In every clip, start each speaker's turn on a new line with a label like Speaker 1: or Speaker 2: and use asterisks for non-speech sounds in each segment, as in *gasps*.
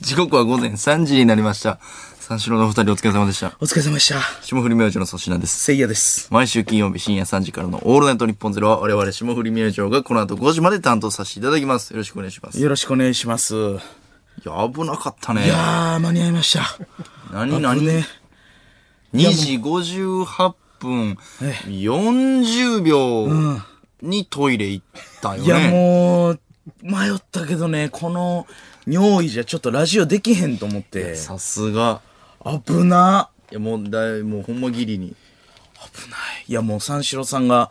Speaker 1: 時刻は午前3時になりました。三四郎のお二人お疲れ様でした。
Speaker 2: お疲れ様でした。
Speaker 1: 霜降り明星の粗品です。
Speaker 2: せいやです。
Speaker 1: 毎週金曜日深夜3時からのオールナイト日本ゼロは我々霜降り明星がこの後5時まで担当させていただきます。よろしくお願いします。い
Speaker 2: よろしくお願いします。い
Speaker 1: や、危なかったね。
Speaker 2: やー、間に合いました。
Speaker 1: 何何
Speaker 2: ね。
Speaker 1: 2時58分
Speaker 2: え
Speaker 1: 40秒にトイレ行ったよ
Speaker 2: いや、
Speaker 1: ね。
Speaker 2: もう、迷ったけどね、この尿意じゃちょっとラジオできへんと思って。
Speaker 1: さすが。
Speaker 2: 危な。
Speaker 1: いや、もうだい、もうほんまギリに。
Speaker 2: いや、もう三四郎さんが、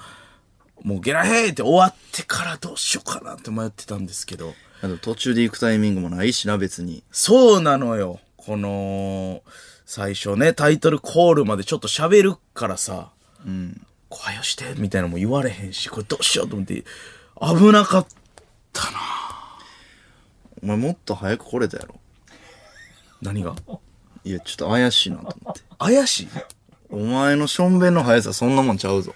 Speaker 2: もうゲラヘーって終わってからどうしようかなって迷ってたんですけど。
Speaker 1: あと途中で行くタイミングもないしな、別に。
Speaker 2: そうなのよ。この、最初ね、タイトルコールまでちょっと喋るからさ、うん。はよして、みたいなのも言われへんし、これどうしようと思って、危なかった。
Speaker 1: お前もっと早く来れたやろ。
Speaker 2: 何が
Speaker 1: いや、ちょっと怪しいなと思って。
Speaker 2: 怪しい
Speaker 1: お前のしょんべんの速さそんなもんちゃうぞ。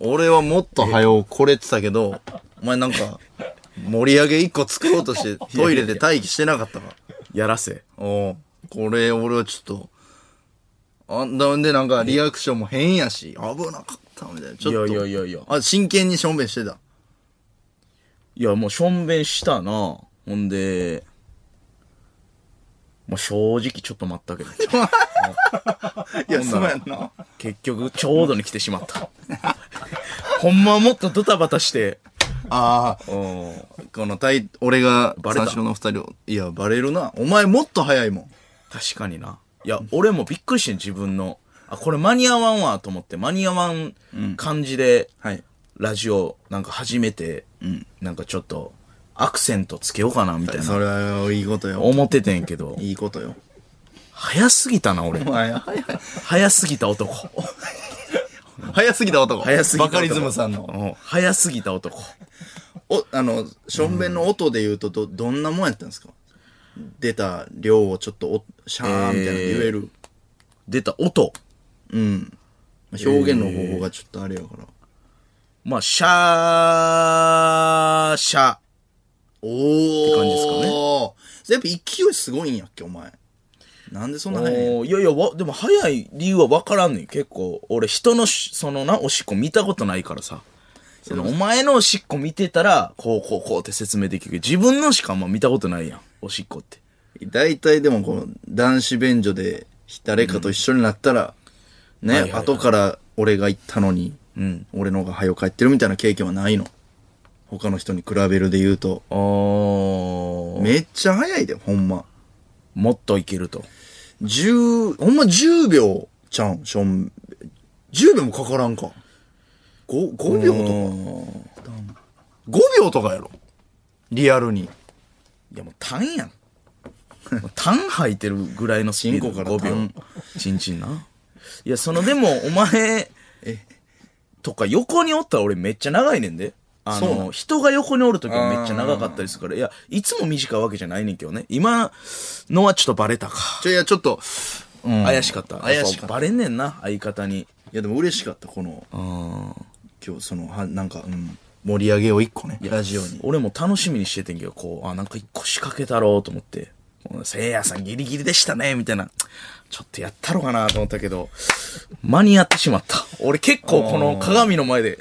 Speaker 1: 俺はもっと早う来れてたけど、お前なんか、盛り上げ一個作ろうとしてトイレで待機してなかったから。
Speaker 2: やらせ。
Speaker 1: おうこれ、俺はちょっと、あんだんでなんかリアクションも変やし、危なかったみたいな。ちょっと。
Speaker 2: いやいやいやいや
Speaker 1: あ、真剣にしょんべんしてた。
Speaker 2: いや、もうしょんべんしたな。ほんで、もう正直ちょっと待ったけ
Speaker 1: *laughs*
Speaker 2: ど、
Speaker 1: いや、そうやんな。
Speaker 2: 結局ちょうどに来てしまった。ほんまはもっとドタバタして、
Speaker 1: ああ、
Speaker 2: うん。
Speaker 1: このタイ、俺が、
Speaker 2: バレた
Speaker 1: 三四郎の二人を、いや、バレるな。お前もっと早いもん。
Speaker 2: 確かにな。いや、俺もびっくりしてん、自分の。あ、これ間に合わんわと思って、間に合わん感じで、
Speaker 1: はい。
Speaker 2: ラジオなんか始めて、なんかちょっと、アクセントつけようかな、みたいな。
Speaker 1: それはいいことよ。
Speaker 2: 思っててんけど、
Speaker 1: いいことよ。
Speaker 2: 早すぎたな、俺
Speaker 1: お。前、早い。
Speaker 2: 早すぎた男。
Speaker 1: 早すぎた男。
Speaker 2: 早すぎた
Speaker 1: バ
Speaker 2: 男。
Speaker 1: カリズムさんの。
Speaker 2: う。早すぎた男。
Speaker 1: お、あの、しょんべんの音で言うと、ど、どんなもんやったんですか出た量をちょっとお、シャーンみたいなので言える。
Speaker 2: 出た音。
Speaker 1: うん。表現の方法がちょっとあれやから。
Speaker 2: まあ、シャー、シャー。
Speaker 1: おー。って
Speaker 2: 感じですか
Speaker 1: ね。やっぱ勢いすごいんやっけ、お前。なんでそんな早いんや
Speaker 2: おーいやいや、わ、でも早い理由は分からんねん。結構、俺人のし、そのな、おしっこ見たことないからさ。その、お前のおしっこ見てたら、こうこうこうって説明できるけど、自分のしかあんま見たことないやん。おしっこって。
Speaker 1: 大体でもこの男子便所で誰かと一緒になったら、ね、
Speaker 2: はいはいはい
Speaker 1: 後から俺が行ったのに、
Speaker 2: うん
Speaker 1: 俺の方が早く帰ってるみたいな経験はないの。他の人に比べるで言うと。
Speaker 2: あー。
Speaker 1: めっちゃ早いで、ほんま。
Speaker 2: もっといけると。
Speaker 1: 10、ほんま10秒ちゃうん、しょん、10秒もかからんか。5、5秒とか。5秒とかやろ。リアルに。
Speaker 2: いやもう
Speaker 1: *laughs*
Speaker 2: 単やん。もう単吐いてるぐらいのスピード
Speaker 1: チンコから
Speaker 2: 5秒。チンチンな。いや、そのでも、お前、とか横におったら俺めっちゃ長いねんで。あ
Speaker 1: そうなん
Speaker 2: の、人が横におるときはめっちゃ長かったりするから、いや、いつも短いわけじゃないねんけどね。今のはちょっとバレたか。
Speaker 1: ちょ、いや、ちょっと、うん
Speaker 2: 怪しかった。
Speaker 1: 怪しか
Speaker 2: や
Speaker 1: った
Speaker 2: ぱバレんねんな、相方に。
Speaker 1: いや、でも嬉しかった、この、
Speaker 2: うん。
Speaker 1: 今日そのはなんか、うん、盛り上げを一個ねラジオに
Speaker 2: 俺も楽しみにしててんけど、こう、あ、なんか一個仕掛けたろうと思って、このせいやさんギリギリでしたね、みたいな。ちょっとやったろかなと思ったけど、間に合ってしまった。俺結構この鏡の前で、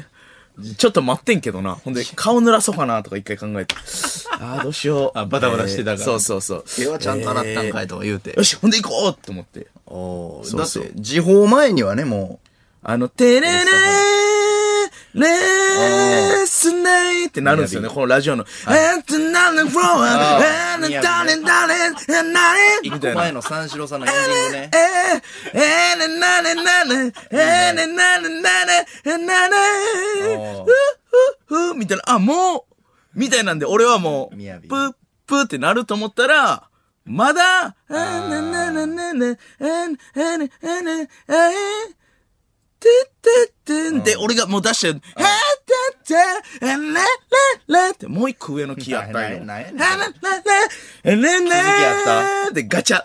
Speaker 2: ちょっと待ってんけどな。ほんで、顔濡らそうかなとか一回考えて。ああ、どうしよう。
Speaker 1: あバタバタしてたから
Speaker 2: えーそうそうそう。
Speaker 1: 手はちゃんと洗ったんかいとか言うて
Speaker 2: えーよし、ほんで行こうと思って。
Speaker 1: おー
Speaker 2: そうそう
Speaker 1: だって時報前にはねも
Speaker 2: あの、てれれーレースナイってなるんですよね、このラジオの。えっと、なるフロア、
Speaker 1: ー
Speaker 2: えー、だれだれ、な
Speaker 1: う
Speaker 2: れ
Speaker 1: 一
Speaker 2: み
Speaker 1: 個
Speaker 2: たいな。
Speaker 1: 前
Speaker 2: え
Speaker 1: の三四郎さんのエンディング *laughs* ね
Speaker 2: ー、えー、れなれなれ、えー、れなれなれ、えー、なれ、
Speaker 1: おー
Speaker 2: ふふみたいな、あ、もう、みたいなんで、俺はもう、プ
Speaker 1: 雅
Speaker 2: ップーってなると思ったら、まだ、あーななななな、あーなななな、あーてってってんで、俺がもう出して、へーってって、えねれれって、もう一個上の木やったん
Speaker 1: ない
Speaker 2: よ。ねれ
Speaker 1: ない
Speaker 2: れ
Speaker 1: ない
Speaker 2: えねね
Speaker 1: や
Speaker 2: ってガチャ。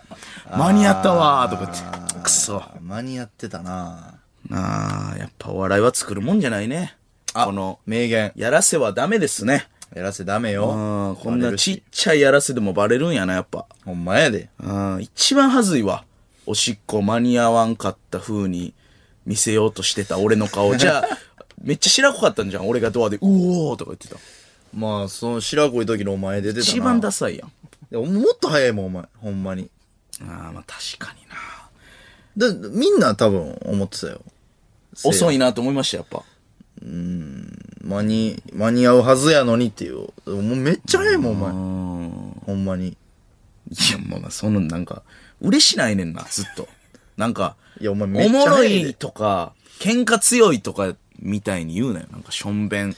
Speaker 2: 間に合ったわーとかって。くそ。
Speaker 1: あ間に合ってたな
Speaker 2: あー、やっぱお笑いは作るもんじゃないね。この、
Speaker 1: 名言
Speaker 2: やらせはダメですね。
Speaker 1: やらせダメよ。
Speaker 2: うん、こん
Speaker 1: バレ
Speaker 2: な
Speaker 1: る
Speaker 2: ちっ
Speaker 1: し。
Speaker 2: ちゃいやらせでもバレるんやな、やっぱ。
Speaker 1: ほんまやで。
Speaker 2: うん、一番はずいわ。おしっこ間に合わんかった風に見せようとしてた俺の *laughs* 顔。じゃあ、めっちゃ白濃かったんじゃん。俺がドアで、うおーとか言ってた。
Speaker 1: まあ、その白子い時のお前出てたな。
Speaker 2: 一番ダサいやん。
Speaker 1: いやもっと早いもん、お前。ほんまに。
Speaker 2: ああ、まあ確かにな。
Speaker 1: だみんな多分思ってたよ。
Speaker 2: 遅いなと思いました、やっぱ。
Speaker 1: 間に、間に合うはずやのにっていう。もうめっちゃ早いもん、お前。ほんまに。
Speaker 2: いや、もうまあ、そのなんか、嬉しないねんな、ずっと。なんか、
Speaker 1: *laughs* いやお前めっちゃ
Speaker 2: おもろ
Speaker 1: 早いで
Speaker 2: いとか、喧嘩強いとか、みたいに言うなよ。なんか、しょんべん。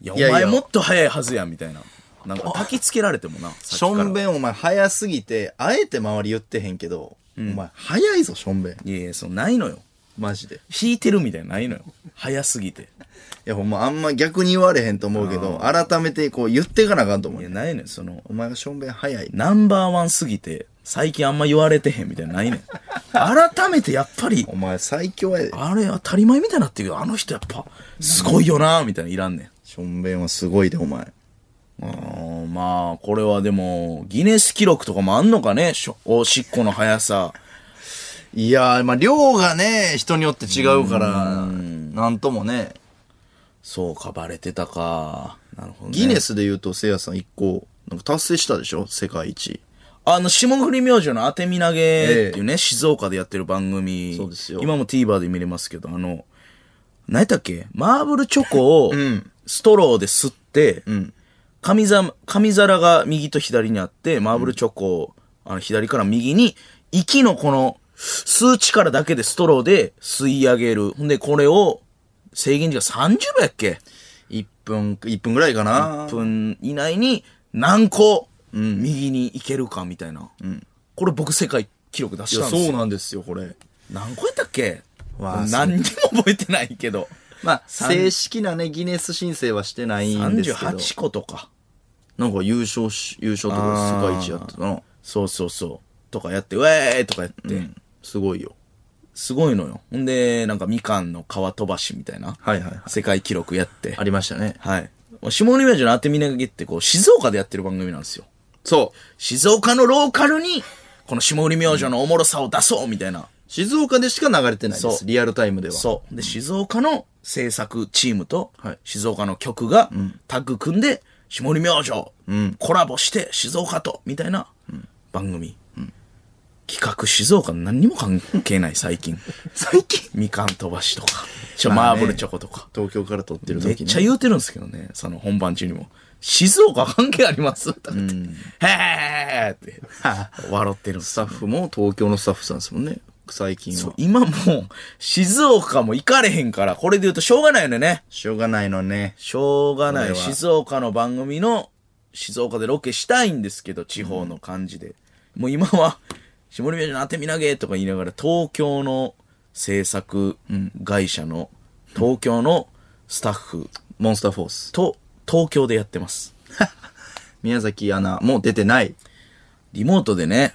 Speaker 2: いや、お
Speaker 1: いやいや
Speaker 2: 前もっと早いはずや、みたいな。なんか、焚きつけられてもな、
Speaker 1: しょん
Speaker 2: ん。
Speaker 1: べんお前早すぎて、あえて周り言ってへんけど、お前早いぞ、しょんべん。
Speaker 2: いやいや、そう、ないのよ。
Speaker 1: マジで。い
Speaker 2: 引いてるみたいな、ないのよ。早すぎて。
Speaker 1: やほんまあんま逆に言われへんと思うけど、改めてこう言っていかなあかんと思う
Speaker 2: いや、
Speaker 1: ね。
Speaker 2: ないのよ、その、
Speaker 1: お前がしょんべん早い。
Speaker 2: ナンバーワンすぎて、最近あんま言われてへんみたいな、ないねん。改めて、やっぱり
Speaker 1: お、前最強やで。
Speaker 2: あれ当たり前みたいになってるけど、あの人やっぱ、すごいよな、みたいな、いらんねん。
Speaker 1: しょんべんはすごいで、お前。
Speaker 2: うーんまあ、これはでも、ギネス記録とかもあんのかねしょおしっこの速さ。
Speaker 1: いやー、まあ量がね、人によって違うから、なんともね。
Speaker 2: そうか、バレてたか。なるほど、ね。
Speaker 1: ギネスで言うと、せいやさん1個、なんか達成したでしょ世界一。
Speaker 2: あの、霜降り明星の当て身投げっていうね、静岡でやってる番組。
Speaker 1: そうですよ
Speaker 2: 今も TVer で見れますけど、あの、何やったっけマーブルチョコを、ストローで吸って、紙ざ紙皿が右と左にあって、マーブルチョコを、あの左から右に、息のこの、吸う力だけでストローで吸い上げる。ほんで、これを、制限時間30秒やっけ
Speaker 1: 1分、一分ぐらいかな
Speaker 2: 1。分以内に何個右に行けるかみたいな、これ僕世界記録出
Speaker 1: い
Speaker 2: し
Speaker 1: や、
Speaker 2: たんです
Speaker 1: そう
Speaker 2: よ
Speaker 1: なんですよ、これ。
Speaker 2: 何個やったっけ
Speaker 1: わあ
Speaker 2: 何にも覚えてないけど
Speaker 1: まあ、
Speaker 2: 三
Speaker 1: 正式なね、ギネス申請はしてないんですけど。
Speaker 2: 38個とか
Speaker 1: なんか優勝し、優勝とか世界一やってたな。
Speaker 2: そうそうそうとかやってウェーイとかやって、
Speaker 1: うんすごいよ。
Speaker 2: すごいのよほんでなんかみかんの皮飛ばしみたいな、
Speaker 1: はいはいはい
Speaker 2: 世界記録やって
Speaker 1: ありましたね。
Speaker 2: はい下森明星の当てみなげってこう静岡でやってる番組なんですよ
Speaker 1: そう。
Speaker 2: 静岡のローカルにこの下森明星のおもろさを出そうみたいな、
Speaker 1: 静岡でしか流れてないで
Speaker 2: そう
Speaker 1: す。リアルタイムでは。
Speaker 2: そう。で、静岡の制作チームと
Speaker 1: はい、
Speaker 2: 静岡の局がタッグ組んで、下り明星、コラボして静岡と、みたいな番組。企画静岡何にも関
Speaker 1: *laughs*
Speaker 2: 係ない、最近。
Speaker 1: 最近
Speaker 2: みかん飛ばしとか、ちょ
Speaker 1: ま
Speaker 2: マ
Speaker 1: あね
Speaker 2: ーブルチョコとか。
Speaker 1: 東京から撮ってる
Speaker 2: めっ
Speaker 1: 時に。
Speaker 2: ちゃ言うてるんですけどね、その本番中にも。静岡関係ありますとか言って、へー
Speaker 1: *laughs*
Speaker 2: って、笑ってるんです
Speaker 1: スタッフも東京のスタッフさんですもんね。最近は。
Speaker 2: 今もう、静岡も行かれへんから、これで言うとしょうがないよね。
Speaker 1: しょうがないのね。
Speaker 2: しょうがな
Speaker 1: こ
Speaker 2: い。
Speaker 1: れは
Speaker 2: 静岡の番組の、静岡でロケしたいんですけど、地方の感じで。もう今は、下り明星の当てみなげとか言いながら、東京の制作会社の、東京のスタッフ
Speaker 1: モンスターフォース。
Speaker 2: と、東京でやってます。
Speaker 1: 宮崎アナも出てない。
Speaker 2: リモートでね、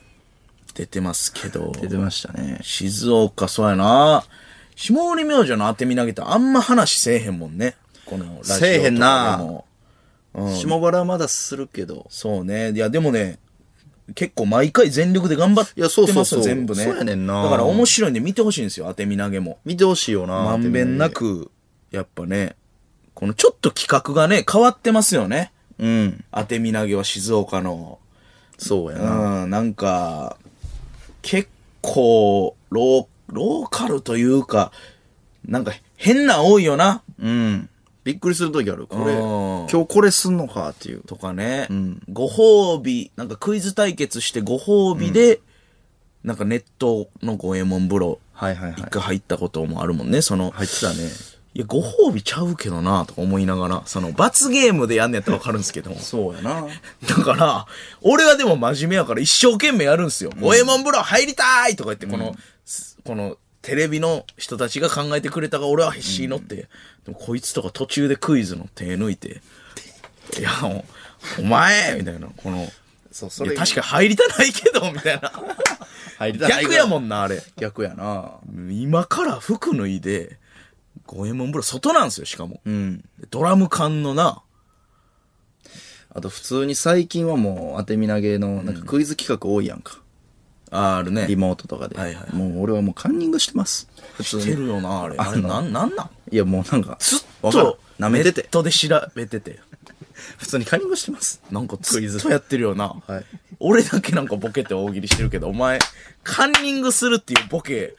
Speaker 2: 出てますけど、
Speaker 1: 出てましたね。
Speaker 2: 静岡、そうやな。下り明星の当てみなげってあんま話せえへんもんね。このラジオとかでも。
Speaker 1: せえへんな下原はまだするけど。
Speaker 2: そうね。いや、でもね、結構毎回全力で頑張って
Speaker 1: いや
Speaker 2: ます
Speaker 1: そ
Speaker 2: よ、
Speaker 1: うそうそう
Speaker 2: 全部ね。
Speaker 1: そうやねんな
Speaker 2: だから面白いんで見てほしいんですよ、当て身投げも。
Speaker 1: 見てほしいよな。
Speaker 2: まんべんな。く、やっぱね、このちょっと企画がね、変わってますよね。
Speaker 1: うん。
Speaker 2: 当て身投げは静岡の。
Speaker 1: そうや
Speaker 2: う
Speaker 1: な。
Speaker 2: ん、なんか、結構、ロー、ローカルというか、なんか変な多いよな。
Speaker 1: うん。びっくりする時ある。これ、
Speaker 2: うん
Speaker 1: 今日これすんのかっていう。
Speaker 2: とかね、ご褒美、なんかクイズ対決してご褒美で、なんかネットの五右衛門風呂、
Speaker 1: はいはいは
Speaker 2: 一
Speaker 1: い。
Speaker 2: 回入ったこともあるもんね、その、
Speaker 1: 入ってたね。
Speaker 2: いや、ご褒美ちゃうけどなとか思いながら、その、罰ゲームでやんねやったらわかるんですけど、
Speaker 1: そうやな。
Speaker 2: だから、俺はでも真面目やから一生懸命やるんすよ。五右衛門風呂入りたーいとか言って、この、すこの、テレビの人たちが考えてくれたが俺は必死に乗って、でもこいつとか途中でクイズの手抜いて、
Speaker 1: *laughs*
Speaker 2: いや、おお前みたいな、この、
Speaker 1: *laughs* そう、そ
Speaker 2: い
Speaker 1: れ
Speaker 2: や確か入りたないけど、みたいな。
Speaker 1: 入りたない
Speaker 2: 逆やもんな、あれ。
Speaker 1: 逆やな。
Speaker 2: 今から服脱いで、五右衛門風呂外なんですよ、しかも。
Speaker 1: うん。
Speaker 2: ドラム缶のな、
Speaker 1: あと普通に最近はもう当て身投げのなんかクイズ企画多いやんか。
Speaker 2: あーあるね
Speaker 1: リモートとかで。
Speaker 2: はいはいはい
Speaker 1: もう俺はもうカンニングしてます。普通
Speaker 2: して
Speaker 1: に。
Speaker 2: るよなあれ
Speaker 1: あ
Speaker 2: あれ
Speaker 1: の
Speaker 2: なんなんなん
Speaker 1: いやもうなんか、
Speaker 2: ずっ
Speaker 1: わからん
Speaker 2: と
Speaker 1: 舐めてて
Speaker 2: ネッ。トで調べてて
Speaker 1: 普通にカンニングしてます。
Speaker 2: なんかず
Speaker 1: クイズ
Speaker 2: っとやってるよな、
Speaker 1: はい
Speaker 2: 俺だけなんかボケて大喜利してるけどお前カンニングするっていうボケ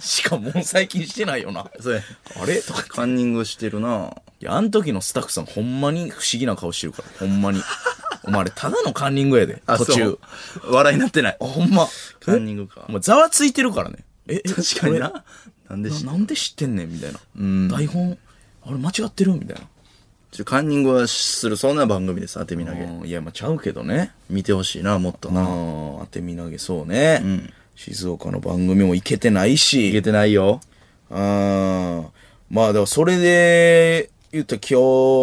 Speaker 2: しかもう最近してないよな
Speaker 1: そうや
Speaker 2: あれとか
Speaker 1: カンニングしてるな
Speaker 2: っていやあの時のスタッフさんほんまに不思議な顔してるからほんまにお前あれただのカンニングやで途中。
Speaker 1: そう笑いになってない。
Speaker 2: あほんま
Speaker 1: カンニングか
Speaker 2: お。前ざわついてるからねええ
Speaker 1: 確かに
Speaker 2: こ
Speaker 1: な。なんで
Speaker 2: れ
Speaker 1: し、
Speaker 2: ななんで知ってんねんみたいな台本あれ間違ってるみたいな
Speaker 1: ちょカンニングはする、そんな番組です、当て身投げ。
Speaker 2: うんいやまあちゃうけどね
Speaker 1: 見てほしいな、もっと
Speaker 2: あ
Speaker 1: な。
Speaker 2: ー当て身投げそうね、静岡の番組も行けてない
Speaker 1: いけ
Speaker 2: して
Speaker 1: ないよ。
Speaker 2: あまあでもそれで言ったら今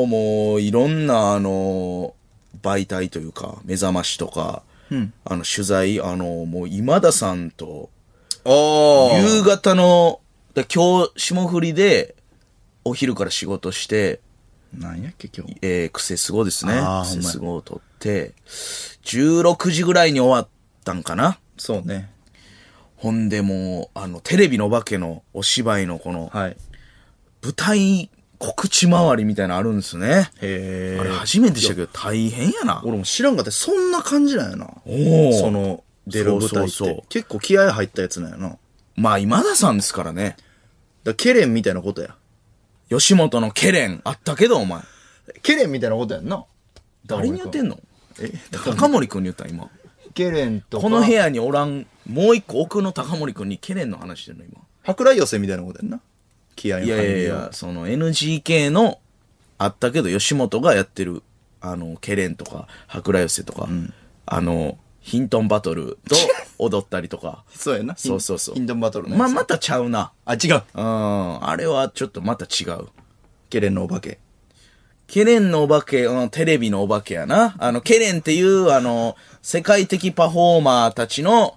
Speaker 2: 日もいろんなあの媒体というか目覚ましとか、あの取材あのもう今田さんと
Speaker 1: おー。
Speaker 2: 夕方のだ今日霜降りでお昼から仕事して
Speaker 1: なんやっけ、今日。
Speaker 2: えー、クセスゴですね
Speaker 1: あ。ー
Speaker 2: ク
Speaker 1: ほんまや
Speaker 2: セスゴを撮って、16時ぐらいに終わったんかな。
Speaker 1: そうね。
Speaker 2: ほんでもう、あの、テレビのお化けのお芝居のこの、
Speaker 1: はい。
Speaker 2: 舞台告知回りみたいなのあるんですね。
Speaker 1: へ
Speaker 2: あれ
Speaker 1: ー。
Speaker 2: 初めてでしたけど大変やな。
Speaker 1: 俺も知らんかった。そんな感じなんやな。
Speaker 2: おー
Speaker 1: その、出る舞台って
Speaker 2: そうそうそう
Speaker 1: 結構気合入ったやつなんやな。だか
Speaker 2: まあ今田さんですからね。
Speaker 1: らケレンみたいなことや。
Speaker 2: 吉本のケレンあったけど、お前。
Speaker 1: ケレンみたいなことやんな。
Speaker 2: 誰に言ってんの
Speaker 1: え
Speaker 2: 高森くんに言った今。
Speaker 1: ケレンとか。
Speaker 2: この部
Speaker 1: 屋。
Speaker 2: 屋におらん、もう一個奥の高森くんにケレンの話してるの今。
Speaker 1: 舶来寄せみたいなことやんな。気合
Speaker 2: い
Speaker 1: 入
Speaker 2: やいやいや、その NGK の、あったけど、吉本がやってる、あの、ケレンとか、博来寄せとか、あの、ヒントンバトル
Speaker 1: *laughs*
Speaker 2: と踊ったりとか。
Speaker 1: そうやな。
Speaker 2: そうそうそう。
Speaker 1: ヒンドンバトルのやつ
Speaker 2: まあ、またちゃうな。
Speaker 1: あ、違う。
Speaker 2: うん。あれはちょっとまた違う。
Speaker 1: ケレンのお化け。
Speaker 2: ケレンのお化け、うん、テレビのお化けやな。あの、ケレンっていう、あの、世界的パフォーマーたちの、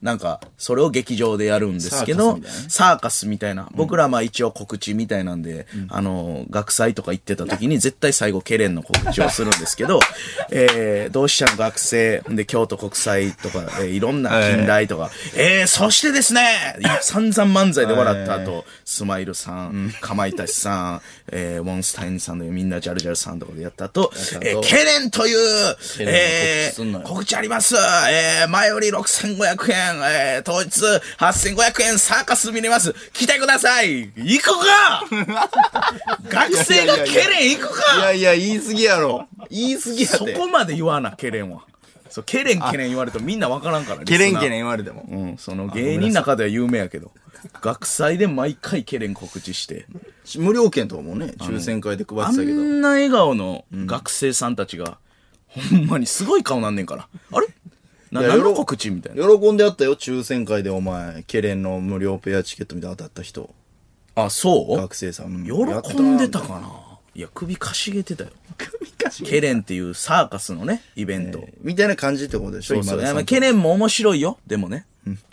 Speaker 2: なんか、それを劇場でやるんですけど、サ
Speaker 1: サーカスみたいな
Speaker 2: ーカスみたいな。僕らまあ一応告知みたいなんで、あの、学祭とか行ってた時に絶対最後ケレンの告知をするんですけど、 *laughs* えー、同志社の学生、で、京都国際とか、えーいろんな近代とか、えー、そしてですね、散々漫才で笑った後、スマイルさん、かまいた
Speaker 1: *laughs*
Speaker 2: ちさん、えー、モンスタインさんでみんなジャルジャルさんとかでやった後、
Speaker 1: った
Speaker 2: えー
Speaker 1: 後
Speaker 2: ケレンという、
Speaker 1: ケレンの告
Speaker 2: え
Speaker 1: 知すんの
Speaker 2: ー、
Speaker 1: よ
Speaker 2: 告知あります。えー、前より6500円、えー、当日8500円サーカス見れます。来てください行くか
Speaker 1: *laughs*
Speaker 2: 学生がケレン行くか
Speaker 1: いやいや、言い過ぎやろ。言い過ぎや
Speaker 2: そ
Speaker 1: て。
Speaker 2: こまで言わな、ケレンは。そう、ケレンケレン言われてもみんなわからんから、
Speaker 1: ケレンケレン
Speaker 2: ン。
Speaker 1: 言われても。
Speaker 2: うん、その芸人の中では有名やけど、学祭で毎回ケレン告知して。
Speaker 1: 無料券とかもね、抽選会で配っ
Speaker 2: あ
Speaker 1: てたけど。
Speaker 2: んな笑顔の学生さんたちが、ほんまにすごい顔なんね
Speaker 1: *laughs*
Speaker 2: んから。あれない
Speaker 1: や
Speaker 2: 何の
Speaker 1: よろ
Speaker 2: 告知みたいな。
Speaker 1: 喜んであったよ、抽選会でお前、ケレンの無料ペアチケットみたいなの当たった人。
Speaker 2: あ、そう
Speaker 1: 学生さん。
Speaker 2: 喜んでたかないや、首かしげてたよ。ケレンっていうサーカスのね、イベント。
Speaker 1: みたいな感じってことでしょ、
Speaker 2: そうそう。
Speaker 1: 今田
Speaker 2: い
Speaker 1: さ
Speaker 2: や
Speaker 1: ん
Speaker 2: まあケレンも面白いよ。でもね。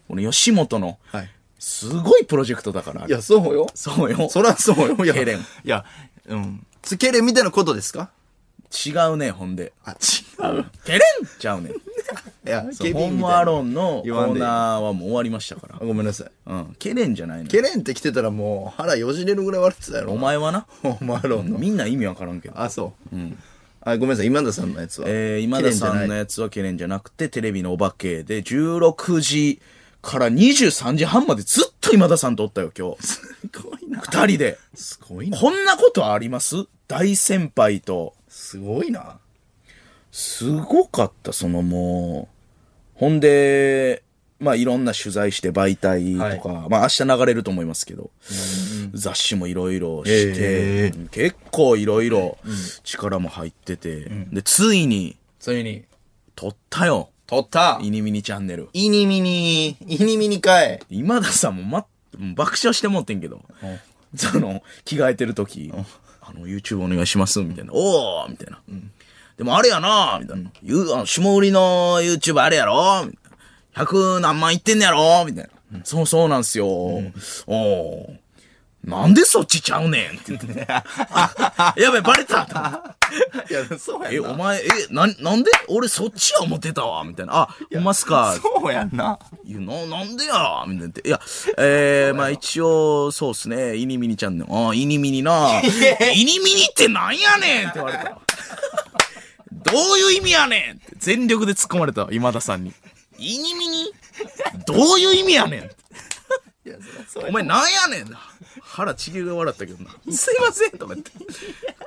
Speaker 2: この吉本の、
Speaker 1: はい。
Speaker 2: すごいプロジェクトだから。あれ
Speaker 1: いや、そうよ。
Speaker 2: そうよ。
Speaker 1: そらそうよ。いや
Speaker 2: ケレン
Speaker 1: いや、うん。つケレンみたいなことですか
Speaker 2: 違うね、ほんで。
Speaker 1: あ、違う。
Speaker 2: ケレンちゃうね
Speaker 1: い
Speaker 2: ん。
Speaker 1: や、
Speaker 2: そ
Speaker 1: *laughs*
Speaker 2: う
Speaker 1: ケビ
Speaker 2: ホー
Speaker 1: ンみ
Speaker 2: ム
Speaker 1: たいな。
Speaker 2: アローンのコ
Speaker 1: 言わん
Speaker 2: ー
Speaker 1: で
Speaker 2: ナーはもう終わりましたから
Speaker 1: あ。ごめんなさい。
Speaker 2: うん。ケレンじゃないのよ。
Speaker 1: ケレンって来てたらもう腹よじれるぐらい笑ってたやろ。
Speaker 2: お前はな。
Speaker 1: ホームアローンの。
Speaker 2: みんな意味わからんけど。
Speaker 1: あ、そう。うん。あ、ごめんなさい。今田さんのやつは。
Speaker 2: えー、今田さんのやつはケレンじゃなくて、テレビのお化けで、16時から23時半までずっと今田さんとおったよ、今日。
Speaker 1: つ。すごいな。
Speaker 2: 二人で。
Speaker 1: すごいな。
Speaker 2: こんなことあります大先輩と。
Speaker 1: すごいな。
Speaker 2: すごかった、そのもう。ほんで、まあいろんな取材して媒体とか、まあ明日流れると思いますけど、雑誌もいろいろして、
Speaker 1: え
Speaker 2: 結構いろいろ力も入ってて、で、ついに
Speaker 1: ついに。
Speaker 2: 撮ったよ。
Speaker 1: 撮った
Speaker 2: イニミニチャンネル。
Speaker 1: イニミニ、イニミニかい。
Speaker 2: 今田さんもま、爆笑してもってんけど、その、着替えてる時、あの、YouTube お願いします、みたいな。おーみたいな。でもあれやなみたいな。ゆうあの霜降りの YouTube あれやろみたいな100何万いってんねやろみたいな。そうそうなんすよ。おーなんでそっちちゃうねんって言 *laughs* っててやべ、バレたと思って
Speaker 1: いや、そう
Speaker 2: え、
Speaker 1: やん
Speaker 2: お
Speaker 1: な。
Speaker 2: 前、え、な、なんで俺そっちや思ってたわ、みたいな。あ、ほんまっすか。
Speaker 1: そうやんな。
Speaker 2: いや、な、なんでやみたいなって。いや、えー、まあ一応、そうっすね。イニミニちゃんの、ああ、イニミニな。イニミニってなんやねんって言われた。どういう意味やねんって全力で突っ込まれたわ、今田さんに。イニミニどういう意味やねん
Speaker 1: いや、そう
Speaker 2: お前なんやねんな腹ちぎるが笑ったけどな。すいませんとか言って。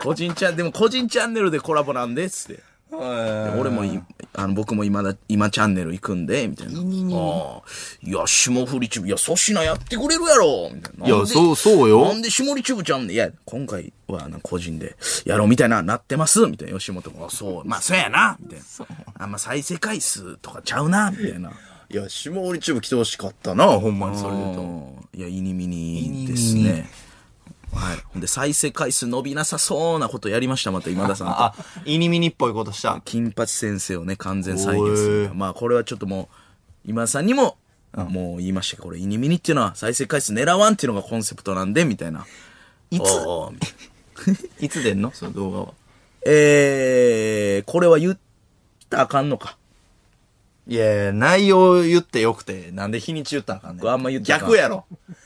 Speaker 2: 個人チャン、でも個人チャンネルでコラボなんで、つって。
Speaker 1: や
Speaker 2: 俺もいあの僕も今だ今チャンネル行くんでみたいな「ああいや霜降りチューブいや粗品やってくれるやろ」みたいな「なんで
Speaker 1: そう、そうよ
Speaker 2: な。んで霜降りチューブちゃうんねんいや今回はな個人でやろうみたいななってます」みたいな吉本も「あそうまあそうやな」みたいな「あんま再生回数とかちゃうな」みたい *laughs* な。
Speaker 1: いや、下降りチューブ来てほしかったな、ほんまにそれで言うと。
Speaker 2: いや、イニミニですね。はい。ほんで、再生回数伸びなさそうなことやりました、また今田さんと。
Speaker 1: あ、イニミニっぽいことした。
Speaker 2: 金八先生をね完全再現する
Speaker 1: お
Speaker 2: まあこれはちょっともう今田さんにも、もう言いましたけどこれ「イニミニ」っていうのは再生回数狙わんっていうのがコンセプトなんでみたいない
Speaker 1: つ
Speaker 2: おーみたいない
Speaker 1: つ出んのその動画は。
Speaker 2: えー、これは言ったらあかんのか
Speaker 1: いや、内容言ってよくて、なんで日にち言ったらあかんね
Speaker 2: 僕あんま言ったらあかん
Speaker 1: 逆やろ。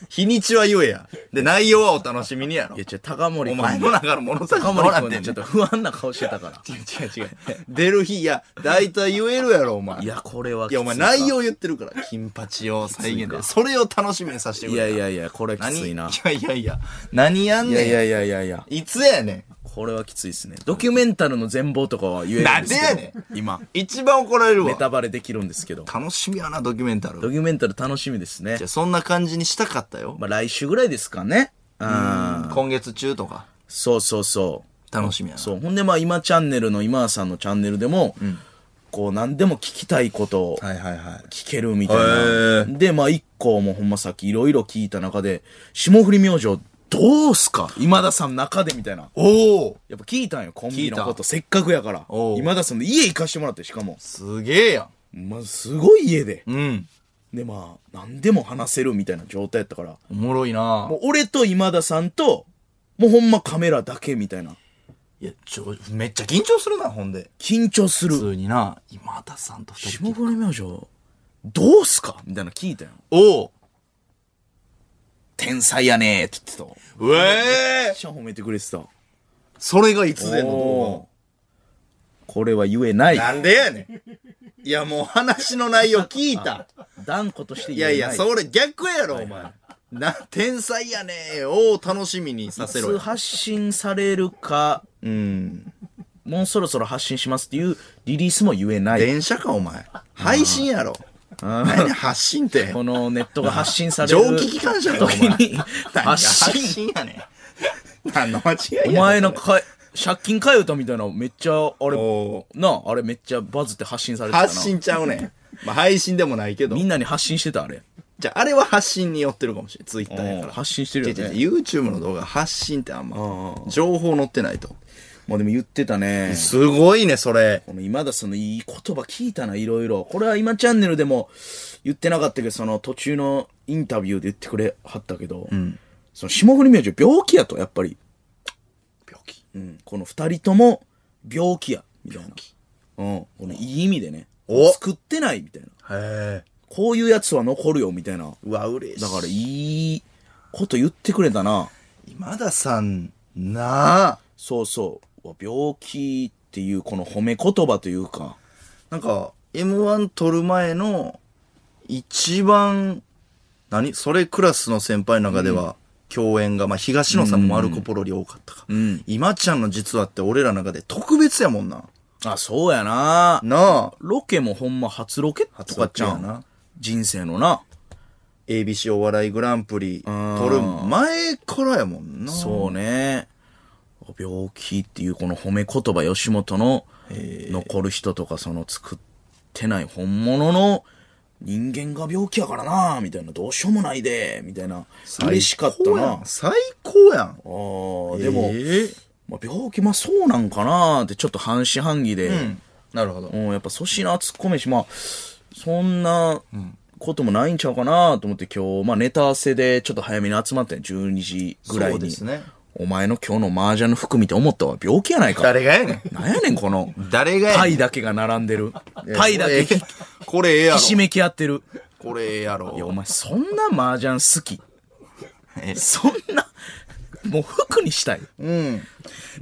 Speaker 1: 日にちは言えや。で、内容はお楽しみにやろ
Speaker 2: いや。違う高森
Speaker 1: お
Speaker 2: 君
Speaker 1: 前の中のものさ
Speaker 2: 高
Speaker 1: どうな
Speaker 2: 森
Speaker 1: って
Speaker 2: 君
Speaker 1: ん
Speaker 2: ち
Speaker 1: ね
Speaker 2: ょ
Speaker 1: ん
Speaker 2: っと不安な顔してたから
Speaker 1: 違う違う違う。 *laughs* 出る日、いや、大体言えるやろ、お前。
Speaker 2: い
Speaker 1: いや、
Speaker 2: やこれは
Speaker 1: お前
Speaker 2: きついか
Speaker 1: 内容言ってるから、金八を再現で。それを楽しみにさせてく
Speaker 2: い
Speaker 1: れ
Speaker 2: や
Speaker 1: た。
Speaker 2: い
Speaker 1: や、
Speaker 2: やいやこれき
Speaker 1: 何
Speaker 2: ついない
Speaker 1: やいやいや、何やん
Speaker 2: いや
Speaker 1: ねん。
Speaker 2: いやいやいやいや
Speaker 1: いつやね
Speaker 2: これはきついですねドキュメンタルの全貌とかは言えるんです
Speaker 1: なん
Speaker 2: け
Speaker 1: でや
Speaker 2: ど今
Speaker 1: ん。一番怒られる
Speaker 2: ネ
Speaker 1: わ。
Speaker 2: タバレできるんですけど
Speaker 1: 楽しみやな、ドキュメンタル。
Speaker 2: ド
Speaker 1: じ
Speaker 2: キュメンタル楽しみですね
Speaker 1: ゃあ。そんな感じにしたかったよ。
Speaker 2: まあ来週ぐらいですかね。うん。
Speaker 1: 今月中とか。
Speaker 2: そうそうそう。
Speaker 1: 楽しみやな。
Speaker 2: そう。ほんでまあ今チャンネルの今田さんのチャンネルでも、こう何でも聞きたいことを
Speaker 1: はいはいはい。
Speaker 2: 聞けるみたい
Speaker 1: へ
Speaker 2: な。でまあ一個もうほんまさっきいろいろ聞いた中で、霜降り明星どうすか今田さんの中でみたいな。
Speaker 1: おお
Speaker 2: やっぱ聞いたんよ、コンビ
Speaker 1: 聞い
Speaker 2: の
Speaker 1: た
Speaker 2: こと。せっかくやから
Speaker 1: お。う
Speaker 2: 今田さんの家行かしてもらって、しかも。
Speaker 1: すげえや
Speaker 2: まあ、すごい家で。
Speaker 1: ん。うん。
Speaker 2: で、まあ、何でも話せるみたいな状態やったから。
Speaker 1: おもろいな
Speaker 2: もう俺と今田さんと、もうほんまカメラだけみたいな。
Speaker 1: いや、ちょ、めっちゃ緊張するな、ほんで。
Speaker 2: 緊張す
Speaker 1: 普
Speaker 2: る。
Speaker 1: 通にな、今田さんと二人
Speaker 2: 霜降り明星、どうすかみたいなの聞いたよ。
Speaker 1: おお
Speaker 2: 天才やねーって言ってた。
Speaker 1: うええ
Speaker 2: シャ褒めてくれてた。
Speaker 1: それがいつでの
Speaker 2: おー
Speaker 1: 動
Speaker 2: これは言えない
Speaker 1: 画。。なんでやねん。いや、もう話の内容聞いた。
Speaker 2: 断固として
Speaker 1: い
Speaker 2: 言
Speaker 1: や
Speaker 2: えない。
Speaker 1: いや、
Speaker 2: う。
Speaker 1: それ逆やろ、お前。な、天才やねーを楽しみにさせろ
Speaker 2: つ
Speaker 1: よ。
Speaker 2: 発信されるか、
Speaker 1: うん。
Speaker 2: もうそろそろ発信しますっていうリリースも言えない。
Speaker 1: 電車か、お前。配信やろ。何やねん発信って。 *laughs*
Speaker 2: このネットが発信される。
Speaker 1: 蒸気機関車か、お
Speaker 2: 時
Speaker 1: *laughs* 前。
Speaker 2: に、発
Speaker 1: 発
Speaker 2: 信。
Speaker 1: 信やねん。何の間違いやね
Speaker 2: お
Speaker 1: ん
Speaker 2: 前のかい、借金替え歌みたいなのめっちゃ、あれ、
Speaker 1: お
Speaker 2: なあ、あれめっちゃバズって発信されてたな。
Speaker 1: 発信ちゃうね *laughs* ん。まあ、配信でもないけど
Speaker 2: み。んなに発信してた、あれ。
Speaker 1: じゃあ、あれは発信に寄ってるかもしれん。ツイッターやから。
Speaker 2: 発信してるよね
Speaker 1: 違う違う違う YouTube の動画、発信ってあんま、情報載ってないと。
Speaker 2: まあでも言ってたね。
Speaker 1: すごいね、それ。
Speaker 2: この今田さんのいい言葉聞いたな、いろいろ。これは今チャンネルでも言ってなかったけど、その途中のインタビューで言ってくれはったけど、その霜降り明星病気やと、やっぱり。
Speaker 1: 病気。
Speaker 2: うん。この二人とも病気や、みたいな。うん。このいい意味でね。
Speaker 1: お
Speaker 2: 作ってない、みたいな。
Speaker 1: へえ。
Speaker 2: こういうやつは残るよ、みたいな。
Speaker 1: うわ、嬉しい。
Speaker 2: だから、いいこと言ってくれたな。
Speaker 1: 今田さん、なあ。
Speaker 2: そうそう。うわ病気っていう、この褒め言葉というか。
Speaker 1: なんか、M1 撮る前の、一番、何それクラスの先輩の中では、共演が、まあ、東野さんもマルコポロリ多かったか。
Speaker 2: ん
Speaker 1: 今ちゃんの実はって俺らの中で特別やもんな。
Speaker 2: あ、そうやな。
Speaker 1: なあ。
Speaker 2: ロケもほんま初ロケとかちゃ
Speaker 1: 初ロケや
Speaker 2: ん
Speaker 1: な。
Speaker 2: 人生のな。
Speaker 1: ABC お笑いグランプリ
Speaker 2: ん
Speaker 1: 取る前からやもんな。
Speaker 2: そうね。病気っていうこの褒め言葉、吉本の残る人とか、その作ってない本物の人間が病気やからな、みたいな、どうしようもないで、みたいな。嬉しかったな。あ
Speaker 1: 最高やん。
Speaker 2: あー、でも、
Speaker 1: ええ
Speaker 2: まあ、病気、まあそうなんかなーって、ちょっと半信半疑で、
Speaker 1: なるほど
Speaker 2: う。ん、やっぱ粗品ツッコめし、まあ、そんなこともないんちゃうかなと思って今日、まあネタ合わせでちょっと早めに集まったんや12時ぐらいに。
Speaker 1: そうですね
Speaker 2: お前の今日の麻雀の服見て思ったわ。病気やないか。
Speaker 1: 誰がやねん。
Speaker 2: なんやねん、この。
Speaker 1: 誰 *laughs* がやねん
Speaker 2: パイだけが並んでる。パイだけひ、ひ
Speaker 1: これええやろ。
Speaker 2: しめき合ってる。
Speaker 1: これええやろ。
Speaker 2: いや、お前、そんな麻雀好き。そんな、もう服にしたい。
Speaker 1: うん。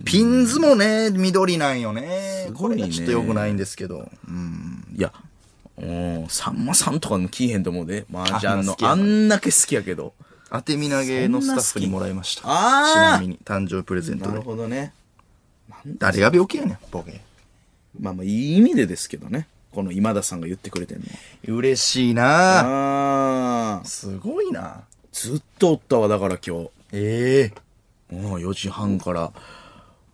Speaker 1: ピンズもね、緑なんよね。
Speaker 2: ご
Speaker 1: これ
Speaker 2: いね
Speaker 1: がちょっと良くないんですけど。うん。
Speaker 2: いや、うん、さんまさんとかも聞いへんと思うで。麻雀
Speaker 1: あ好
Speaker 2: の
Speaker 1: き。やな
Speaker 2: あんだけ好きやけど。
Speaker 1: 当てみなげのスタッフにもらいました。
Speaker 2: そんな好き
Speaker 1: ち
Speaker 2: あー
Speaker 1: なみに、誕生日プレゼントで。
Speaker 2: ほどね。
Speaker 1: 誰が病気やねん、ボケ。
Speaker 2: まあまあ、いい意味でですけどね。この今田さんが言ってくれてんのは。
Speaker 1: 嬉しいな
Speaker 2: ああ。
Speaker 1: すごいな
Speaker 2: ずっとおったわ、だから今日。
Speaker 1: ええ
Speaker 2: うん、4時半から。も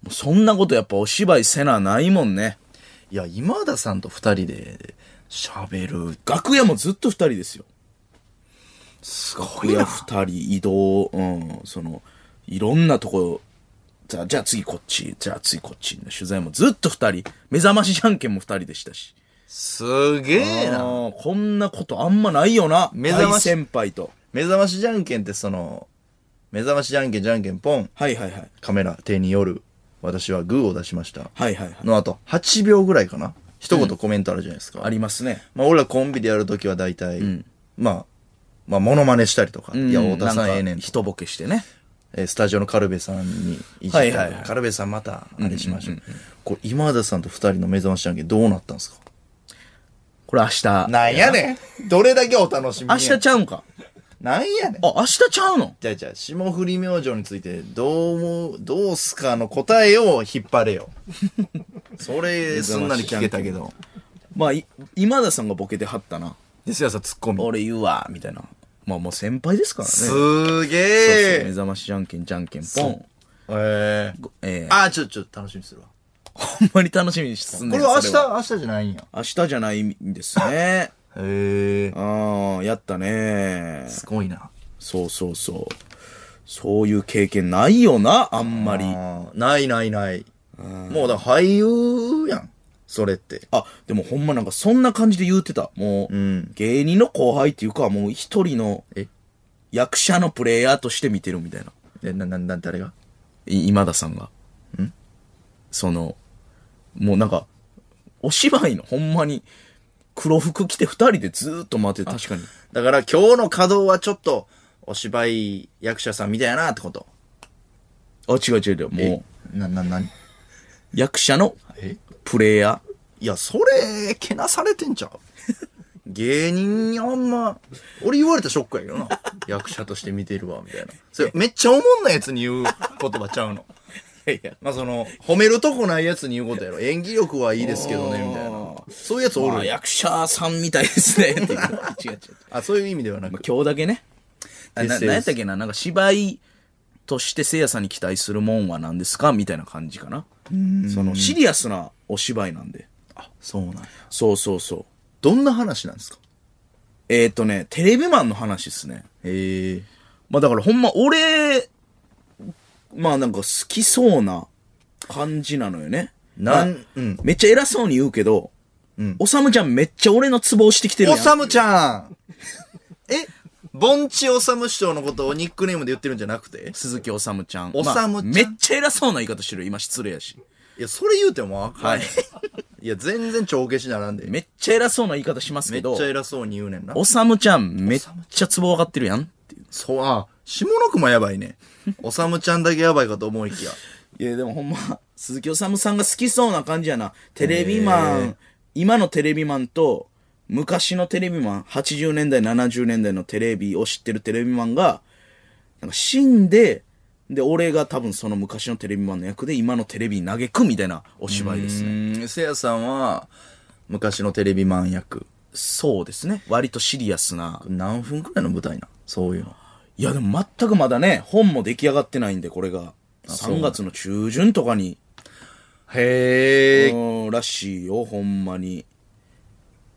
Speaker 2: うそんなことやっぱお芝居せなないもんね。
Speaker 1: いや、今田さんと二人で喋る。
Speaker 2: 楽屋もずっと2人ですよ。
Speaker 1: すご
Speaker 2: いや、二人移動、うん、その、いろんなとこ、じゃあ、じゃあ次こっち、じゃあ次こっちの取材もずっと二人、目覚ましじゃんけんも二人でしたし。
Speaker 1: すげえ
Speaker 2: あ
Speaker 1: な
Speaker 2: ーこんなことあんまないよな。
Speaker 1: 目覚まし
Speaker 2: 大先輩と。
Speaker 1: 目覚ましじゃんけんってその、目覚ましじゃんけんじゃんけんポン。
Speaker 2: はいはいはい。
Speaker 1: カメラ手による。私はグーを出しました。
Speaker 2: はいはいはい。
Speaker 1: の後、8秒ぐらいかな。一言コメントあるじゃないですか。
Speaker 2: ありますね。
Speaker 1: まあ、俺らコンビでやるときは大体、まあ、まあ、モノマネしたりとか、いや、
Speaker 2: うん
Speaker 1: 太田さん
Speaker 2: な
Speaker 1: え
Speaker 2: か
Speaker 1: えねんと、
Speaker 2: 人ボケしてね。
Speaker 1: えースタジオのカルベさんにいじった
Speaker 2: は
Speaker 1: り
Speaker 2: い
Speaker 1: とか、
Speaker 2: はいはい
Speaker 1: カルベさんまた、あれしましょう。これ、今田さんと二人の目覚ましじゃんけんどうなったんですか
Speaker 2: これ明日。
Speaker 1: なんやねんどれだけお楽しみに
Speaker 2: 明日ちゃうんか。
Speaker 1: なんやねん
Speaker 2: あ、明日ちゃうの
Speaker 1: じゃあじゃあ、霜降り明星について、どう思う、どうすかの答えを引っ張 *laughs* れよ。それ、すんなり聞けたけど。
Speaker 2: まあ、い今田さんがボケてはったな。
Speaker 1: で、すやさん突っ込み。
Speaker 2: 俺言うわ、みたいな。まあもう先輩ですからね。
Speaker 1: す
Speaker 2: そう
Speaker 1: ー
Speaker 2: そう目
Speaker 1: げえ。
Speaker 2: 覚ましじゃんけんじゃんけんポン。
Speaker 1: えー。
Speaker 2: えー、
Speaker 1: あー、ちょ、ちょ、楽しみにするわ。
Speaker 2: ほんまに楽しみにしてん
Speaker 1: こ
Speaker 2: ねん
Speaker 1: れは明
Speaker 2: そ
Speaker 1: 日、明日じゃないんや。
Speaker 2: 明日じゃないんですね。 *laughs*
Speaker 1: へえ。
Speaker 2: ああ、やったね。
Speaker 1: すごいな。
Speaker 2: そうそうそう。そういう経験ないよな、あんまり。あ
Speaker 1: あーないないない。もうだから俳優やん。それって。
Speaker 2: でもほんまなんかそんな感じで言うてた。もう、
Speaker 1: ん
Speaker 2: 芸人の後輩っていうか、もう一人の
Speaker 1: え
Speaker 2: 役者のプレイヤーとして見てるみたいな。
Speaker 1: え、な、な、な、誰が
Speaker 2: い今田さんが。その、もうなんか、お芝居のほんまに、黒服着て二人でずーっと待ってて確かに。
Speaker 1: だから今日の稼働はちょっと、お芝居役者さんみたいやなってこと。
Speaker 2: あ、違う違う違う。もう、
Speaker 1: な、な、なに
Speaker 2: 役者の
Speaker 1: え
Speaker 2: プレイヤー。
Speaker 1: いや、それ、けなされてんちゃう *laughs* 芸人にあんま、俺言われたらショックやけどな。 *laughs* 役者として見てるわ、みたいな。それ、めっちゃおもんないやつに言う言葉ちゃ *laughs* うの。
Speaker 2: いやいや。
Speaker 1: まあその、褒めるとこないやつに言うことやろ。演技力はいいですけどね、みたいな。そういうやつお
Speaker 2: まあ、
Speaker 1: る。
Speaker 2: 役者さんみたいです *laughs* ね。っていう違う違う。
Speaker 1: あ、そういう意味ではな
Speaker 2: まあ
Speaker 1: く。、
Speaker 2: 今日だけね。あ
Speaker 1: です
Speaker 2: な、
Speaker 1: です
Speaker 2: なんやったっけななんか芝居としてせいやさんに期待するもんは何ですかみたいな感じかな。その、シリアスなお芝居なんで。
Speaker 1: あ、そうなんや
Speaker 2: そうそうそう。
Speaker 1: どんな話なんですか
Speaker 2: えっ、ー、とね、テレビマンの話ですね。
Speaker 1: ええ
Speaker 2: まあだからほんま俺、まあなんか好きそうな感じなのよね。
Speaker 1: なん
Speaker 2: まあ
Speaker 1: うん
Speaker 2: めっちゃ偉そうに言うけど、おさむちゃんめっちゃ俺のツボをしてきてるや
Speaker 1: お
Speaker 2: ん。
Speaker 1: さむちゃんえ *laughs* 盆地おさむ師匠のことをニックネームで言ってるんじゃなくて
Speaker 2: 鈴木おさむちゃん。
Speaker 1: おさむちゃん
Speaker 2: まあめっちゃ偉そうな言い方してる。今失礼やし。
Speaker 1: いや、それ言うてもわかんない。、
Speaker 2: はい
Speaker 1: や、全然帳消しならんで。め
Speaker 2: めっちゃ偉そうな言い方しますけ
Speaker 1: っ
Speaker 2: ど
Speaker 1: ちゃ、偉そうに言うねんな。
Speaker 2: おさむちゃんめっちゃツボ分かってるやんっていう。
Speaker 1: そう、あ、下の句もやばい *laughs* ね。おさむちゃんだけやばいかと思いきや。
Speaker 2: いやでもほんま、 *laughs* 鈴木おさむさんが好きそうな感じやな。テレビマン、今のテレビマンと、昔のテレビマン、80年代、70年代のテレビを知ってるテレビマンが、なんか死んで、で、俺が多分その昔のテレビマンの役で今のテレビに嘆くみたいなお芝居です
Speaker 1: う
Speaker 2: ね。
Speaker 1: ん、せやさんは、昔のテレビマン役。
Speaker 2: そうですね。割とシリアスな。
Speaker 1: 何分くらいの舞台なそういうの。
Speaker 2: いやでも全くまだね、本も出来上がってないんで、これが。
Speaker 1: そう
Speaker 2: 3月の中旬とかに
Speaker 1: へえ。
Speaker 2: うんらしいよ、ほんまに。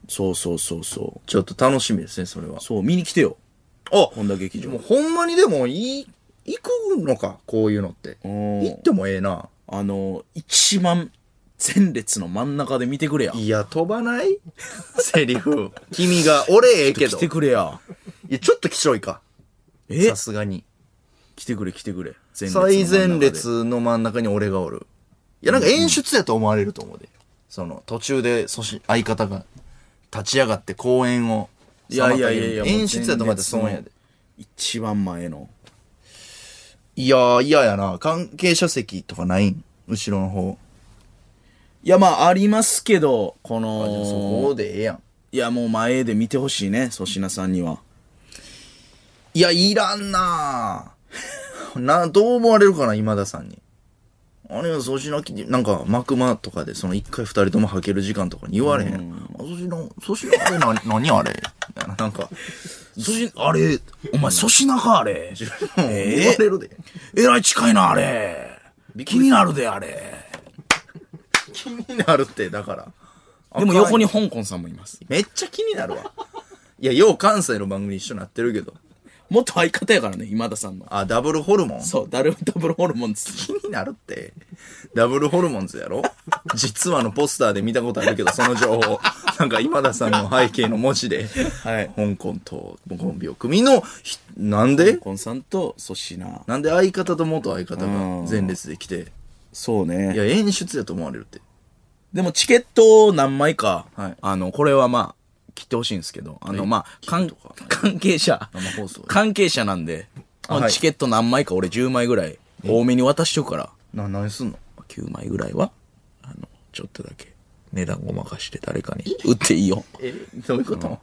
Speaker 2: そうそうそうそう。
Speaker 1: ちょっと楽しみですね、それは。
Speaker 2: そう、見に来てよ。
Speaker 1: あ
Speaker 2: 本田劇場
Speaker 1: もうほんまにでもいい、行くのか、こういうのって。
Speaker 2: ん
Speaker 1: 行ってもええな。
Speaker 2: あの、一番前列の真ん中で見てくれや。
Speaker 1: いや、飛ばないセリフ。君が、俺ええけ
Speaker 2: 来
Speaker 1: ど。
Speaker 2: て
Speaker 1: い
Speaker 2: くれや。
Speaker 1: や、ちょっときしょいか。
Speaker 2: え
Speaker 1: さすがに。
Speaker 2: 来てくれ来てくれ。前の真ん
Speaker 1: 最
Speaker 2: 中で
Speaker 1: 前。列の真ん中に俺がおる。いや、なんか演出やと思われると思うで。その、途中で、そし、相方が立ち上がって公演を。
Speaker 2: いやいやいやいやもう
Speaker 1: 演出やと思われて損やで。
Speaker 2: 一番前の。
Speaker 1: いやー、嫌やな。関係者席とかないん後ろの方。
Speaker 2: いや、まあ、ありますけど、こ
Speaker 1: あでもそ
Speaker 2: の、
Speaker 1: こでええやん。
Speaker 2: いや、もう前で見てほしいね、粗品さんには。
Speaker 1: いや、いらんなぁな、どう思われるかな、今田さんに。あれは粗品き、なんか、幕間とかで、その一回二人とも吐ける時間とかに言われへん。あ粗品、粗品あれな、 *laughs* 何あれみたいな。なんか、
Speaker 2: 粗品、あれ、お前、粗品か、あれ。
Speaker 1: もう言われるで。
Speaker 2: えらい近いな、あれ。気になるで、あれ。
Speaker 1: 気になるって、だから。
Speaker 2: *laughs* でも横に香港さんもいます。
Speaker 1: めっちゃ気になるわ。いや、よう関西の番組一緒になってるけど。
Speaker 2: 元相方やからね、今田さんの。
Speaker 1: あ、ダブルホルモン
Speaker 2: そう、ダルダブルホルモンです。
Speaker 1: 気になるって。ダブルホルモンズやろ実はのポスターで見たことあるけど、その情報。なんか今田さんの背景の文字で、
Speaker 2: はい
Speaker 1: 香港とコンビを組のひ、なんで
Speaker 2: 香港さんと粗品。
Speaker 1: なんで相方と元相方が
Speaker 2: うん
Speaker 1: 前列で来て、
Speaker 2: そう
Speaker 1: い
Speaker 2: ね。
Speaker 1: や、演出やと思われるって。
Speaker 2: でもチケットを何枚か、
Speaker 1: はい
Speaker 2: あの、これはまあ、切ってほしいんですけど、あの、
Speaker 1: はい
Speaker 2: まあ、関関係者
Speaker 1: 生放送、で
Speaker 2: 関係者なんで、
Speaker 1: あはい
Speaker 2: チケット何枚か俺10枚ぐらい、多めに渡しとくから、
Speaker 1: な、何すんの
Speaker 2: 9枚ぐらいは、あの、ちょっとだけ、値段ごまかして誰かに売っていいよ。
Speaker 1: え、どういうこと、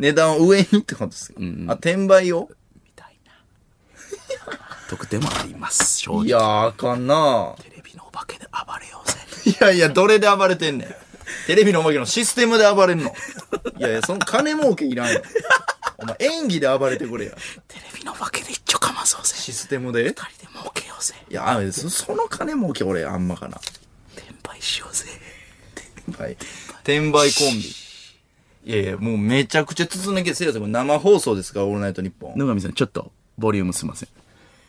Speaker 1: 値段を上にってことですか、あ、転売を
Speaker 2: みたいな。特典もあります。正直
Speaker 1: いやー、あかんな
Speaker 2: テレビのお化けで暴れようぜ。
Speaker 1: いやいや、どれで暴れてんねん。テレビのおまけのシステムで暴れんの。いやいや、その金儲けいらんよ。お前演技で暴れてくれや。
Speaker 2: テレビのお化けで一丁かまそうぜ。
Speaker 1: システムで
Speaker 2: 二人で儲けようぜ。
Speaker 1: いや、あそその金儲け俺あんまかな。
Speaker 2: 転売しようぜ。
Speaker 1: はい。転売コンビ。いやいや、もうめちゃくちゃ筒抜けせいやさん、これ生放送ですから、オールナイトニッポン。
Speaker 2: 野上さん、ちょっと、ボリュームすいません。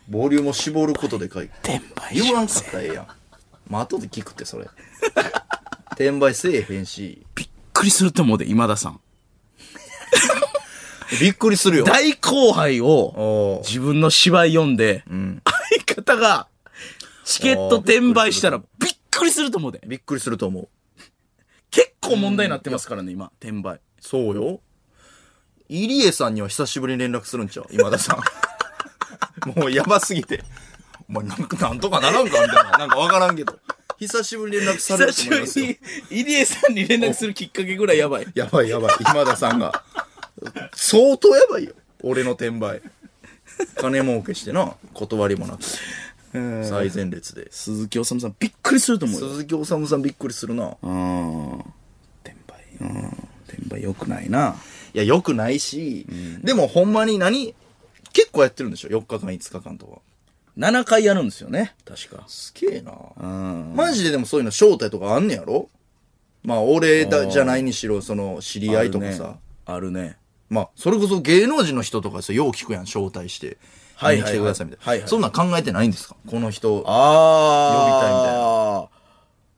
Speaker 1: ボリュームを絞ることでかい。
Speaker 2: 転売
Speaker 1: 言わんかったらええやん。まあ、後で聞くって、それ。転売せえへんし。
Speaker 2: びっくりすると思うで、今田さん。
Speaker 1: びっくりするよ。
Speaker 2: 大後輩
Speaker 1: お
Speaker 2: を
Speaker 1: う、
Speaker 2: 自分の芝居読んで、相方が、チケット転売したら、
Speaker 1: お
Speaker 2: びっくりすると思うで。
Speaker 1: びっくりすると思う。
Speaker 2: 結構問題になってますからね、今、転売。
Speaker 1: そうよ。入江さんには久しぶりに連絡するんちゃう今田さん。 *laughs* もうやばすぎて。お前なんかなんとかならんかみたいな。なんかわからんけど。久しぶりに連絡される
Speaker 2: 久
Speaker 1: と思います
Speaker 2: しぶ
Speaker 1: よ。
Speaker 2: りに、入江さんに連絡するきっかけぐらいやばい。
Speaker 1: やばいやばい。今田さんが。相当やばいよ。俺の転売。金儲けしてな。断りもなく。最前列で。
Speaker 2: 鈴木おさむさん、びっくりすると思うよ。
Speaker 1: 鈴木おさむさんびっくりするな。
Speaker 2: うん。転売。うん。転売良くないな。
Speaker 1: いや、良くないし。でもほんまに何結構やってるんでしょ ?4 日間5日間とか。
Speaker 2: 7回やるんですよね。確か。
Speaker 1: すげえな。
Speaker 2: うん。
Speaker 1: マジででもそういうの招待とかあんねやろまあ俺だじゃないにしろその知り合いとかさ、
Speaker 2: あるね。
Speaker 1: まあそれこそ芸能人の人とかさよう聞くやん招待して
Speaker 2: はい
Speaker 1: 見に来てくださいみたいな、
Speaker 2: はいはい
Speaker 1: そんなん考えてないんですかこの人
Speaker 2: ああ。呼びたいみたいな。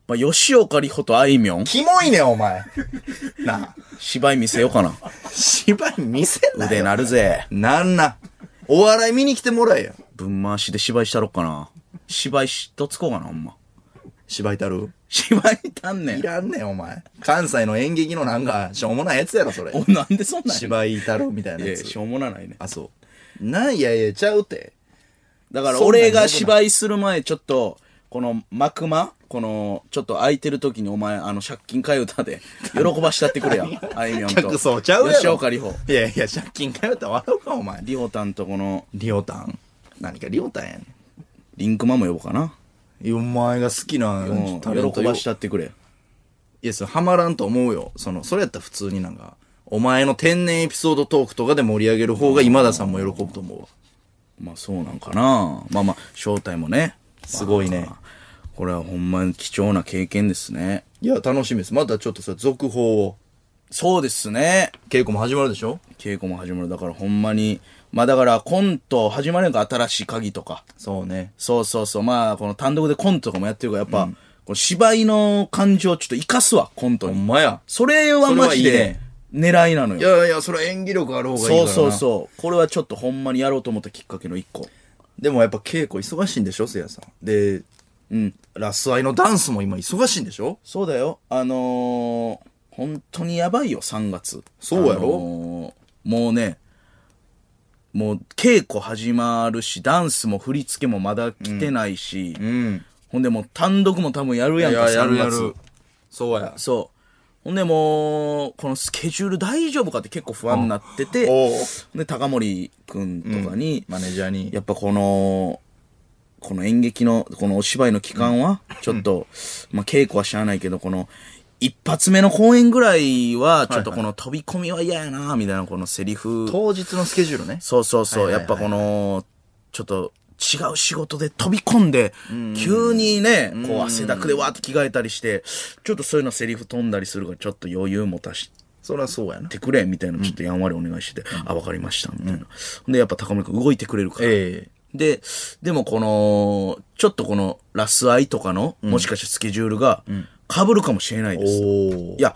Speaker 2: まあ、吉岡里帆とあいみょん
Speaker 1: キモいねんお前 *laughs* なあ
Speaker 2: 芝居見せようかな。
Speaker 1: 芝居見せんな
Speaker 2: 腕
Speaker 1: よ
Speaker 2: なるぜ。
Speaker 1: なんなお笑い見に来てもらえや
Speaker 2: ぶん回しで芝居したろっかな。芝居しとつこうかな、ほんま。
Speaker 1: 芝居たる
Speaker 2: 芝居たんね
Speaker 1: い
Speaker 2: ん。
Speaker 1: らんねんお前関西の演劇のなんかしょうもないやつやろそれ
Speaker 2: お、なんでそんなんや
Speaker 1: 芝居たるみたいないや
Speaker 2: や
Speaker 1: つ
Speaker 2: しょうもなないね。
Speaker 1: あそうなんいやいやちゃうて
Speaker 2: だから
Speaker 1: そんなん
Speaker 2: 俺が芝居する前、ちょっと、この幕間この、ちょっと空いてる時にお前、あの、借金替え歌で、喜ばしたってく *laughs* れや。あいみょんと。
Speaker 1: 客層ちゃうやろ
Speaker 2: 吉岡里帆。
Speaker 1: いやいや、借金かよったら笑うか、お前。
Speaker 2: リオタンとこの、
Speaker 1: リオタン。何かリオタンやね
Speaker 2: リンクマも呼ぼうかな。
Speaker 1: ん。いやお前が好きな
Speaker 2: うん、
Speaker 1: タレント
Speaker 2: 喜
Speaker 1: よ
Speaker 2: ばしたってくれ。
Speaker 1: いや、それハマらんと思うよ。その、それやったら普通になんか、お前の天然エピソードトークとかで盛り上げる方が今田さんも喜ぶと思うわ。
Speaker 2: まあそうなんかな。まあまあ、招待もね。
Speaker 1: すごいね。
Speaker 2: これはほんまに貴重な経験ですね。
Speaker 1: いや、楽しみです。またちょっとそれ続報を。
Speaker 2: そうですね。
Speaker 1: 稽古も始まるでしょ
Speaker 2: 稽古も始まる。だからほんまに。まあだからコント始まるのが新しい鍵とか。
Speaker 1: そうね。
Speaker 2: そうそうそう。まあこの単独でコントとかもやってるからやっぱ、この芝居の感情をちょっと生かすわ、コント
Speaker 1: ほ
Speaker 2: に。
Speaker 1: んまや。
Speaker 2: それはマジ
Speaker 1: それはいい
Speaker 2: で
Speaker 1: ね
Speaker 2: 狙いなの
Speaker 1: い
Speaker 2: よ。
Speaker 1: やいや、それは演技力ある方がいいから
Speaker 2: そ
Speaker 1: な。
Speaker 2: うそうそう。これはちょっとほんまにやろうと思ったきっかけの一個。
Speaker 1: でもやっぱ稽古忙しいんでしょせいやさん。で、
Speaker 2: うん。
Speaker 1: ラスアイのダンスも今忙しいんでしょ
Speaker 2: そうだよ。あのー、本当にやばいよ、3月。
Speaker 1: そうやろ
Speaker 2: あのーもうね、もう稽古始まるし、ダンスも振り付けもまだ来てないし、
Speaker 1: ん。
Speaker 2: ほんでもう単独も多分やる
Speaker 1: い
Speaker 2: や
Speaker 1: や、
Speaker 2: んか、
Speaker 1: やるや
Speaker 2: 3
Speaker 1: る
Speaker 2: 月。
Speaker 1: そうや。
Speaker 2: そう。ほんでもう、このスケジュール大丈夫かって結構不安になってて、
Speaker 1: おう
Speaker 2: で、高森くんとかに、
Speaker 1: マネージャーに。
Speaker 2: やっぱこの、この演劇の、このお芝居の期間は、ちょっと、まあ稽古はしゃあないけど、この、一発目の公演ぐらいは、ちょっとこの飛び込みは嫌やな、みたいな、このセリフ。
Speaker 1: 当日のスケジュールね。
Speaker 2: そうそうそう、
Speaker 1: はい
Speaker 2: や
Speaker 1: はい
Speaker 2: っ
Speaker 1: はい
Speaker 2: ぱこの、ちょっと、違う仕事で飛び込んで、急にね、こう汗だくでわーって着替えたりして、ちょっとそういうのセリフ飛んだりするから、ちょっと余裕持たして
Speaker 1: そりゃそうやな。
Speaker 2: てくれみたいなのちょっとやんわりお願いしてて、あ、わかりました、みたいな。ほんで、やっぱ高森くん動いてくれるから。
Speaker 1: え
Speaker 2: で、でもこの、ちょっとこの、ラスアイとかの、もしかしてスケジュールが、被るかもしれない
Speaker 1: え
Speaker 2: です。
Speaker 1: お
Speaker 2: いや、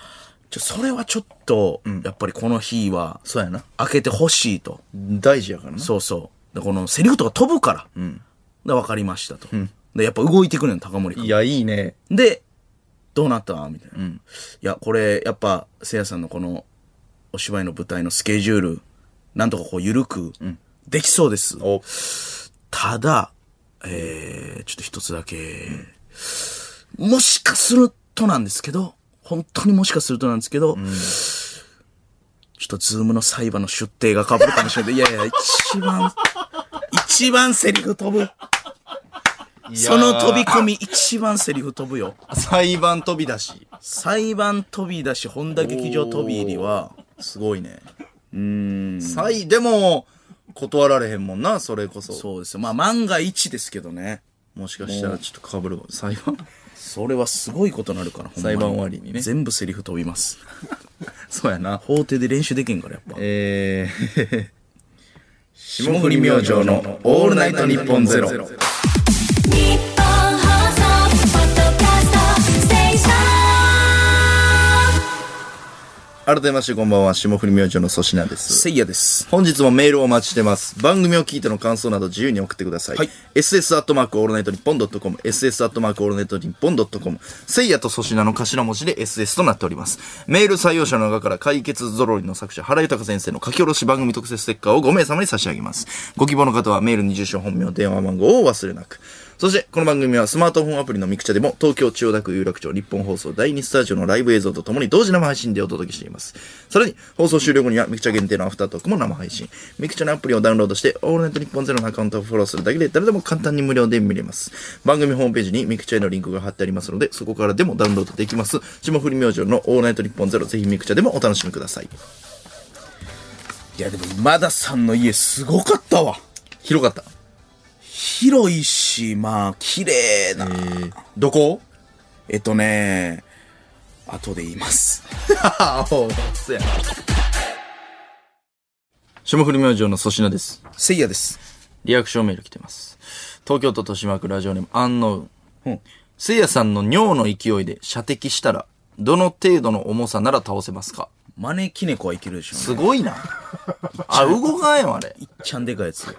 Speaker 2: ちょそれはちょっと、やっぱりこの日は、
Speaker 1: そうやな。
Speaker 2: 開けてほしいと。
Speaker 1: 大事やからな。
Speaker 2: そうそう。でこの、セリフとか飛ぶから、で、わかりましたと。で、やっぱ動いてくれんの、高森君
Speaker 1: い。や、いいね。
Speaker 2: で、どうなったみたいな。いや、これ、やっぱ、せいやさんのこの、お芝居の舞台のスケジュール、なんとかこう、ゆるく、できそうです。
Speaker 1: お、
Speaker 2: ただ、えー、ちょっと一つだけ、もしかするとなんですけど、本当にもしかするとなんですけど、ちょっとズームの裁判の出廷がかぶるかもしれない。いやいや、一番、一番セリフ飛ぶ。その飛び込み、一番セリフ飛ぶよ。
Speaker 1: 裁判飛び出し。
Speaker 2: 裁判飛び出し、本田劇場飛び入りは、
Speaker 1: すごいね。うん。裁、でも、断られへんもんな、それこそ。
Speaker 2: そうですよ。まあ万が一ですけどね。
Speaker 1: もしかしたらちょっとかぶるわ裁判 *laughs*
Speaker 2: それはすごいことになるから、ほんま
Speaker 1: 裁判終わりにね
Speaker 2: 全部セリフ飛びます。
Speaker 1: そうやな。
Speaker 2: 法廷で練習できんからやっぱ。
Speaker 1: えー、 *laughs*
Speaker 2: 霜降り明星のオールナイトニッポンゼロ。
Speaker 3: 日本放送ポッドキャストステーション
Speaker 1: 改めましてこんばんは、霜降り明星の粗品です。
Speaker 2: せいやです。
Speaker 1: 本日もメールをお待ちしてます。番組を聞いての感想など自由に送ってください。
Speaker 2: はい
Speaker 1: ss アットマークオールナイトニッポンドットコム、ss アットマークオールナイトニッポンドットコム、せいやと粗品の頭文字で ss となっております。メール採用者の中から解決ぞろりの作者原豊先生の書き下ろし番組特設ステッカーを5名様に差し上げます。ご希望の方はメールに住所、本名、電話番号をお忘れなく。そして、この番組はスマートフォンアプリのミクチャでも、東京千代田区有楽町日本放送第2スタジオのライブ映像とともに同時生配信でお届けしています。さらに、放送終了後にはミクチャ限定のアフタートークも生配信。ミクチャのアプリをダウンロードして、オールナイト日本ゼロのアカウントをフォローするだけで誰でも簡単に無料で見れます。番組ホームページにミクチャへのリンクが貼ってありますので、そこからでもダウンロードできます。霜降り明星のオールナイト日本ゼロ、ぜひミクチャでもお楽しみください。
Speaker 2: いやでも今田さんの家すごかったわ。
Speaker 1: 広かった。
Speaker 2: 広いし、まあ綺麗な。
Speaker 1: どこ
Speaker 2: えっとね、後で言います。
Speaker 1: ああ、おう、そや。霜降り明星の粗品です。
Speaker 2: せいやです。
Speaker 1: リアクションメール来てます。東京都豊島区ラジオネーム安納
Speaker 2: う
Speaker 1: 運
Speaker 2: ん。
Speaker 1: せいやさんの尿の勢いで射的したら、どの程度の重さなら倒せますか
Speaker 2: 招き猫はいけるでしょ、ね。
Speaker 1: すごいな。 *laughs* あ、動かんよ、あれ。い
Speaker 2: いっちゃんでかいやつ。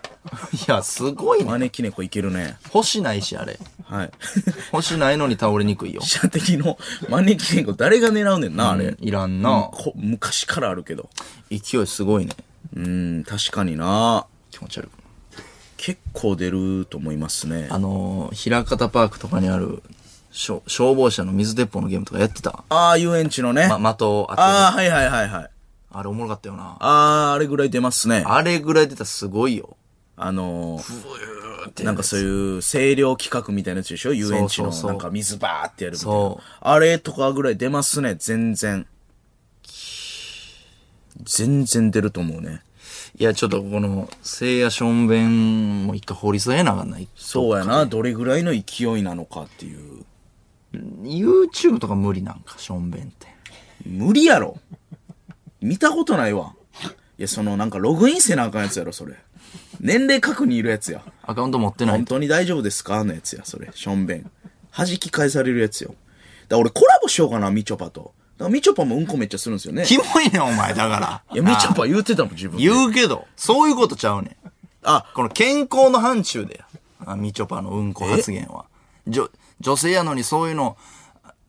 Speaker 1: や、すごいな。
Speaker 2: 招き猫いけるね。
Speaker 1: 星ないし、あれ。
Speaker 2: はい。
Speaker 1: 星ないのに倒れにくいよ。
Speaker 2: 射的の招き猫誰が狙うねんな、あれ。
Speaker 1: いらんな。
Speaker 2: こ昔からあるけど。
Speaker 1: 勢いすごいね。
Speaker 2: うん、確かにな。
Speaker 1: 気持ち悪い。
Speaker 2: 結構出ると思いますね。
Speaker 1: あのー、平方パークとかにある、しょ消防車の水鉄砲のゲームとかやってた
Speaker 2: ああ、遊園地のね。
Speaker 1: ま、的を当てる。
Speaker 2: ああ、はいはいはいはい。
Speaker 1: あれおもろかったよな。
Speaker 2: ああ、あれぐらい出ますね。あ、
Speaker 1: あれぐらい出たらすごいよ。
Speaker 2: のー、なんかそういう清涼企画みたいなやつでしょ遊園地
Speaker 1: そう
Speaker 2: の
Speaker 1: そうそう
Speaker 2: なんか水バーってやるみたいな。
Speaker 1: そう
Speaker 2: あれとかぐらい出ますね、全然。全然出ると思うね。
Speaker 1: いや、ちょっとこの、聖夜ションベンも一回掘り下げなあかんない。
Speaker 2: そうやな、どれぐらいの勢いなのかっていう。
Speaker 1: YouTube とか無理なんか、ションベンって。
Speaker 2: 無理やろ。見たことないわ。いや、そのなんかログインせなあかんやつやろ、それ。年齢確認いるやつや。
Speaker 1: アカウント持ってな
Speaker 2: 本
Speaker 1: い。
Speaker 2: *laughs* 当に大丈夫ですかのやつや、それ。ションベン。弾き返されるやつよ。だから俺コラボしようかな、みちょぱと。だからみちょぱもうんこめっちゃするんですよね。
Speaker 1: キモいねん、お前、だから。
Speaker 2: いや、みちょぱ言うてたもん、自分で。
Speaker 1: 言うけど、そういうことちゃうねん。
Speaker 2: あ、
Speaker 1: この健康の範疇でや。あみちょぱのうんこ発言は。じょ、女性やのにそういうの、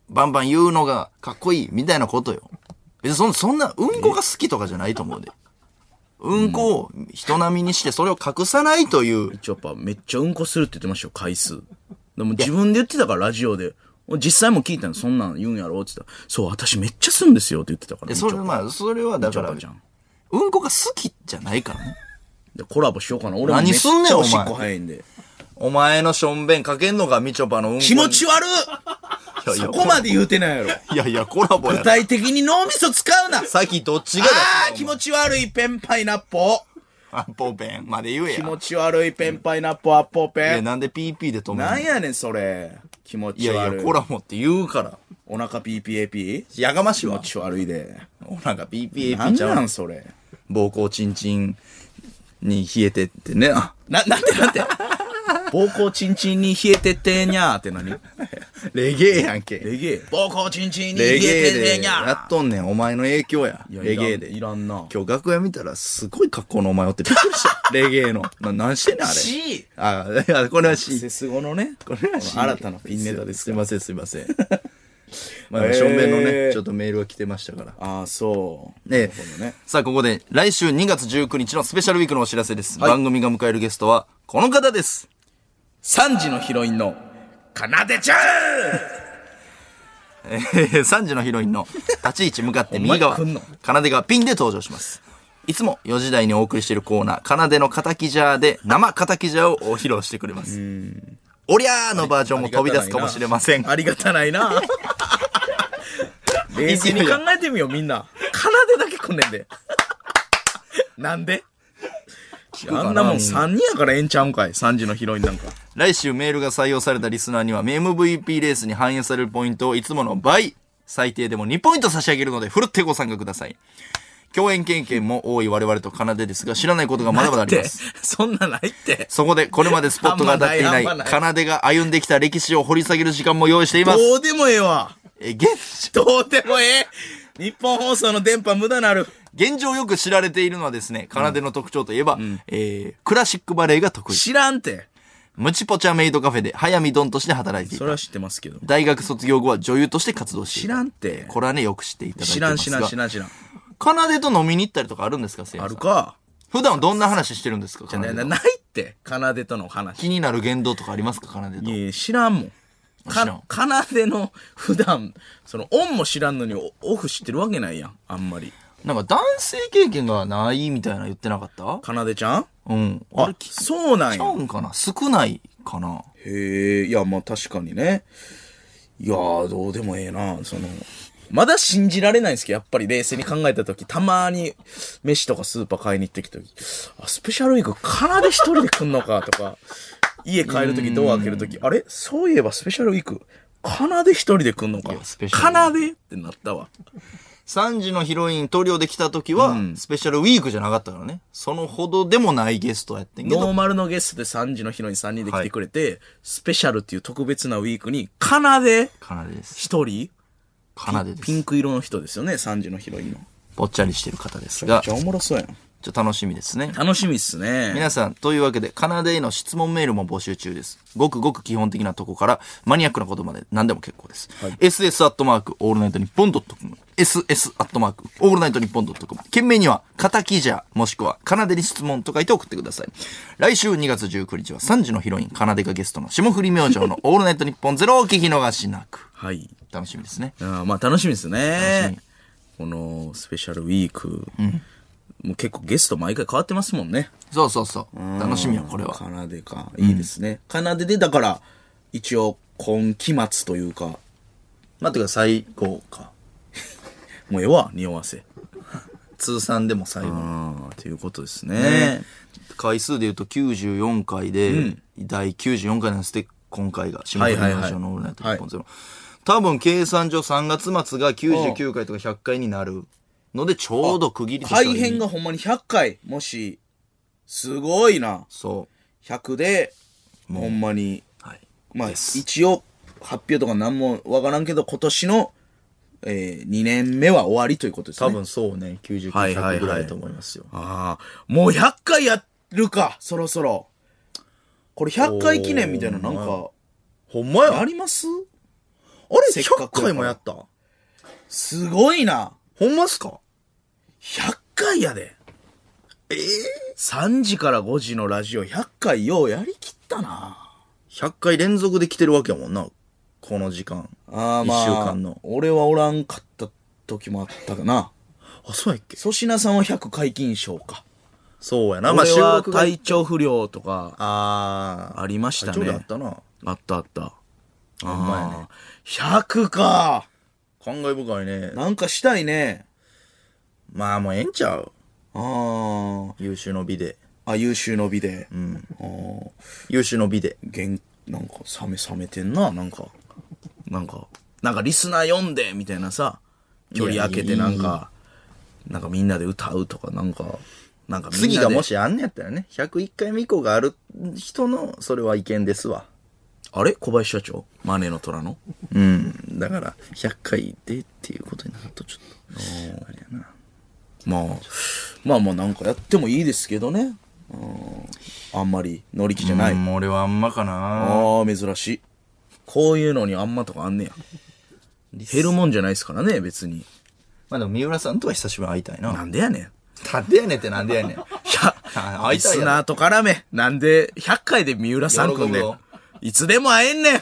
Speaker 1: バンバン言うのがかっこいいみたいなことよ。別にそんそんな、うんこが好きとかじゃないと思うで。うんこを人並みにしてそれを隠さないという
Speaker 2: み。ちょぱめっちゃうんこするって言ってましたよ、回数。でも自分で言ってたから、ラジオで。実際も聞いたの、そんなん言うんやろって言ったら、そう、私めっちゃするんですよって言ってたから。
Speaker 1: でそれ、
Speaker 2: みちょぱ
Speaker 1: まあ、それはだから、う
Speaker 2: みちょぱちゃん
Speaker 1: んこが好きじゃないからね。
Speaker 2: でコラボしようかな。俺もめっ
Speaker 1: 何
Speaker 2: ち
Speaker 1: すんねん
Speaker 2: ゃ
Speaker 1: お
Speaker 2: お
Speaker 1: 前
Speaker 2: しっこ早いんで。
Speaker 1: お前のしょんべんかけんのがみちょぱのうんこに。
Speaker 2: 気持ち悪っ
Speaker 1: いや
Speaker 2: そこまで言うてないやろ。
Speaker 1: いやいや、コラボや
Speaker 2: 具。体的に脳みそ使うな
Speaker 1: さっきどっちが
Speaker 2: あー
Speaker 1: 出
Speaker 2: 気
Speaker 1: すの
Speaker 2: 持ち悪いペンパイナッポ
Speaker 1: アッポーペンまで言え
Speaker 2: 気持
Speaker 1: や。
Speaker 2: ち悪いペンパイナッポアッポペ
Speaker 1: え、
Speaker 2: ン
Speaker 1: なんで PP で止める
Speaker 2: なん
Speaker 1: の
Speaker 2: やねんそれ気持
Speaker 1: い
Speaker 2: ち悪い
Speaker 1: やいや、コラボって言うから。
Speaker 2: お腹 PPAP?
Speaker 1: やがまし
Speaker 2: 気
Speaker 1: い
Speaker 2: 持
Speaker 1: わ。
Speaker 2: ち悪いで
Speaker 1: お腹 PPAP
Speaker 2: 何
Speaker 1: ちゃ
Speaker 2: な
Speaker 1: うん
Speaker 2: ん。それ
Speaker 1: 膀胱チンチンに冷えてってね。あ
Speaker 2: な、なんてなんて膀胱チンチンに冷えてってにゃーって何
Speaker 1: レゲエやんけ。
Speaker 2: レゲエ膀胱チンチンに冷え
Speaker 1: レゲエ
Speaker 2: てって
Speaker 1: で
Speaker 2: にゃー
Speaker 1: やっとんねん。お前の影響や。
Speaker 2: いや
Speaker 1: レゲエで。
Speaker 2: いらんいらんな
Speaker 1: 今日楽屋見たらすごい格好のお前おってびっくり *laughs* した。レゲエの。な、なんしてんねんあれ。
Speaker 2: C
Speaker 1: あ、いや、これは C。
Speaker 2: セスゴのね
Speaker 1: これは C
Speaker 2: 新たなピンネタです
Speaker 1: すい
Speaker 2: よ
Speaker 1: ません、すいません。 *laughs* まあ、
Speaker 2: えー
Speaker 1: しょんべんのね、ちょっとメールが来てましたから。
Speaker 2: ああそう
Speaker 1: ね
Speaker 2: なるほどね
Speaker 1: さあ、ここで、来週2月19日のスペシャルウィークのお知らせです。
Speaker 2: い
Speaker 1: 番組が迎えるゲストは、この方です。
Speaker 2: 3時のヒロインのかなでちゃん
Speaker 1: えー、3時のヒロインの立ち位置向かって右側、
Speaker 2: ほんまに来んの
Speaker 1: 奏でがピンで登場します。いつも4時台にお送りしているコーナー、奏での敵ジャーで生敵ジャーを披露してくれます。おりゃーのバージョンも飛び出すかもしれません。
Speaker 2: ありがたないな。冷静に考えてみよう、みんな。奏でだけ来んねんで。なんで
Speaker 1: かな
Speaker 2: あんなもん
Speaker 1: みんな
Speaker 2: 3人やからええんちゃうんかい ?3 時のヒロインなんか。
Speaker 1: 来週メールが採用されたリスナーには MVP レースに反映されるポイントをいつもの倍最低でも2ポイント差し上げるのでふるってご参加ください共演経験も多い我々と奏でですが知らないことがまだまだあります
Speaker 2: だってそんなないって。
Speaker 1: そこでこれまでスポットが当たっていな
Speaker 2: あ
Speaker 1: い
Speaker 2: んまないあんま
Speaker 1: 奏でが歩んできた歴史を掘り下げる時間も用意しています
Speaker 2: どうでもええわ。
Speaker 1: え現
Speaker 2: どうでもええ。日本放送の電波無駄なる。
Speaker 1: 現状よく知られているのはですね奏での特徴といえば、えークラシックバレエが得意
Speaker 2: 知らんて。
Speaker 1: ムチポチャメイドカフェで早見ドンとして働いていた
Speaker 2: それは知ってますけど。
Speaker 1: 大学卒業後は女優として活動していた
Speaker 2: 知らんて。
Speaker 1: これはね、よく知っていただいて
Speaker 2: 知
Speaker 1: ま
Speaker 2: ら
Speaker 1: す
Speaker 2: ん
Speaker 1: が。
Speaker 2: 知らん知らん知らん。
Speaker 1: かなでと飲みに行ったりとかあるんですか、せいや
Speaker 2: あ
Speaker 1: さん
Speaker 2: るか。
Speaker 1: 普段はどんな話してるんですか、かな
Speaker 2: な
Speaker 1: で
Speaker 2: な
Speaker 1: と
Speaker 2: ないって。奏でとの話。
Speaker 1: 気になる言動とかありますか、かなでと。
Speaker 2: いやいや知らんもん。
Speaker 1: 知らん
Speaker 2: か、奏での普段、そのオンも知らんのにオオフ知ってるわけないやん、あんまり。
Speaker 1: なんか男性経験がないみたいな言ってなかった
Speaker 2: 奏でちゃん
Speaker 1: うん。あ
Speaker 2: あ
Speaker 1: れ、、聞
Speaker 2: そうなん
Speaker 1: ちゃう
Speaker 2: や。
Speaker 1: んかな少ないかな
Speaker 2: へえ、いや、まあ確かにね。いやー、どうでもええな、その。まだ信じられないんですけど、やっぱり冷静に考えたとき、たまに飯とかスーパー買いに行ってきたとき、あ、スペシャルウィーク、奏で一人で来んのか、とか、家帰るとき、ドア開けるとき、あれそういえばスペシャルウィーク、奏で一人で来んのか、
Speaker 1: やスペシャルウ
Speaker 2: 奏でってなったわ。
Speaker 1: 3時のヒロイントリオで来た時は、スペシャルウィークじゃなかったからね。そのほどでもないゲストやってんけ
Speaker 2: ノー
Speaker 1: ど、
Speaker 2: マルのゲストで3時のヒロイン3人で来てくれて、スペシャルっていう特別なウィークに、かなで
Speaker 1: かなでです。
Speaker 2: 一人
Speaker 1: かなでで
Speaker 2: ピン
Speaker 1: す。
Speaker 2: ク色の人ですよね、3時のヒロインの。
Speaker 1: ぽっちゃりしてる方です
Speaker 2: めっ
Speaker 1: が、
Speaker 2: ち
Speaker 1: ち
Speaker 2: ゃ
Speaker 1: ょ
Speaker 2: おもろそうやん。
Speaker 1: っと楽しみですね。
Speaker 2: 楽しみっすね。
Speaker 1: 皆さん、というわけで、カナデへの質問メールも募集中です。ごくごく基本的なとこから、マニアックなことまで何でも結構です。ss アットマーク、オールナイトニッポンドットコム。ss アットマーク、オールナイトニッポンドットコム。件名には、敵じゃ、もしくは、カナデに質問と書いて送ってください。来週2月19日は3時のヒロイン、カナデがゲストの霜降り明星の *laughs* オールナイトニッポンゼロをお聞き逃しなく。
Speaker 2: はい。
Speaker 1: 楽しみですね。
Speaker 2: あーまあ楽しみです
Speaker 1: 楽
Speaker 2: ね
Speaker 1: し。
Speaker 2: このスペシャルウィーク。もう結構ゲスト毎回変わってますもんね。
Speaker 1: そうそうそう。楽しみよ、これは。
Speaker 2: かなでか。いいですね。かなでで、だから、一応、今期末というか、
Speaker 1: 待ってください、最後か。
Speaker 2: もうええわ、匂わせ。
Speaker 1: 通算でも最後の。
Speaker 2: ああ、ということです
Speaker 1: ね
Speaker 2: ね。
Speaker 1: 回数で言うと94回で、第94回なんですって、今回が。島
Speaker 2: はい
Speaker 1: 田
Speaker 2: はいは
Speaker 1: 明
Speaker 2: い
Speaker 1: 星のオールナイト日本ゼロ。多分計算上3月末が99回とか100回になるので、ちょうど区切りとしては
Speaker 2: 改編が。ほんまに100回、もし、すごいな。
Speaker 1: そ
Speaker 2: 100で、ほんまに、
Speaker 1: う。はい。
Speaker 2: まあ、
Speaker 1: です
Speaker 2: 一応、発表とか何もわからんけど、今年の、えー、2年目は終わりということですね。
Speaker 1: 多。分そうね、90、
Speaker 2: はいはいはい
Speaker 1: 100ぐらいだと思いますよ。
Speaker 2: ああ、もう100回やるか、そろそろ。これ100回記念みたいな、なんか、
Speaker 1: ほんまや。
Speaker 2: あ
Speaker 1: あれ
Speaker 2: りますせっか
Speaker 1: 100
Speaker 2: くやから
Speaker 1: 回もやった
Speaker 2: すごいな。
Speaker 1: ほんますか
Speaker 2: 100回やで。ええ3時から5時のラジオ100回ようやりきったな。
Speaker 1: ?100 回連続で来てるわけやもんな。この時間。
Speaker 2: ああ、まあ、
Speaker 1: 一週間の
Speaker 2: 俺はおらんかった時もあったかな。
Speaker 1: あ、そうやっけ
Speaker 2: 粗品さんは100解禁賞か。
Speaker 1: そうやな。
Speaker 2: 俺
Speaker 1: まあ収
Speaker 2: は
Speaker 1: 録が。
Speaker 2: 体調不良とか
Speaker 1: あ
Speaker 2: ありました
Speaker 1: ちょうどあ
Speaker 2: ね
Speaker 1: っ。たな。
Speaker 2: あったあった。あ
Speaker 1: んまやね
Speaker 2: あ100か。
Speaker 1: 感慨深いね。
Speaker 2: なんかしたいね。
Speaker 1: まあもうええんちゃう
Speaker 2: あ
Speaker 1: 優秀の美で。
Speaker 2: あ。あ、優秀の美で。うん。ああ。
Speaker 1: 優秀の美で。
Speaker 2: げん、なんか、冷め冷めてんな、なんか。なんか、なんかリスナー読んでみたいなさ、距離空けてなん
Speaker 1: いや
Speaker 2: か、なんかみんなで歌うとか、なんか、なんかみんなで。
Speaker 1: 次がもしあんねやったらね、101回目以降がある人の、それは意見ですわ。
Speaker 2: あれ小林社長マネーの虎の
Speaker 1: うん。だから、100回でっていうことになるとちょっと、あれやな。
Speaker 2: まあ、まあまあなんかやってもいいですけどね。うんあんまり乗り気じゃない。
Speaker 1: うん俺はあんまかな
Speaker 2: ああ、珍しい。こういうのにあんまとかあんねや。減るもんじゃないですからね、別に。
Speaker 1: まあでも三浦さんとは久しぶりに会いたいな。
Speaker 2: なんでやねん。
Speaker 1: なんでやねんってなんでやねん。
Speaker 2: いや、
Speaker 1: 会
Speaker 2: リ
Speaker 1: いたいやろ
Speaker 2: スナーと絡め。なんで、100回で三浦さんく
Speaker 1: 喜
Speaker 2: んね
Speaker 1: ぶよ
Speaker 2: ん。いつでも会えんねん。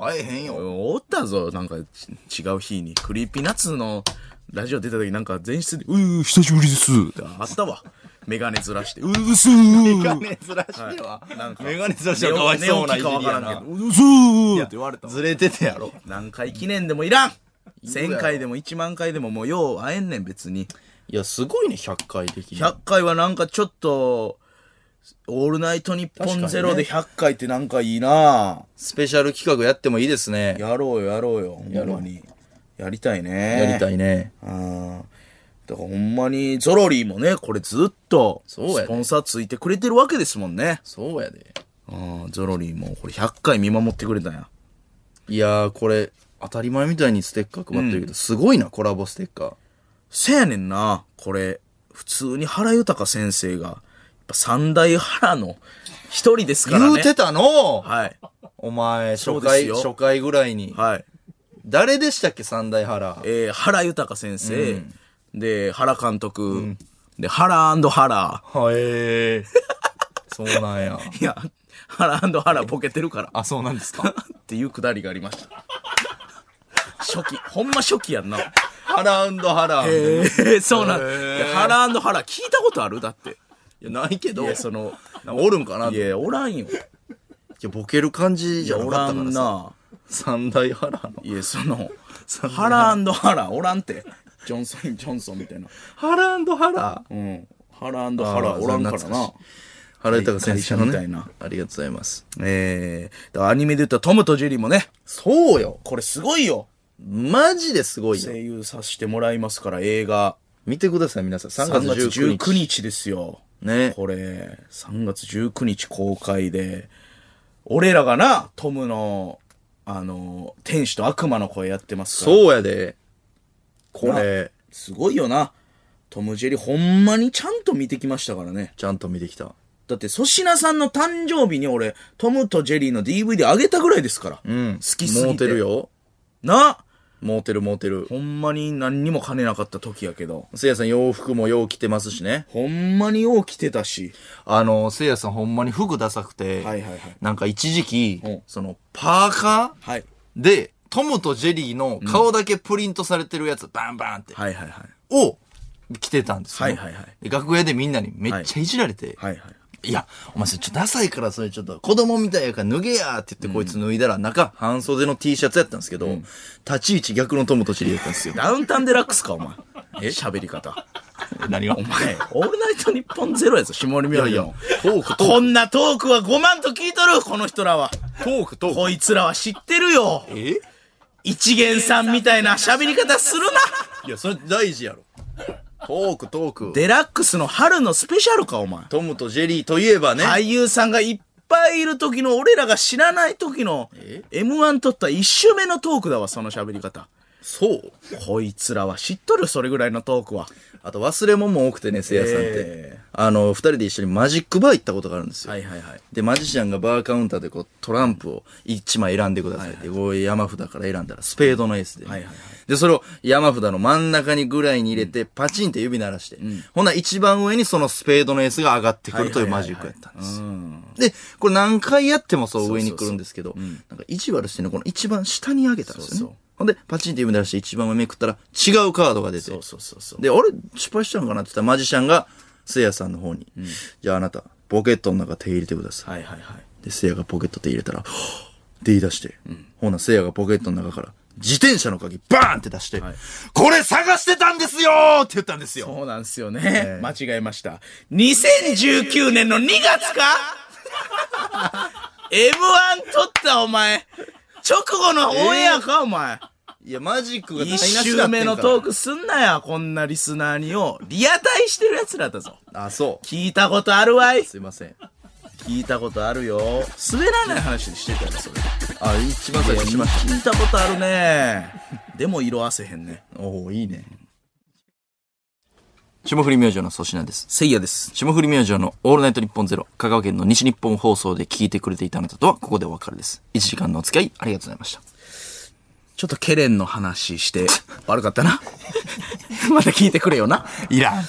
Speaker 1: 会えへんよ。
Speaker 2: おったぞ、なんか、ち違う日に。クリーピーナッツのラジオ出た時なんか前室で、うー、久しぶりです。ってあったわ。メガネずらして、うーすー。メ
Speaker 1: メガネずらしては、
Speaker 2: なんか
Speaker 1: メガネずらしてはかわいそうな
Speaker 2: 寝
Speaker 1: いじ
Speaker 2: 起きかわ
Speaker 1: り
Speaker 2: か
Speaker 1: や
Speaker 2: らん
Speaker 1: な
Speaker 2: け。ど、うーすーって言われたわ。
Speaker 1: ずれててやろ。
Speaker 2: 何回記念でもいらん
Speaker 1: うやろ
Speaker 2: !1000 回でも1万回でももうよう会えんねん、別に。
Speaker 1: いや、すごいね、100回的に。
Speaker 2: 100回はなんかちょっと、オールナイトニッポンゼロで100回ってなんかいいな
Speaker 1: スペシャル企画やってもいいですね。
Speaker 2: やろうよ、やろうよ、ほん
Speaker 1: やろう
Speaker 2: まに。やりたいね。
Speaker 1: やりたい
Speaker 2: ね。
Speaker 1: ね。
Speaker 2: あだからほんまに、ゾロリーもね、これずっと、ス
Speaker 1: そうやで
Speaker 2: ポンサーついてくれてるわけですもんね。
Speaker 1: そうやで。
Speaker 2: ああ、ゾロリーもこれ100回見守ってくれたんや。
Speaker 1: いやー、これ、当たり前みたいにステッカー配ってるけど、すごいな、コラボステッカー。
Speaker 2: せやねんな、これ、普通に原豊先生が、やっぱ三大原の一人ですから
Speaker 1: 言
Speaker 2: ね。
Speaker 1: うてたの
Speaker 2: はい。
Speaker 1: お前、
Speaker 2: そう
Speaker 1: 初
Speaker 2: です
Speaker 1: 回、
Speaker 2: よ
Speaker 1: 初回ぐらいに。
Speaker 2: はい。
Speaker 1: 誰でしたっけ、三大原。
Speaker 2: えー、原豊先生、で、原監督、で、原原。
Speaker 1: はえー。 *laughs* そうなん
Speaker 2: *laughs*
Speaker 1: や。
Speaker 2: いや、原原ボケてるから、
Speaker 1: あ、そうなんですか。
Speaker 2: っていうくだりがありました。 *laughs* 初期、ほんま初期やんな。
Speaker 1: *laughs* ハラウンドハラ。
Speaker 2: えー、そうなん、
Speaker 1: へー
Speaker 2: いや原原聞いたことあるだって。
Speaker 1: いや、ないけ
Speaker 2: い
Speaker 1: ど。
Speaker 2: や、その、
Speaker 1: なおるんかないい
Speaker 2: や、おらんよ。
Speaker 1: や、ボケる感じ
Speaker 2: い
Speaker 1: じゃ
Speaker 2: や、
Speaker 1: な
Speaker 2: お
Speaker 1: からったか
Speaker 2: ん
Speaker 1: らさ。
Speaker 2: な。
Speaker 1: 三大ハラの。
Speaker 2: いや、その、ハラハラおらんて。ジョンソン・ジョンソンみたいな。
Speaker 1: ハラウンドハラ。
Speaker 2: うん。ハラハラおらんから
Speaker 1: 懐
Speaker 2: な
Speaker 1: か。原豊先生の
Speaker 2: 会社みたいな
Speaker 1: ね。ありがとうございます。
Speaker 2: えー、だからアニメで言ったらトムとジェリーもね、
Speaker 1: そうよ。
Speaker 2: これすごいよ。
Speaker 1: マジですごいよ
Speaker 2: 声。優させてもらいますから、映画。
Speaker 1: 見てください、皆さん。3
Speaker 2: 3
Speaker 1: 月
Speaker 2: 月
Speaker 1: 19
Speaker 2: 19
Speaker 1: 日。
Speaker 2: 日ですよ。
Speaker 1: ね。
Speaker 2: これ、3月19日公開で、俺らがな、トムの、あの、天使と悪魔の声やってますから。う。
Speaker 1: そうやで。これ、
Speaker 2: すごいよな。トム・ジェリーほんまにちゃんと見てきましたからね。
Speaker 1: ちゃんと見てきた。
Speaker 2: だって粗品さんの誕生日に俺、トムとジェリーの DVD あげたぐらいですから。
Speaker 1: うん。
Speaker 2: 好きすぎて。
Speaker 1: モテる。よ。
Speaker 2: な
Speaker 1: モテるモテる。
Speaker 2: ほんまに何にも金なかった時やけど。
Speaker 1: せいやさん洋服もよう着てますしね。
Speaker 2: ほんまによう来てたし。
Speaker 1: あの、せいやさんほんまに服ダサくて、
Speaker 2: はいはいはい
Speaker 1: なんか一時期、
Speaker 2: うん
Speaker 1: その、パーカー
Speaker 2: はい。
Speaker 1: で、トムとジェリーの顔だけプリントされてるやつ、バンバンって、
Speaker 2: はいはいはい。
Speaker 1: を着てたんですよ、
Speaker 2: はいはいはい
Speaker 1: で楽屋でみんなにめっちゃいじられて、
Speaker 2: はいはい。。
Speaker 1: いや、お前それちょっとダサいから、それちょっと子供みたいやから脱げやって言ってこいつ脱いだら中、半袖の T シャツやったんですけど、立ち位置逆のトムとチリやったんですよ
Speaker 2: ダウンタウンデラックスか、お前。え喋り方。
Speaker 1: *laughs* 何が
Speaker 2: お前、オールナイトニッポンゼロやぞ、下森明
Speaker 1: い
Speaker 2: 治
Speaker 1: やい
Speaker 2: の
Speaker 1: や。トークトーク
Speaker 2: こんなトークは5万と聞いとる、この人らは。
Speaker 1: *laughs* トークト
Speaker 2: こいつらは知ってるよ。
Speaker 1: ク。え
Speaker 2: 一元さんみたいな喋り方するな。
Speaker 1: いや、それ大事やろ。トークトーク。
Speaker 2: デラックスの春のスペシャルか、お前。
Speaker 1: トムとジェリーといえばね、
Speaker 2: 俳優さんがいっぱいいる時の俺らが知らない時の M1 取った1周目のトークだわ、その喋り方。
Speaker 1: そう
Speaker 2: こいつらは知っとる、それぐらいのトークは。
Speaker 1: あと忘れ物も多くてね、せいやさんって。
Speaker 2: え
Speaker 1: あの、二人で一緒にマジックバー行ったことがあるんですよ。
Speaker 2: はいはいはい。
Speaker 1: で、マジシャンがバーカウンターでこう、トランプを一枚選んでくださいって、こう山札から選んだら、スペードのエースで、
Speaker 2: はいはいはい
Speaker 1: で、それを山札の真ん中にぐらいに入れて、パチンって指鳴らして、ほんなら一番上にそのスペードのエースが上がってくるというマジックやったんですよ。で、これ何回やってもそう上に来るんですけど、なんか意地悪してね、この一番下に上げたんですよね。
Speaker 2: そうそう
Speaker 1: ほんで、パチンって指鳴らして一番上めくったら、違うカードが出て、
Speaker 2: そうそうそうそう。
Speaker 1: で、あれ失敗したのかなって言ったらマジシャンが、せいやさんの方に、じゃああなた、ポケットの中手入れてください。
Speaker 2: はいはいはい。
Speaker 1: で、せいやがポケット手入れたら、はぁ *gasps* って言い出して、ほな、せいやがポケットの中から、自転車の鍵、バーンって出して、
Speaker 2: はい
Speaker 1: これ探してたんですよーって言ったんですよ。
Speaker 2: そうなんですよね。間違えました。2019年の2月 *laughs* か ?M1 取った、お前。直後のオンエアか、お前。
Speaker 1: いや、マジックが台無
Speaker 2: 一
Speaker 1: しにな
Speaker 2: 周
Speaker 1: ってんから
Speaker 2: 目のトークすんなや、こんなリスナーにを。リアタイしてる奴らだぞ。
Speaker 1: あ、そう。
Speaker 2: 聞いたことあるわい。
Speaker 1: すいません。
Speaker 2: 聞いたことあるよ。滑らない話してたよ、それ。
Speaker 1: あ、一番最初にしまし
Speaker 2: 聞いたことあるね。 *laughs* でも色あせへんね。
Speaker 1: た。おおいいね。霜降り明星の粗品です。
Speaker 2: せいやです。
Speaker 1: 霜降り明星のオールナイト日本ゼロ、香川県の西日本放送で聞いてくれていたあなたとは、ここでお別れです。1時間のお付き合い、ありがとうございました。
Speaker 2: ちょっとケレンの話して、悪かったな。 *laughs* また聞いてくれよな。
Speaker 1: いらん。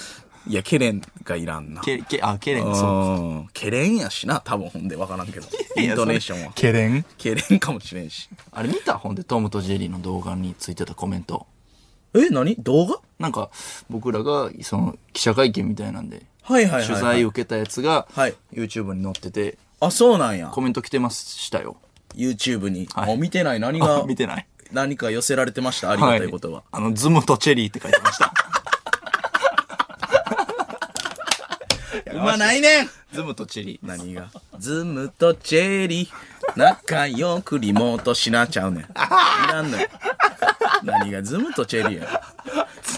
Speaker 2: いや、ケレンがいらんな。
Speaker 1: け、け、あ、けれん、そう。
Speaker 2: うん。ケレンやしな、多分ほんで分からん *laughs* けど。イントネーションは。
Speaker 1: けれん
Speaker 2: ケレンかもしれんし。
Speaker 1: あれ見たほんで、トムとジェリーの動画についてたコメント。
Speaker 2: え、何動画
Speaker 1: なんか、僕らが、その、記者会見みたいなんで、
Speaker 2: はいはいはいはい
Speaker 1: 取材受けたやつが、
Speaker 2: はい
Speaker 1: YouTube に載ってて、
Speaker 2: あ、そうなんや
Speaker 1: コ。メント来てましたよ。
Speaker 2: YouTube に。
Speaker 1: はい
Speaker 2: *laughs* あ、見てない。何
Speaker 1: あ
Speaker 2: が、
Speaker 1: 見てない。
Speaker 2: 何か寄せられてました。ありがたいことは。
Speaker 1: あの、ズムとチェリーって書いてました。
Speaker 2: うまないねん
Speaker 1: *laughs* ズムとチェリー。
Speaker 2: *laughs* 何が。ズムとチェリー、仲良くリモートしなちゃ *laughs* うねん。いらんのよ。何がズムとチェリ *laughs* ーや。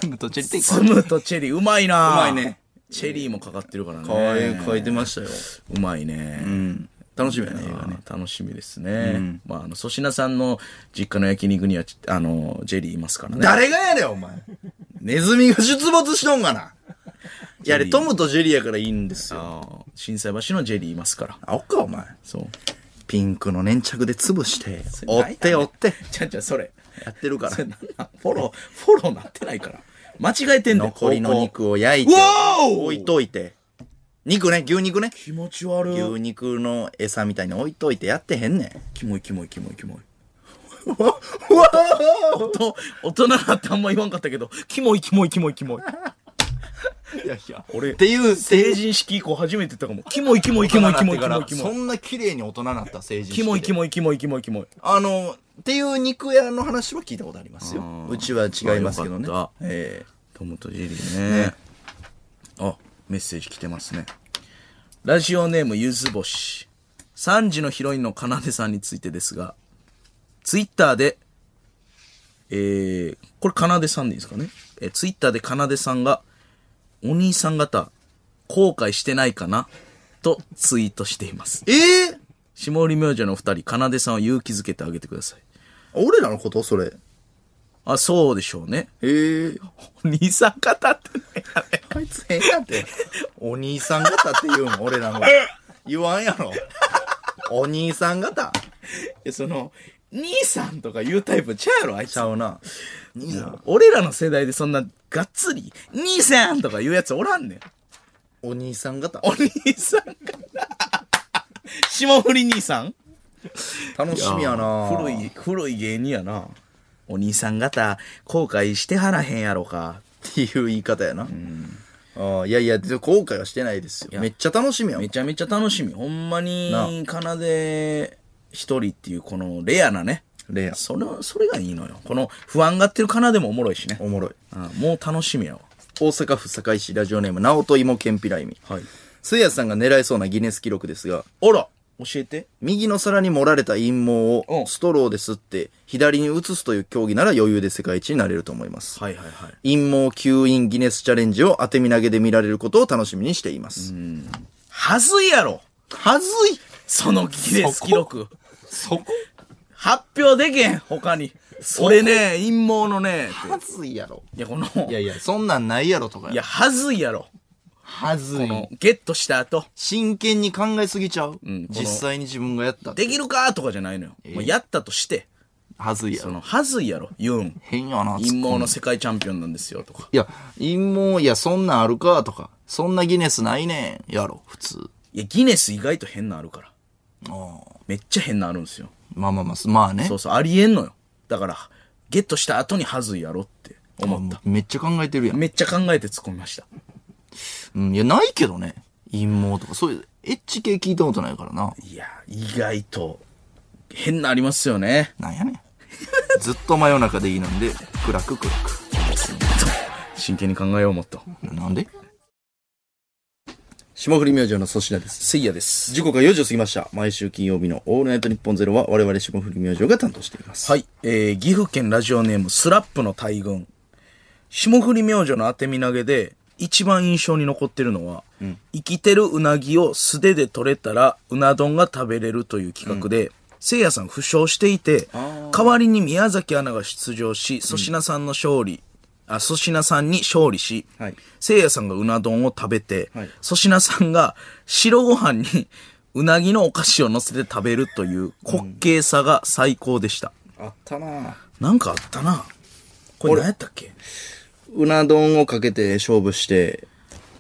Speaker 1: ズムとチェリーって
Speaker 2: ズムとチェリー、うまいな
Speaker 1: うまいね。
Speaker 2: チェリーもかかってるからね。
Speaker 1: かわいい書いてましたよ。
Speaker 2: うまいね。
Speaker 1: うん。楽しみやね、映
Speaker 2: あ
Speaker 1: 画
Speaker 2: ー
Speaker 1: ね。
Speaker 2: 楽しみですね。まあ、あの、粗品さんの実家の焼肉にはち、あの、ジェリーいますからね。
Speaker 1: 誰がやれんお前。ネズミが出没しとんかな。いや、あれ、トムとジェリーやからいいんですよ。
Speaker 2: あー震災橋のジェリーいますから。
Speaker 1: あおっか、お前。
Speaker 2: そう。
Speaker 1: ピンクの粘着で潰して、追って追って、
Speaker 2: ちゃうちゃう、それ。
Speaker 1: やってるから
Speaker 2: そ。れなんなん *laughs* フォロー、フォローなってないから。間違えてんだよ、
Speaker 1: 残りの肉を焼いて
Speaker 2: うわ、お
Speaker 1: 置いといて。肉ね、牛肉ね。
Speaker 2: 気持ち悪
Speaker 1: 牛
Speaker 2: い。
Speaker 1: 肉の餌みたいに置いといてやってへんねん。
Speaker 2: キモい、キモい、キモい、キモい。
Speaker 1: うわ
Speaker 2: と、大人だってあんま言わんかったけど、キモい、キモい、キモい、キモい。
Speaker 1: いやいや、
Speaker 2: 俺
Speaker 1: っていう、
Speaker 2: 成人式以降初めて言ったかも。キモい、キモい、キモい、キモい、キモい、キモ
Speaker 1: そ
Speaker 2: い。
Speaker 1: んな綺麗に大人になった成人式で。
Speaker 2: キモい、キモい、キモい、キモい、キモい。
Speaker 1: あの、っていう肉屋の話は聞いたことありますよ。うちは違いますけどね
Speaker 2: あよかっ。た
Speaker 1: え
Speaker 2: トムとジェリーねあメッセージ来てますねラジオネームゆずぼし3時のヒロインのかなでさんについてですがツイッターでえー、これかなでさんでいいですかね、えーツイッターでかなでさんがお兄さん方後悔してないかなとツイートしています
Speaker 1: ええ
Speaker 2: 下降り明星のお二人かなでさんを勇気づけてあげてください
Speaker 1: 俺らのことそれ。
Speaker 2: あそうでしょうね
Speaker 1: ええ
Speaker 2: お兄さん方ってね
Speaker 1: あいつ変や *laughs* って。お兄さん方って言うん、俺らの。言わんやろ。お兄さん方
Speaker 2: えその、兄さんとか言うタイプちゃうやろ、あいつ
Speaker 1: ち。ゃうな。兄さん。
Speaker 2: 俺らの世代でそんながっつり、兄さんとか言うやつおらんねん。
Speaker 1: お兄さん方 *laughs*
Speaker 2: お兄さんかな。霜降り兄さん
Speaker 1: 楽しみやな
Speaker 2: 古い、古い芸人やな。お兄さん方、後悔してはらへんやろか。
Speaker 1: っていう言い方やな。ああいやいや、で後悔はしてないですよ。めっちゃ楽しみやもん
Speaker 2: めちゃめちゃ楽しみ。ほんまに、奏で一人っていう、このレアなね。
Speaker 1: レア。
Speaker 2: それ、それがいいのよ。この不安がってる奏でもおもろいしね。
Speaker 1: おもろい。
Speaker 2: うんもう楽しみやわ。
Speaker 1: 大阪府堺市ラジオネーム、直人芋けんぴらいみ。
Speaker 2: はい。
Speaker 1: すやさんが狙いそうなギネス記録ですが、
Speaker 2: あら、教えて。
Speaker 1: 右の皿に盛られた陰謀
Speaker 2: う
Speaker 1: を
Speaker 2: ん
Speaker 1: ストローで吸って左に移すという競技なら余裕で世界一になれると思います。
Speaker 2: はいはいはい。
Speaker 1: 陰謀吸引ギネスチャレンジを当て身投げで見られることを楽しみにしています。
Speaker 2: はずいやろ
Speaker 1: はずい
Speaker 2: そのギネス記録。
Speaker 1: そこ
Speaker 2: 発表でけん、他に。俺ね、陰謀のね、
Speaker 1: はずいやろ。
Speaker 2: いや、この、
Speaker 1: いやいや、そんなんないやろとか
Speaker 2: いや、はずいやろ。
Speaker 1: はず
Speaker 2: こ
Speaker 1: い
Speaker 2: の。、ゲットした後、
Speaker 1: 真剣に考えすぎちゃう、
Speaker 2: んこの
Speaker 1: 実際に自分がやったって
Speaker 2: できるかとかじゃないのよ。もうやったとして、
Speaker 1: はずいや
Speaker 2: そ
Speaker 1: ろ。
Speaker 2: の、はずいやろ、言うん。
Speaker 1: 変やな、
Speaker 2: 陰
Speaker 1: ツッ
Speaker 2: 謀の
Speaker 1: コミ
Speaker 2: 世界チャンピオンなんですよ、とか。
Speaker 1: いや、陰謀、いや、そんなんあるかとか、そんなギネスないねん。やろ、普通。
Speaker 2: いや、ギネス意外と変なあるから。
Speaker 1: ああ
Speaker 2: めっちゃ変なあるんですよ。
Speaker 1: まあまあまあ、まあね。
Speaker 2: そうそう、ありえんのよ。だから、ゲットした後にはずいやろって思っ
Speaker 1: も
Speaker 2: た。
Speaker 1: うめっちゃ考えてるやん。
Speaker 2: めっちゃ考えて突っ込みました。
Speaker 1: うん、いや、ないけどね。陰謀とか、そういう、エッチ系聞いたことないからな。
Speaker 2: いや、意外と、変なありますよね。
Speaker 1: な
Speaker 4: *laughs*
Speaker 1: んやねん。ずっと真夜中でいいなんで、暗く暗く。
Speaker 2: 真剣に考えよう、もっと。
Speaker 1: なんで
Speaker 4: 霜降り明星の粗品です。
Speaker 2: せいやです。
Speaker 4: 時刻は4時を過ぎました。毎週金曜日のオールナイトニッポンゼロは我々霜降り明星が担当しています。
Speaker 2: はい、えー、岐阜県ラジオネーム、スラップの大群。霜降り明星の当て身投げで、一番印象に残ってるのは、生きてるうなぎを素手で取れたら、うな丼が食べれるという企画で、せいやさん負傷していて、代わりに宮崎アナが出場し、粗品さんの勝利、あ、粗品さんに勝利し、
Speaker 4: はい
Speaker 2: せいやさんがうな丼を食べて、
Speaker 4: はい
Speaker 2: 粗品さんが白ご飯にうなぎのお菓子を乗せて食べるという滑稽さが最高でした。
Speaker 4: あったなぁ
Speaker 2: なんかあったな。これ何やったっけ
Speaker 4: うな丼をかけて勝負して、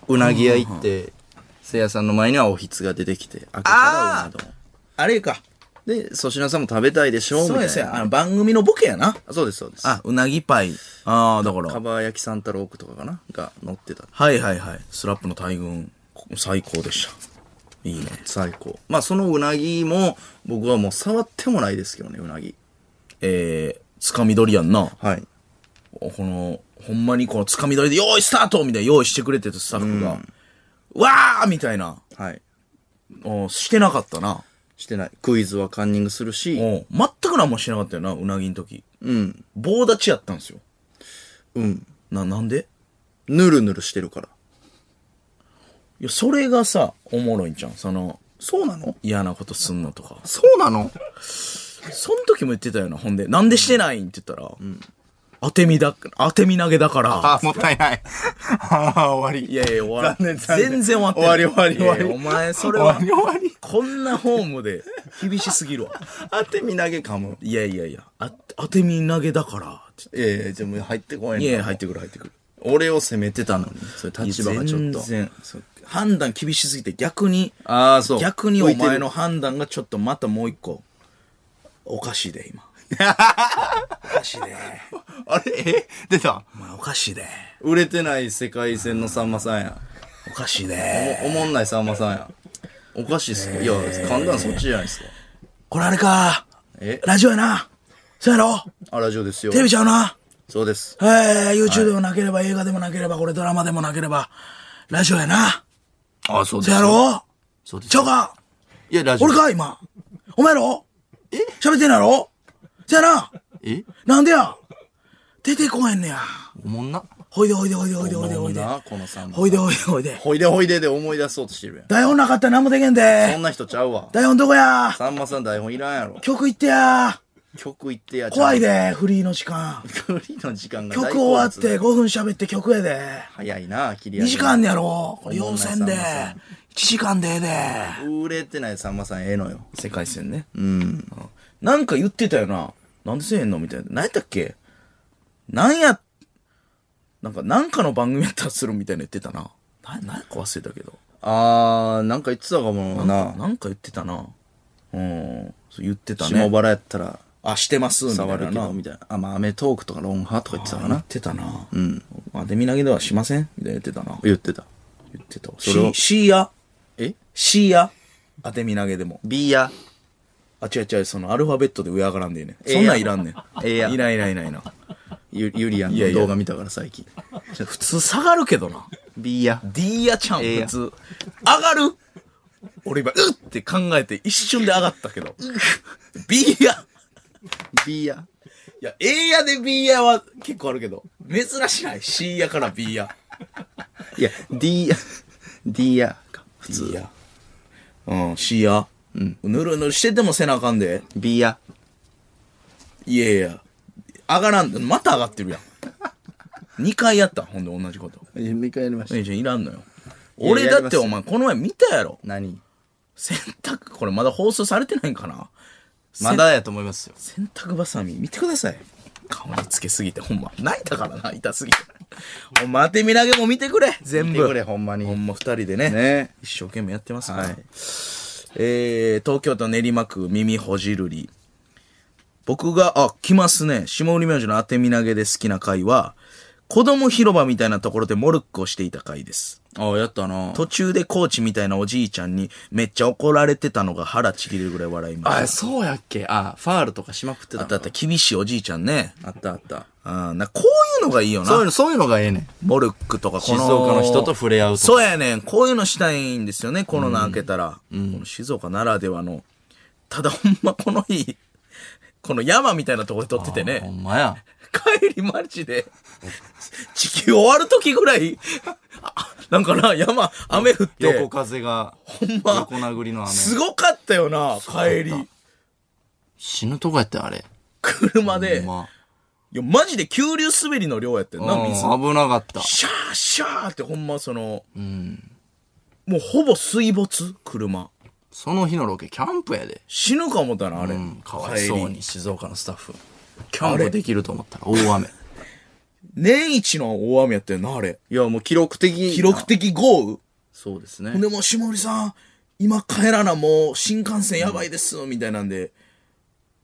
Speaker 4: うなぎ屋行って、せいやさんの前にはおひつが出てきて、開けたらうな丼。
Speaker 2: あれか。
Speaker 4: で、粗品さんも食べたいでしょみ
Speaker 2: そう
Speaker 4: た
Speaker 2: で
Speaker 4: い
Speaker 2: すよ。
Speaker 4: な。
Speaker 2: あの番組のボケやな。
Speaker 4: そうです、そうです。
Speaker 2: あ、うなぎパイ。ああ、だから。
Speaker 4: か
Speaker 2: は
Speaker 4: ば焼き三太郎とかかなが乗ってた。
Speaker 2: いはいはい。スラップの大群、こ最高でした。いいね。
Speaker 4: 最高。まあ、そのうなぎも、僕はもう触ってもないですけどね、うなぎ。
Speaker 2: えー、つかみ取りやんな。
Speaker 4: はい。
Speaker 2: この、ほんまにこのつかみ取りで、用意スタートみたいな用意してくれてたスタッフが、わーみたいな、
Speaker 4: はい。
Speaker 2: おしてなかったな。
Speaker 4: してない。クイズはカンニングするし、
Speaker 2: お全く何もしてなかったよな、うなぎの時。
Speaker 4: うん。
Speaker 2: 棒立ちやったんですよ。
Speaker 4: うん。
Speaker 2: な、なんで
Speaker 4: ぬるぬるしてるから。
Speaker 2: いや、それがさ、おもろいんじゃん。その、
Speaker 4: そうなの
Speaker 2: 嫌なことすんのとか。
Speaker 1: そうなの
Speaker 2: そん時も言ってたよな、ほんで。なんでしてないんって言ったら、当て身だ、当て身投げだから。
Speaker 1: あ、もったいない。ああ、終わり。
Speaker 2: いやいや、終わら
Speaker 1: 残念残念
Speaker 2: 全然終わってない
Speaker 1: 終わり終わり終わり
Speaker 2: いやいやお前、そ
Speaker 1: 終
Speaker 2: れは
Speaker 1: わ、り終わり。
Speaker 2: こんなホームで、厳しすぎるわ。
Speaker 4: 当て身投げかも。
Speaker 2: いやいやいや、あ当て身投げだから、って
Speaker 4: いやいや、じゃあもう入ってこい
Speaker 2: 言って。いやい
Speaker 4: な
Speaker 2: や、入ってくる入ってくる。
Speaker 4: 俺を責めてたのに、それ立場がちょっと。
Speaker 2: 全然。判断厳しすぎて、逆に、
Speaker 4: ああ、そう。
Speaker 2: 逆にお前の判断がちょっとまたもう一個、おかしいで、今。おかしいで。
Speaker 1: あれえ出た。
Speaker 2: お前おかしいで。
Speaker 4: 売れてない世界線のさんまさんや。
Speaker 2: おかしいで。
Speaker 4: おもんないさんまさんや。おかしいっすか、いや、簡単そっちじゃないですか。
Speaker 2: これあれか。
Speaker 4: え
Speaker 2: ラジオやな。そうやろ
Speaker 4: あ、ラジオですよ
Speaker 2: テ。レビちゃうな。
Speaker 4: そうです。
Speaker 2: えー、YouTube でもなければ、映画でもなければ、これドラマでもなければ、ラジオやな。
Speaker 1: あ、そう
Speaker 2: そうやろ
Speaker 1: そうです
Speaker 2: ちゃうか
Speaker 1: いや、ラジオ。
Speaker 2: 俺か今。お前やろえ喋ってんのやろそうやな。
Speaker 1: え
Speaker 2: なんでや出てこへんねや。
Speaker 1: おもんな。
Speaker 2: ほいでほいでほいでほいでほいでほいで。
Speaker 4: な、このさんまさん
Speaker 2: ほいでほいでほいで。
Speaker 4: ほいでほいでで思い出そうとしてるやん。
Speaker 2: 台本なかったら何もできん
Speaker 4: そん
Speaker 2: で。
Speaker 4: な人ちゃうわ。
Speaker 2: 台本どこや
Speaker 4: さんまさん台本いらんやろ。
Speaker 2: 曲言ってや。
Speaker 4: 曲言ってや。
Speaker 2: 怖い。で、フリーの時間。
Speaker 4: *laughs* フリーの時間が大好
Speaker 2: 曲
Speaker 4: 物
Speaker 2: 終わって5分喋って曲やで。
Speaker 4: 早いな、切り上
Speaker 2: 2
Speaker 4: げ
Speaker 2: 時間でやろこれ
Speaker 4: おもんないさ
Speaker 2: 4000で。
Speaker 4: んまさ
Speaker 2: 1時間でええで。
Speaker 4: 売れてないさんまさんええのよ。
Speaker 2: 世界線ね。うん。なんか言ってたよな。なんでせえへんのみたいな。何やったっけなんや、なんか、なんかの番組やったらするみたいな言ってたな。な、なんか忘れたけど。
Speaker 4: あー、なんか言ってたかもな。
Speaker 2: なんか言ってたな。うん。そう言ってた
Speaker 4: 下
Speaker 2: ね。
Speaker 4: 腹やったら
Speaker 2: あ、してます、みたい
Speaker 4: 触
Speaker 2: な
Speaker 4: るけ
Speaker 2: な。
Speaker 4: どみたいな。あ、まあ、アメトークとかロンハーとか言ってたか
Speaker 2: 言っ
Speaker 4: な。
Speaker 2: てたな。うん。あ、で、み投げではしませんみたいな言ってたな。
Speaker 4: 言ってた。
Speaker 2: 言ってたわ。
Speaker 4: それを
Speaker 2: C、C や。
Speaker 4: え
Speaker 2: C や。当て身投げでも。
Speaker 4: ?B や。
Speaker 2: あ、違う違う、そのアルファベットで上上がらんでいいねん。
Speaker 4: ええや
Speaker 2: そ
Speaker 4: ん
Speaker 2: んなんいらんねん。
Speaker 4: ええやん
Speaker 2: いらんいらんいらんいらん。
Speaker 4: ゆ、ゆりやん
Speaker 2: いや
Speaker 4: の
Speaker 2: いや
Speaker 4: 動画見たから最近。
Speaker 2: 普通下がるけどな。
Speaker 4: B や。
Speaker 2: D やちゃん、
Speaker 4: ええや
Speaker 2: 普
Speaker 4: ん
Speaker 2: 通。上がる俺今、うって考えて一瞬で上がったけど。B や。
Speaker 4: B や。
Speaker 2: いや、A やで B やは結構あるけど。珍しない。C やから B や。
Speaker 4: *laughs* いや、D や。D やか。普
Speaker 2: D
Speaker 4: 通。
Speaker 2: や。うん、C や。ぬるぬるしてても背中あかんで。
Speaker 1: ビア。
Speaker 2: いやいや。上がらん、また上がってるやん。2回やった、ほんで同じこと。
Speaker 1: 2回やりまし
Speaker 2: え。いちゃんいらんのよ。
Speaker 1: いや
Speaker 2: 俺
Speaker 1: や
Speaker 2: だ
Speaker 1: り
Speaker 2: っ
Speaker 1: ます
Speaker 2: て
Speaker 1: よ
Speaker 2: お前、この前見たやろ。
Speaker 1: 何
Speaker 2: 洗濯、これまだ放送されてないんかな
Speaker 1: まだやと思いますよ。
Speaker 2: 洗濯バサミ見てください。顔につけすぎて、ほんま。泣いたからな、痛すぎて。お前、当て身投げも見てくれ、全
Speaker 1: 見
Speaker 2: 部。
Speaker 1: てくれ、ほんまに。
Speaker 2: ほんま二人でね。
Speaker 1: ね
Speaker 2: 一生懸命やってますから
Speaker 1: はい
Speaker 2: えー、東京都練馬区耳ほじるり。僕が、あ、来ますね。下売り明星の当て身投げで好きな回は、子供広場みたいなところでモルックをしていた回です。
Speaker 1: あやったな。
Speaker 2: 途中でコーチみたいなおじいちゃんにめっちゃ怒られてたのが腹ちぎれるぐらい笑いました。
Speaker 1: あ、そうやっけあ、ファールとかしまくってた
Speaker 2: あったあった、厳しいおじいちゃんね。
Speaker 1: あったあった。
Speaker 2: あーなこういうのがいいよ
Speaker 1: そういう
Speaker 2: な。
Speaker 1: の、そういうのがええねん。
Speaker 2: モルックとかこ
Speaker 1: 静
Speaker 2: の
Speaker 1: 岡の人と触れ合うとか。
Speaker 2: そうやねん。こういうのしたいんですよね、コロナ明けたら。この静岡ならではの。ただほんまこの日、この山みたいなとこで撮ってて
Speaker 1: ほ
Speaker 2: ね。
Speaker 1: んまや。
Speaker 2: 帰りマジで、地球終わる時ぐらい、 *laughs* あなんかな、山、雨降って。
Speaker 1: 横風が、
Speaker 2: ほんま
Speaker 1: 横殴りの雨。
Speaker 2: すごかったよな、帰
Speaker 1: そうだっ
Speaker 2: り。
Speaker 1: 死ぬとこやったよあれ。
Speaker 2: 車で。
Speaker 1: ほんま。
Speaker 2: いや、マジで急流滑りの量やってんな、
Speaker 1: うん
Speaker 2: 水。
Speaker 1: 危なかった。
Speaker 2: シャーシャーってほんまその、もうほぼ水没車。
Speaker 1: その日のロケ、キャンプやで。
Speaker 2: 死ぬか思ったな、あれ。
Speaker 1: うん、かわいそう
Speaker 2: 帰り。
Speaker 1: に、静岡のスタッフ。キャンプできると思ったら、大雨。
Speaker 2: 年一の大雨やったよな、あれ。
Speaker 1: いや、もう記録的。
Speaker 2: 記録。的豪
Speaker 1: そうです
Speaker 2: 雨。
Speaker 1: ね。
Speaker 2: でも、下りさん、今帰らな、もう新幹線やばいです、みたいなんで、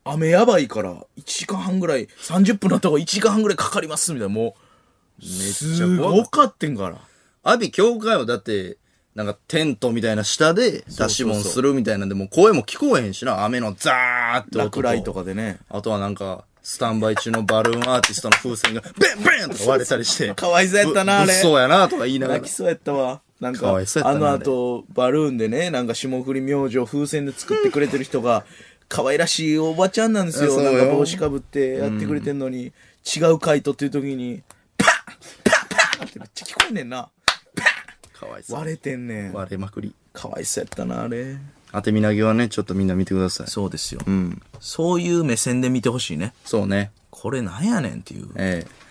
Speaker 2: 雨やばいから、1時間半ぐらい、30分のとこ1時間半ぐらいかかります、みたいな、もう、すごかってんから。
Speaker 1: 阿ビ教会はだって、なんかテントみたいな下で出し物するみたいなんで、もう声も聞こえへんしな。雨のザーって音
Speaker 2: 落雷と。かでね。
Speaker 1: あとはなんか、スタンバイ中のバルーンアーティストの風船が、ベンベン *laughs* とか割れたりして。
Speaker 2: かわいそうやったな、あれ。
Speaker 1: そうやなとか言いながら
Speaker 2: 泣き。そうやったわ。なんか、
Speaker 1: かわいそうや
Speaker 2: あ
Speaker 1: ったな
Speaker 2: の
Speaker 1: あれ
Speaker 2: 後、バルーンでね、なんか霜降り明星を風船で作ってくれてる人が、可愛らしいおばちゃんなんですよ。
Speaker 1: そう
Speaker 2: な
Speaker 1: よ
Speaker 2: んか帽子かぶってやってくれてんのに、違う回答っていう時に、パンパンパンってめっちゃ聞こえんねんな。
Speaker 1: かわいそう。
Speaker 2: 割れてんねん。
Speaker 1: 割れまくり。
Speaker 2: かわいそうやったな、あれ。
Speaker 1: 当てみなぎはね、ちょっとみんな見てください。
Speaker 2: そうですよ。
Speaker 1: うん。
Speaker 2: そういう目線で見てほしいね。
Speaker 1: そうね。
Speaker 2: これなんやねんっていう。
Speaker 1: ええ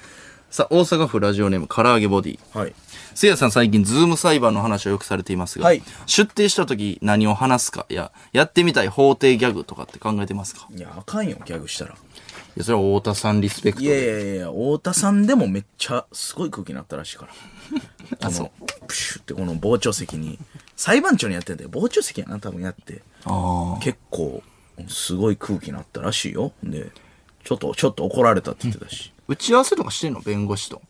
Speaker 1: さあ、大阪府ラジオネーム、唐揚げボディ。
Speaker 2: はい。
Speaker 1: せいやさん最近、ズーム裁判の話をよくされていますが、
Speaker 2: はい
Speaker 1: 出廷した時何を話すかや、やってみたい法廷ギャグとかって考えてますかい
Speaker 2: いや、あかんよ、ギャグしたら。
Speaker 1: や、それは太田さんリスペクト
Speaker 2: いやい
Speaker 1: で。
Speaker 2: やいや、太田さんでもめっちゃすごい空気になったらしいから。 *laughs* あの、プシュってこの傍聴席に、裁判長にやってんだよ。傍聴席やな、多分やって。
Speaker 1: ああ。
Speaker 2: 結構、すごい空気になったらしいよ。で、ちょっと、ちょっと怒られたって言ってたし。
Speaker 1: 打ち合わせとかしてんの弁護士と。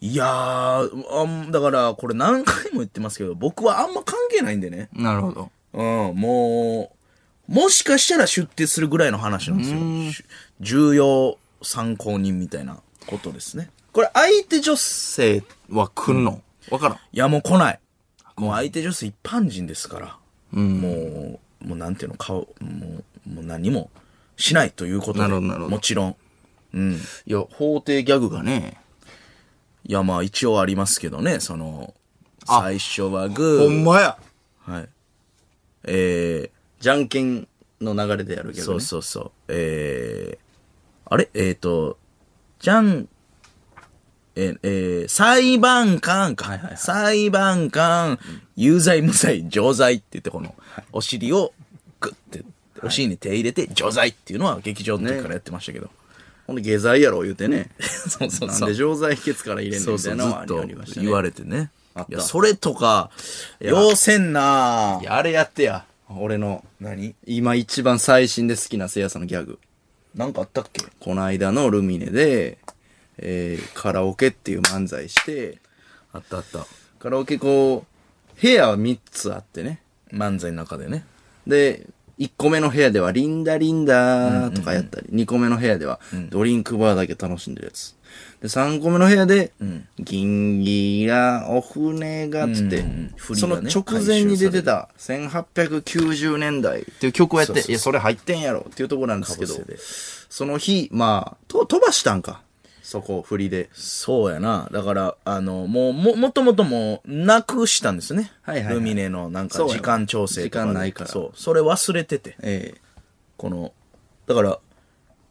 Speaker 2: いやー、あんだから、これ何回も言ってますけど、僕はあんま関係ないんでね。
Speaker 1: なるほど。
Speaker 2: うん、もう、もしかしたら出廷するぐらいの話なんですよし。重要参考人みたいなことですね。
Speaker 1: これ、相手女性は来んのわからん。
Speaker 2: いや、もう来ない。もう相手女性一般人ですから。もう、もうなんていうの、顔、もう、もう何もしないということで。
Speaker 1: なるほどなるほど
Speaker 2: もちろん。うん。
Speaker 1: いや、法廷ギャグがね、
Speaker 2: いや、まあ一応ありますけどね、その、
Speaker 1: あ
Speaker 2: 最初はグー。
Speaker 1: まや
Speaker 2: はい。え
Speaker 1: じゃんけんの流れでやるギャグ、
Speaker 2: ー、
Speaker 1: ね。
Speaker 2: そうそうそう。えー、あれえっ、ー、と、じゃん、えー、えー、裁判官か。裁判官、有罪無罪、錠罪って言って、この、お尻をグッて、お尻に手入れて、錠罪っていうのは劇場の時からやってましたけど。
Speaker 1: ほんで、下剤やろ言うてね。
Speaker 2: そうそう
Speaker 1: なん
Speaker 2: そう
Speaker 1: で。錠剤秘訣から入れんね
Speaker 2: そ
Speaker 1: ん
Speaker 2: う
Speaker 1: みた
Speaker 2: そ、
Speaker 1: いうな
Speaker 2: ず
Speaker 1: のはあ
Speaker 2: っと
Speaker 1: りましたね。
Speaker 2: 言われてね。
Speaker 1: った
Speaker 2: いや、それとか、要せんない
Speaker 1: や、あれやってや。俺の、
Speaker 2: 何
Speaker 1: 今一番最新で好きなせいやさんのギャグ。
Speaker 2: なんかあったっけ
Speaker 1: この間のルミネで、えー、カラオケっていう漫才して、
Speaker 2: あったあった。
Speaker 1: カラオケこう、部屋は3つあってね。
Speaker 2: 漫才の中でね。
Speaker 1: で、1個目の部屋では、リンダリンダーとかやったり、2個目の部屋では、ドリンクバーだけ楽しんでるやつ。で、3個目の部屋で、銀ギラ、お船が、つって、
Speaker 2: うんうん振り
Speaker 1: その
Speaker 2: がね
Speaker 1: 直前に出てた、1890年代っていう曲をやって、いや、それ入ってんやろっていうところなんですけど
Speaker 2: かぶせで、
Speaker 1: その日、まあ、と飛ばしたんか。そこ、振りで。
Speaker 2: そうやな。だから、あの、もう、も、もともともう、なくしたんですね。
Speaker 1: はいはいはい
Speaker 2: ルミネのなんか
Speaker 1: そうやわ
Speaker 2: 時間調整とかで。
Speaker 1: 時間ないから
Speaker 2: そう。それ忘れてて。
Speaker 1: ええ
Speaker 2: この、だから、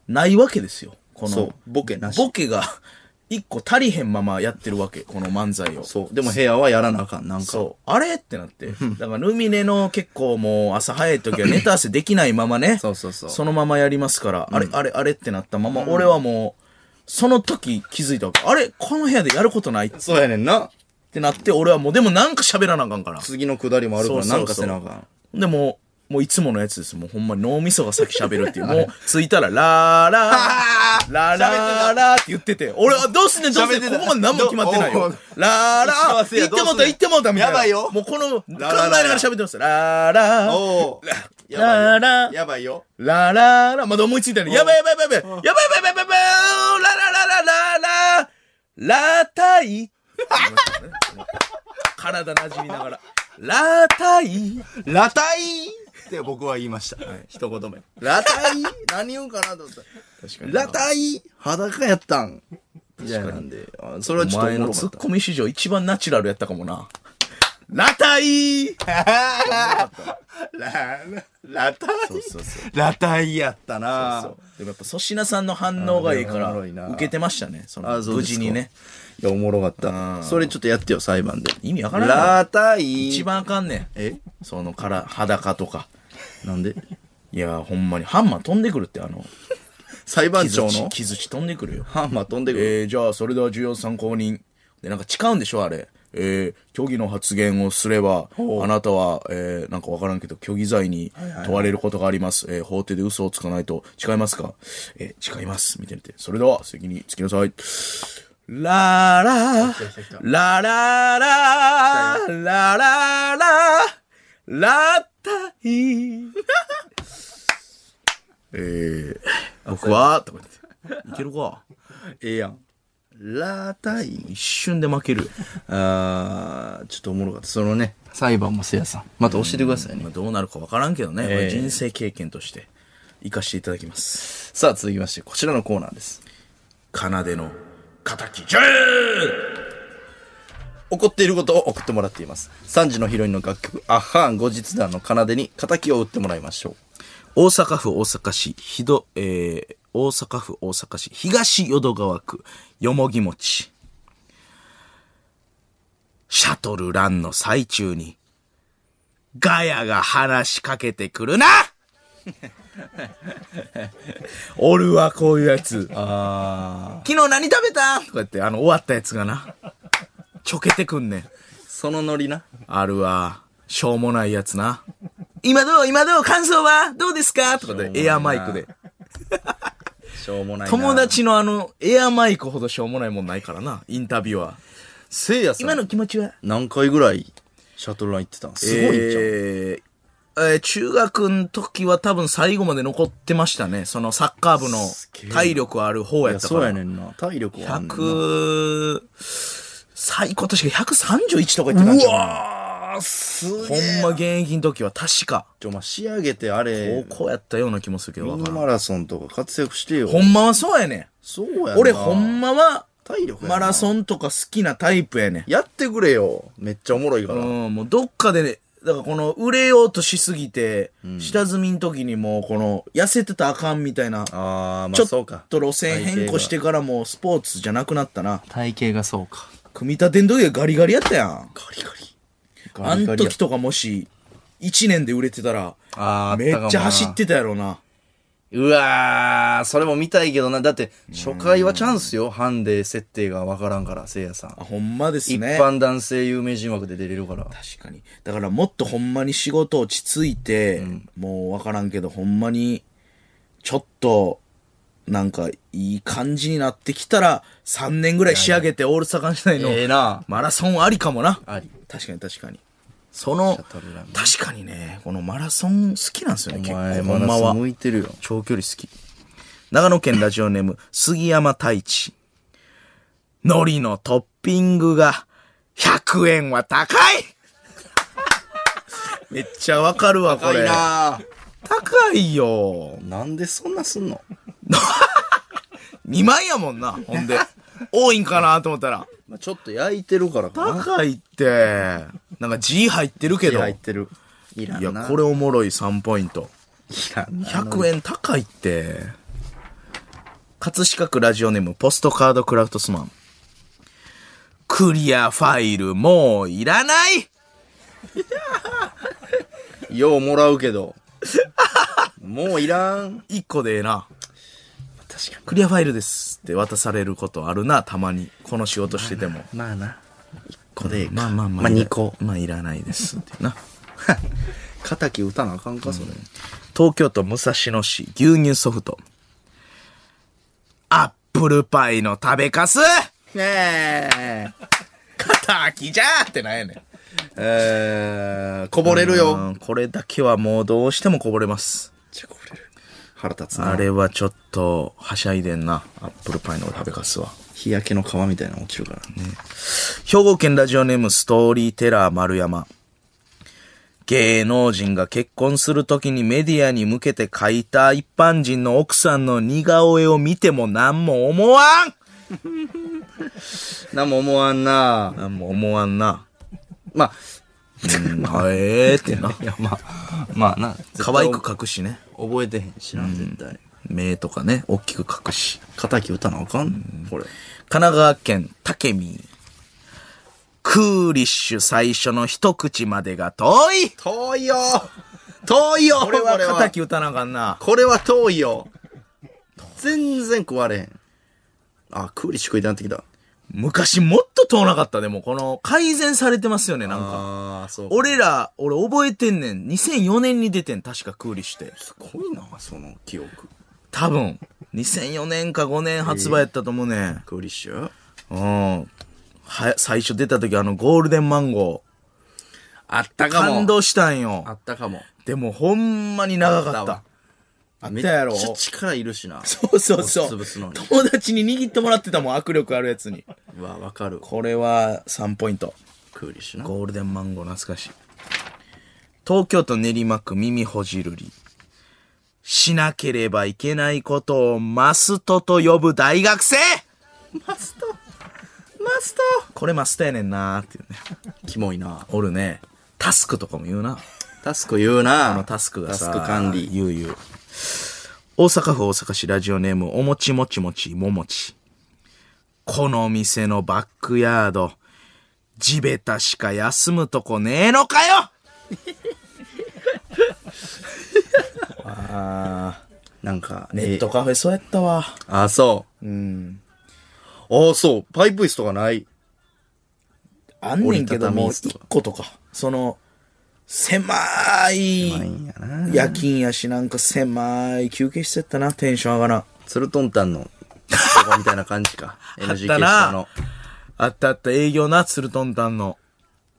Speaker 2: ないわけですよ。こ
Speaker 1: そ
Speaker 2: の
Speaker 1: う、ボケなし
Speaker 2: ボケが、 *laughs* 一個足りへんままやってるわけ。この漫才を。
Speaker 1: そう。でも部屋はやらなあかん。なんか。
Speaker 2: そう。あれってなって。だから、ルミネの結構もう朝早い時はネタ合わせできないまま
Speaker 1: *laughs*
Speaker 2: ね。
Speaker 1: そうそうそう
Speaker 2: のままやりますから、あれ、あれ、あれってなったまま、俺はもう、その時気づいたわけ。あれこの部屋でやることないっ
Speaker 1: そうやねんな。
Speaker 2: てなって、俺はもう、でもなんか喋らなあかんから。
Speaker 1: 次のくだりもあるから、
Speaker 2: そうそうそう
Speaker 1: なんかせなあかん。
Speaker 2: でもう、もういつものやつです。もうほんまに脳みそが先喋るっ
Speaker 1: *laughs*
Speaker 2: ていう。もう着いたら、ラーラー、ラーラーラーって言ってて。俺はどうすんねん、どうすんねん。ここまで何も決まってないよ
Speaker 5: ど。
Speaker 2: ラーラ
Speaker 1: 幸
Speaker 2: ー、
Speaker 1: せや
Speaker 2: 行ってもうた、行ってもうたみた
Speaker 1: や
Speaker 2: いな。
Speaker 1: ばいよ
Speaker 2: もうこの、考えな
Speaker 1: ララ
Speaker 2: がら喋ってます。ラ
Speaker 1: *laughs*
Speaker 2: ーラー、
Speaker 1: おお。
Speaker 2: ラーラー、
Speaker 1: やばいよ。
Speaker 2: ラララ、まだ思いついたね。やばいやばいやばいやばいやばいやばいやばいやばいやばいラララララララタイ体馴染みながら。ラ
Speaker 1: *laughs*
Speaker 2: タイ
Speaker 5: ラタイって僕は言いました。一言目。
Speaker 1: ラタイ何言うんかなと思った。
Speaker 2: *laughs* 確か
Speaker 1: ラタイ裸やったん。みたいなんで。あそれはちょっとお
Speaker 2: 前
Speaker 1: も
Speaker 2: の
Speaker 1: ろか
Speaker 2: ツ
Speaker 1: っ
Speaker 2: ッ
Speaker 1: た。
Speaker 2: コミ史上一番ナチュラルやったかもな。 *laughs* ラタイ
Speaker 5: ラ、ラタイ
Speaker 2: そうそうそう。
Speaker 5: ラタイやったな
Speaker 2: でもやっぱ粗品さんの反応がいいか
Speaker 1: あ
Speaker 2: ら、
Speaker 1: ーでもおもろいな
Speaker 2: 受けてましたね。その
Speaker 1: あそう
Speaker 2: 無
Speaker 1: ですか
Speaker 2: 事にね。
Speaker 1: いや、おもろかっ
Speaker 2: うん
Speaker 1: た。それちょっとやってよ、裁判で。
Speaker 2: 意味わからんわ
Speaker 1: ラタイ。
Speaker 2: 一。番あかんねん。
Speaker 1: え
Speaker 2: そのから、裸とか。
Speaker 1: なん
Speaker 2: *laughs*
Speaker 1: で
Speaker 2: いや、ほんまにハンマー飛んでくるって、あの、
Speaker 1: 裁判長
Speaker 2: 木槌
Speaker 1: の
Speaker 2: 木槌飛んでくるよ。
Speaker 1: ハンマー飛んでくる。
Speaker 2: えー、じゃあ、それでは重要参考人。で、なんか誓うんでしょあれ。えー、虚偽の発言をすれば、あなたは、えー、なんかわからんけど、虚偽罪に問われることがあります。えー、法廷で嘘をつかないと、誓いますかえー、誓います。みたいなって。それでは、責任つきなさい。ラーラー、ラララー、ラララー、ラタ
Speaker 1: *laughs*
Speaker 2: イ。えー、僕は、とか言って。いけるか。
Speaker 1: ええやん。ラタイ。
Speaker 2: 一瞬で負ける *laughs* よ。
Speaker 1: あー、ちょっとおもろかった。そのね、裁判もせやさん。また教えてくださいね。
Speaker 2: まあ、どうなるか分からんけどね、
Speaker 1: ええ
Speaker 2: 人生経験として生かしていただきます
Speaker 1: さあ、続きまして、こちらのコーナーです。
Speaker 2: 奏での敵ジュー
Speaker 1: 怒っていることを送ってもらっています。3時のヒロインの楽曲、アッハーン後日談の奏でに敵を打ってもらいましょう。
Speaker 2: 大阪府大阪市ひど、えー大阪府大阪市東淀川区よもぎ餅シャトルランの最中にガヤが話しかけてく *laughs* るなおるわ、こういうやつ。
Speaker 1: あ
Speaker 2: 昨日何食べたとか言って、あの、終わったやつがな。ちょけてくんねん。
Speaker 1: ー、そのノリな。
Speaker 2: あるわ。しょうもないやつな。今どう今どう感想はどうですかとかで、エアマイクで。
Speaker 1: しょうもないな。
Speaker 2: 友。達のあの、エアマイクほどしょうもないもんないからな、インタビュアー。
Speaker 1: せいやさん。
Speaker 2: 今の気持ちは
Speaker 1: 何回ぐらいシャトルラン行ってたんすごいんちゃう、
Speaker 2: えーえー中学の時は多分最後まで残ってましたね。そのサッカー部の体力ある方
Speaker 1: い
Speaker 2: やっ
Speaker 1: や、
Speaker 2: たか
Speaker 1: そう
Speaker 2: ら。
Speaker 1: やねんな。体力はあんねんな。
Speaker 2: 100、最高確か131とか言ってたんじゃう
Speaker 1: わー、すげ
Speaker 2: ほんま現役の時は確か。
Speaker 1: ちょ、まあ、仕上げてあれ、
Speaker 2: 高校やったような気もするけど、
Speaker 1: ミ
Speaker 2: わ
Speaker 1: ニ
Speaker 2: からん。
Speaker 1: マラソンとか活躍してよ。
Speaker 2: ほんまはそうやねん。
Speaker 1: そうやな
Speaker 2: 俺ほんまは、
Speaker 1: 体力やな
Speaker 2: マラソンとか好きなタイプやねん。
Speaker 1: やってくれよ。めっちゃおもろいから。
Speaker 2: うん、もうどっかで、ね、だからこの、売れようとしすぎて、下積みの時にもう、この、痩せてたらあかんみたいな、
Speaker 1: あー、ま
Speaker 2: ちょっと路線変更してからもうスポーツじゃなくなったな。
Speaker 1: 体型がそうか。
Speaker 2: 組み立てん時はガリガリやったやん。
Speaker 1: ガリガリ。
Speaker 2: あん時とかもし、1年で売れてたら、
Speaker 1: あーあったか
Speaker 2: め
Speaker 1: もな
Speaker 2: っちゃ走ってたやろな。
Speaker 1: うわー、それも見たいけどな。だって、初回はチャンスよ。ハンデ設定がわからんから、せいやさん
Speaker 2: あ。ほんまです
Speaker 1: 一
Speaker 2: ね。
Speaker 1: 般男性有名人枠で出れるから。
Speaker 2: 確かに。だからもっとほんまに仕事落ち着いて、もうわからんけど、ほんまに、ちょっと、なんか、いい感じになってきたら、3年ぐらい仕上げてオール阪市内の、
Speaker 1: ええな
Speaker 2: マラソンありかもな。
Speaker 1: あり。
Speaker 2: 確かに確かに。その、
Speaker 1: トルラン
Speaker 2: 確かにね、このマラソン好きなんですよね、
Speaker 1: お
Speaker 2: 結
Speaker 1: 前、
Speaker 2: 構、
Speaker 1: マ
Speaker 2: ほん
Speaker 1: ラ
Speaker 2: ま
Speaker 1: ソ
Speaker 2: は
Speaker 1: ン。向いてるよ。
Speaker 2: 長距離好き。長野県ラジオネーム、杉山太一。海苔のトッピングが100円は高いめっちゃわかるわ、これ。
Speaker 1: な
Speaker 2: 高いよ。
Speaker 1: なんでそんなすんの
Speaker 2: 2枚やもんな。ほんで。多いんかなと思ったら。
Speaker 1: まあ、ちょっと焼いてるからかな。
Speaker 2: 高いって。なんか G 入ってるけど。
Speaker 1: 入っ
Speaker 2: い
Speaker 1: てる。いらんな。
Speaker 2: や、これおもろい3ポイント。
Speaker 1: いらんな。
Speaker 2: 100円高いって。葛飾区ラジオネーム、ポストカードクラフトスマン。クリアファイルもういらない
Speaker 1: ようもらうけ *laughs* ど。もういらん。
Speaker 2: !1 個でええな。
Speaker 1: 確か
Speaker 2: クリアファイルですって渡されることあるな、たまに。この仕事してても。
Speaker 1: に。まあな。1個でええか。
Speaker 2: まあまあまあ。
Speaker 1: まあ2個。
Speaker 2: まあいらないですっていうな。
Speaker 1: 敵打たなあかんか、それ。
Speaker 2: 東京都武蔵野市牛乳ソフト。アップルパイの食べかす *laughs*
Speaker 1: ねえ。
Speaker 2: 肩きじゃーってなんやねん。
Speaker 1: えー、こぼれる
Speaker 2: う
Speaker 1: よ。
Speaker 2: ん。これだけはもうどうしてもこぼれます。
Speaker 1: ちゃこぼれる。腹立つな。
Speaker 2: あれはちょっと、はしゃいでんな。アップルパイの食べかすは。
Speaker 1: 日焼けの皮みたいなの落ちるから。
Speaker 2: 兵庫県ラジオネームストーリーテラー丸山。芸能人が結婚するときにメディアに向けて書いた一般人の奥さんの似顔絵を見ても何も思わん
Speaker 1: なんも思わんな。
Speaker 2: 何も思わんな。
Speaker 1: まあ、
Speaker 2: うん、はえーってな。
Speaker 1: いやまあ、まあ *laughs* な。
Speaker 2: *laughs* 可愛く書くしね。
Speaker 1: 覚えてへんしな、絶対。
Speaker 2: 目とかね、大きく書くし。
Speaker 1: 敵打たなあかんこれ。
Speaker 2: 神奈川県武見。クーリッシュ最初の一口までが遠い
Speaker 1: 遠いよ遠いよ
Speaker 2: これは敵打たなあかんな。
Speaker 1: これは遠いよ。全然食われへん。あ、クーリッシュ食いたなってきた。
Speaker 2: 昔もっと遠なかった。でも、この、改善されてますよね、なんか。
Speaker 1: ああ、そう。
Speaker 2: 俺ら、俺覚えてんねん。2004年に出てん、確かクーリして。
Speaker 1: すごいな、その記憶。
Speaker 2: 多分、2004年か5年発売やったと思うね。
Speaker 1: クーリッシュ
Speaker 2: うん。は、最初出た時、あの、ゴールデンマンゴ
Speaker 1: あった
Speaker 2: ー。
Speaker 1: かも。
Speaker 2: 感動したんよ
Speaker 1: あ。ったかも。
Speaker 2: でも、ほんまに長かった。
Speaker 1: あった
Speaker 2: やろ
Speaker 1: めっちゃ力いるしな。
Speaker 2: そうそうそ
Speaker 1: 押
Speaker 2: う。
Speaker 1: しつぶすのに
Speaker 2: 友達に握ってもらってたもん、握力あるやつに。
Speaker 1: うわ、わかる。
Speaker 2: これは3ポイント。
Speaker 1: クーリッシュな。
Speaker 2: ゴールデンマンゴー懐かしい。東京都練馬区耳ほじるり。しなければいけないことをマストと呼ぶ大学生
Speaker 1: マスト。マス
Speaker 2: これマストやねんなーっていうね。
Speaker 1: ト。キモいな。
Speaker 2: おるね。タスクとかも言うな。
Speaker 1: タスク言うな。
Speaker 2: あのタスクがさ。
Speaker 1: タスク管理。
Speaker 2: 言う言う。大阪府大阪市ラジオネーム、おもちもちもちももち。この店のバックヤード、地べたしか休むとこねえのかよ
Speaker 1: なんか、
Speaker 2: ネットカフェそうやったわ。
Speaker 1: えー。あ、そう。うん。あ、そう。パイプ椅子とかない。
Speaker 2: あんねんけども、
Speaker 1: 折りたたみ椅子
Speaker 2: 一
Speaker 1: とか
Speaker 2: 個とか。その、狭い
Speaker 1: ないんやな。
Speaker 2: 夜勤やし、なんか狭い休憩室やったな、テンション上がらん。
Speaker 1: ツルトンタンの、ここみたいな感じ *laughs* か。NGK
Speaker 2: たな
Speaker 1: 下の。
Speaker 2: あったあった、営業な、ツルトンタンの。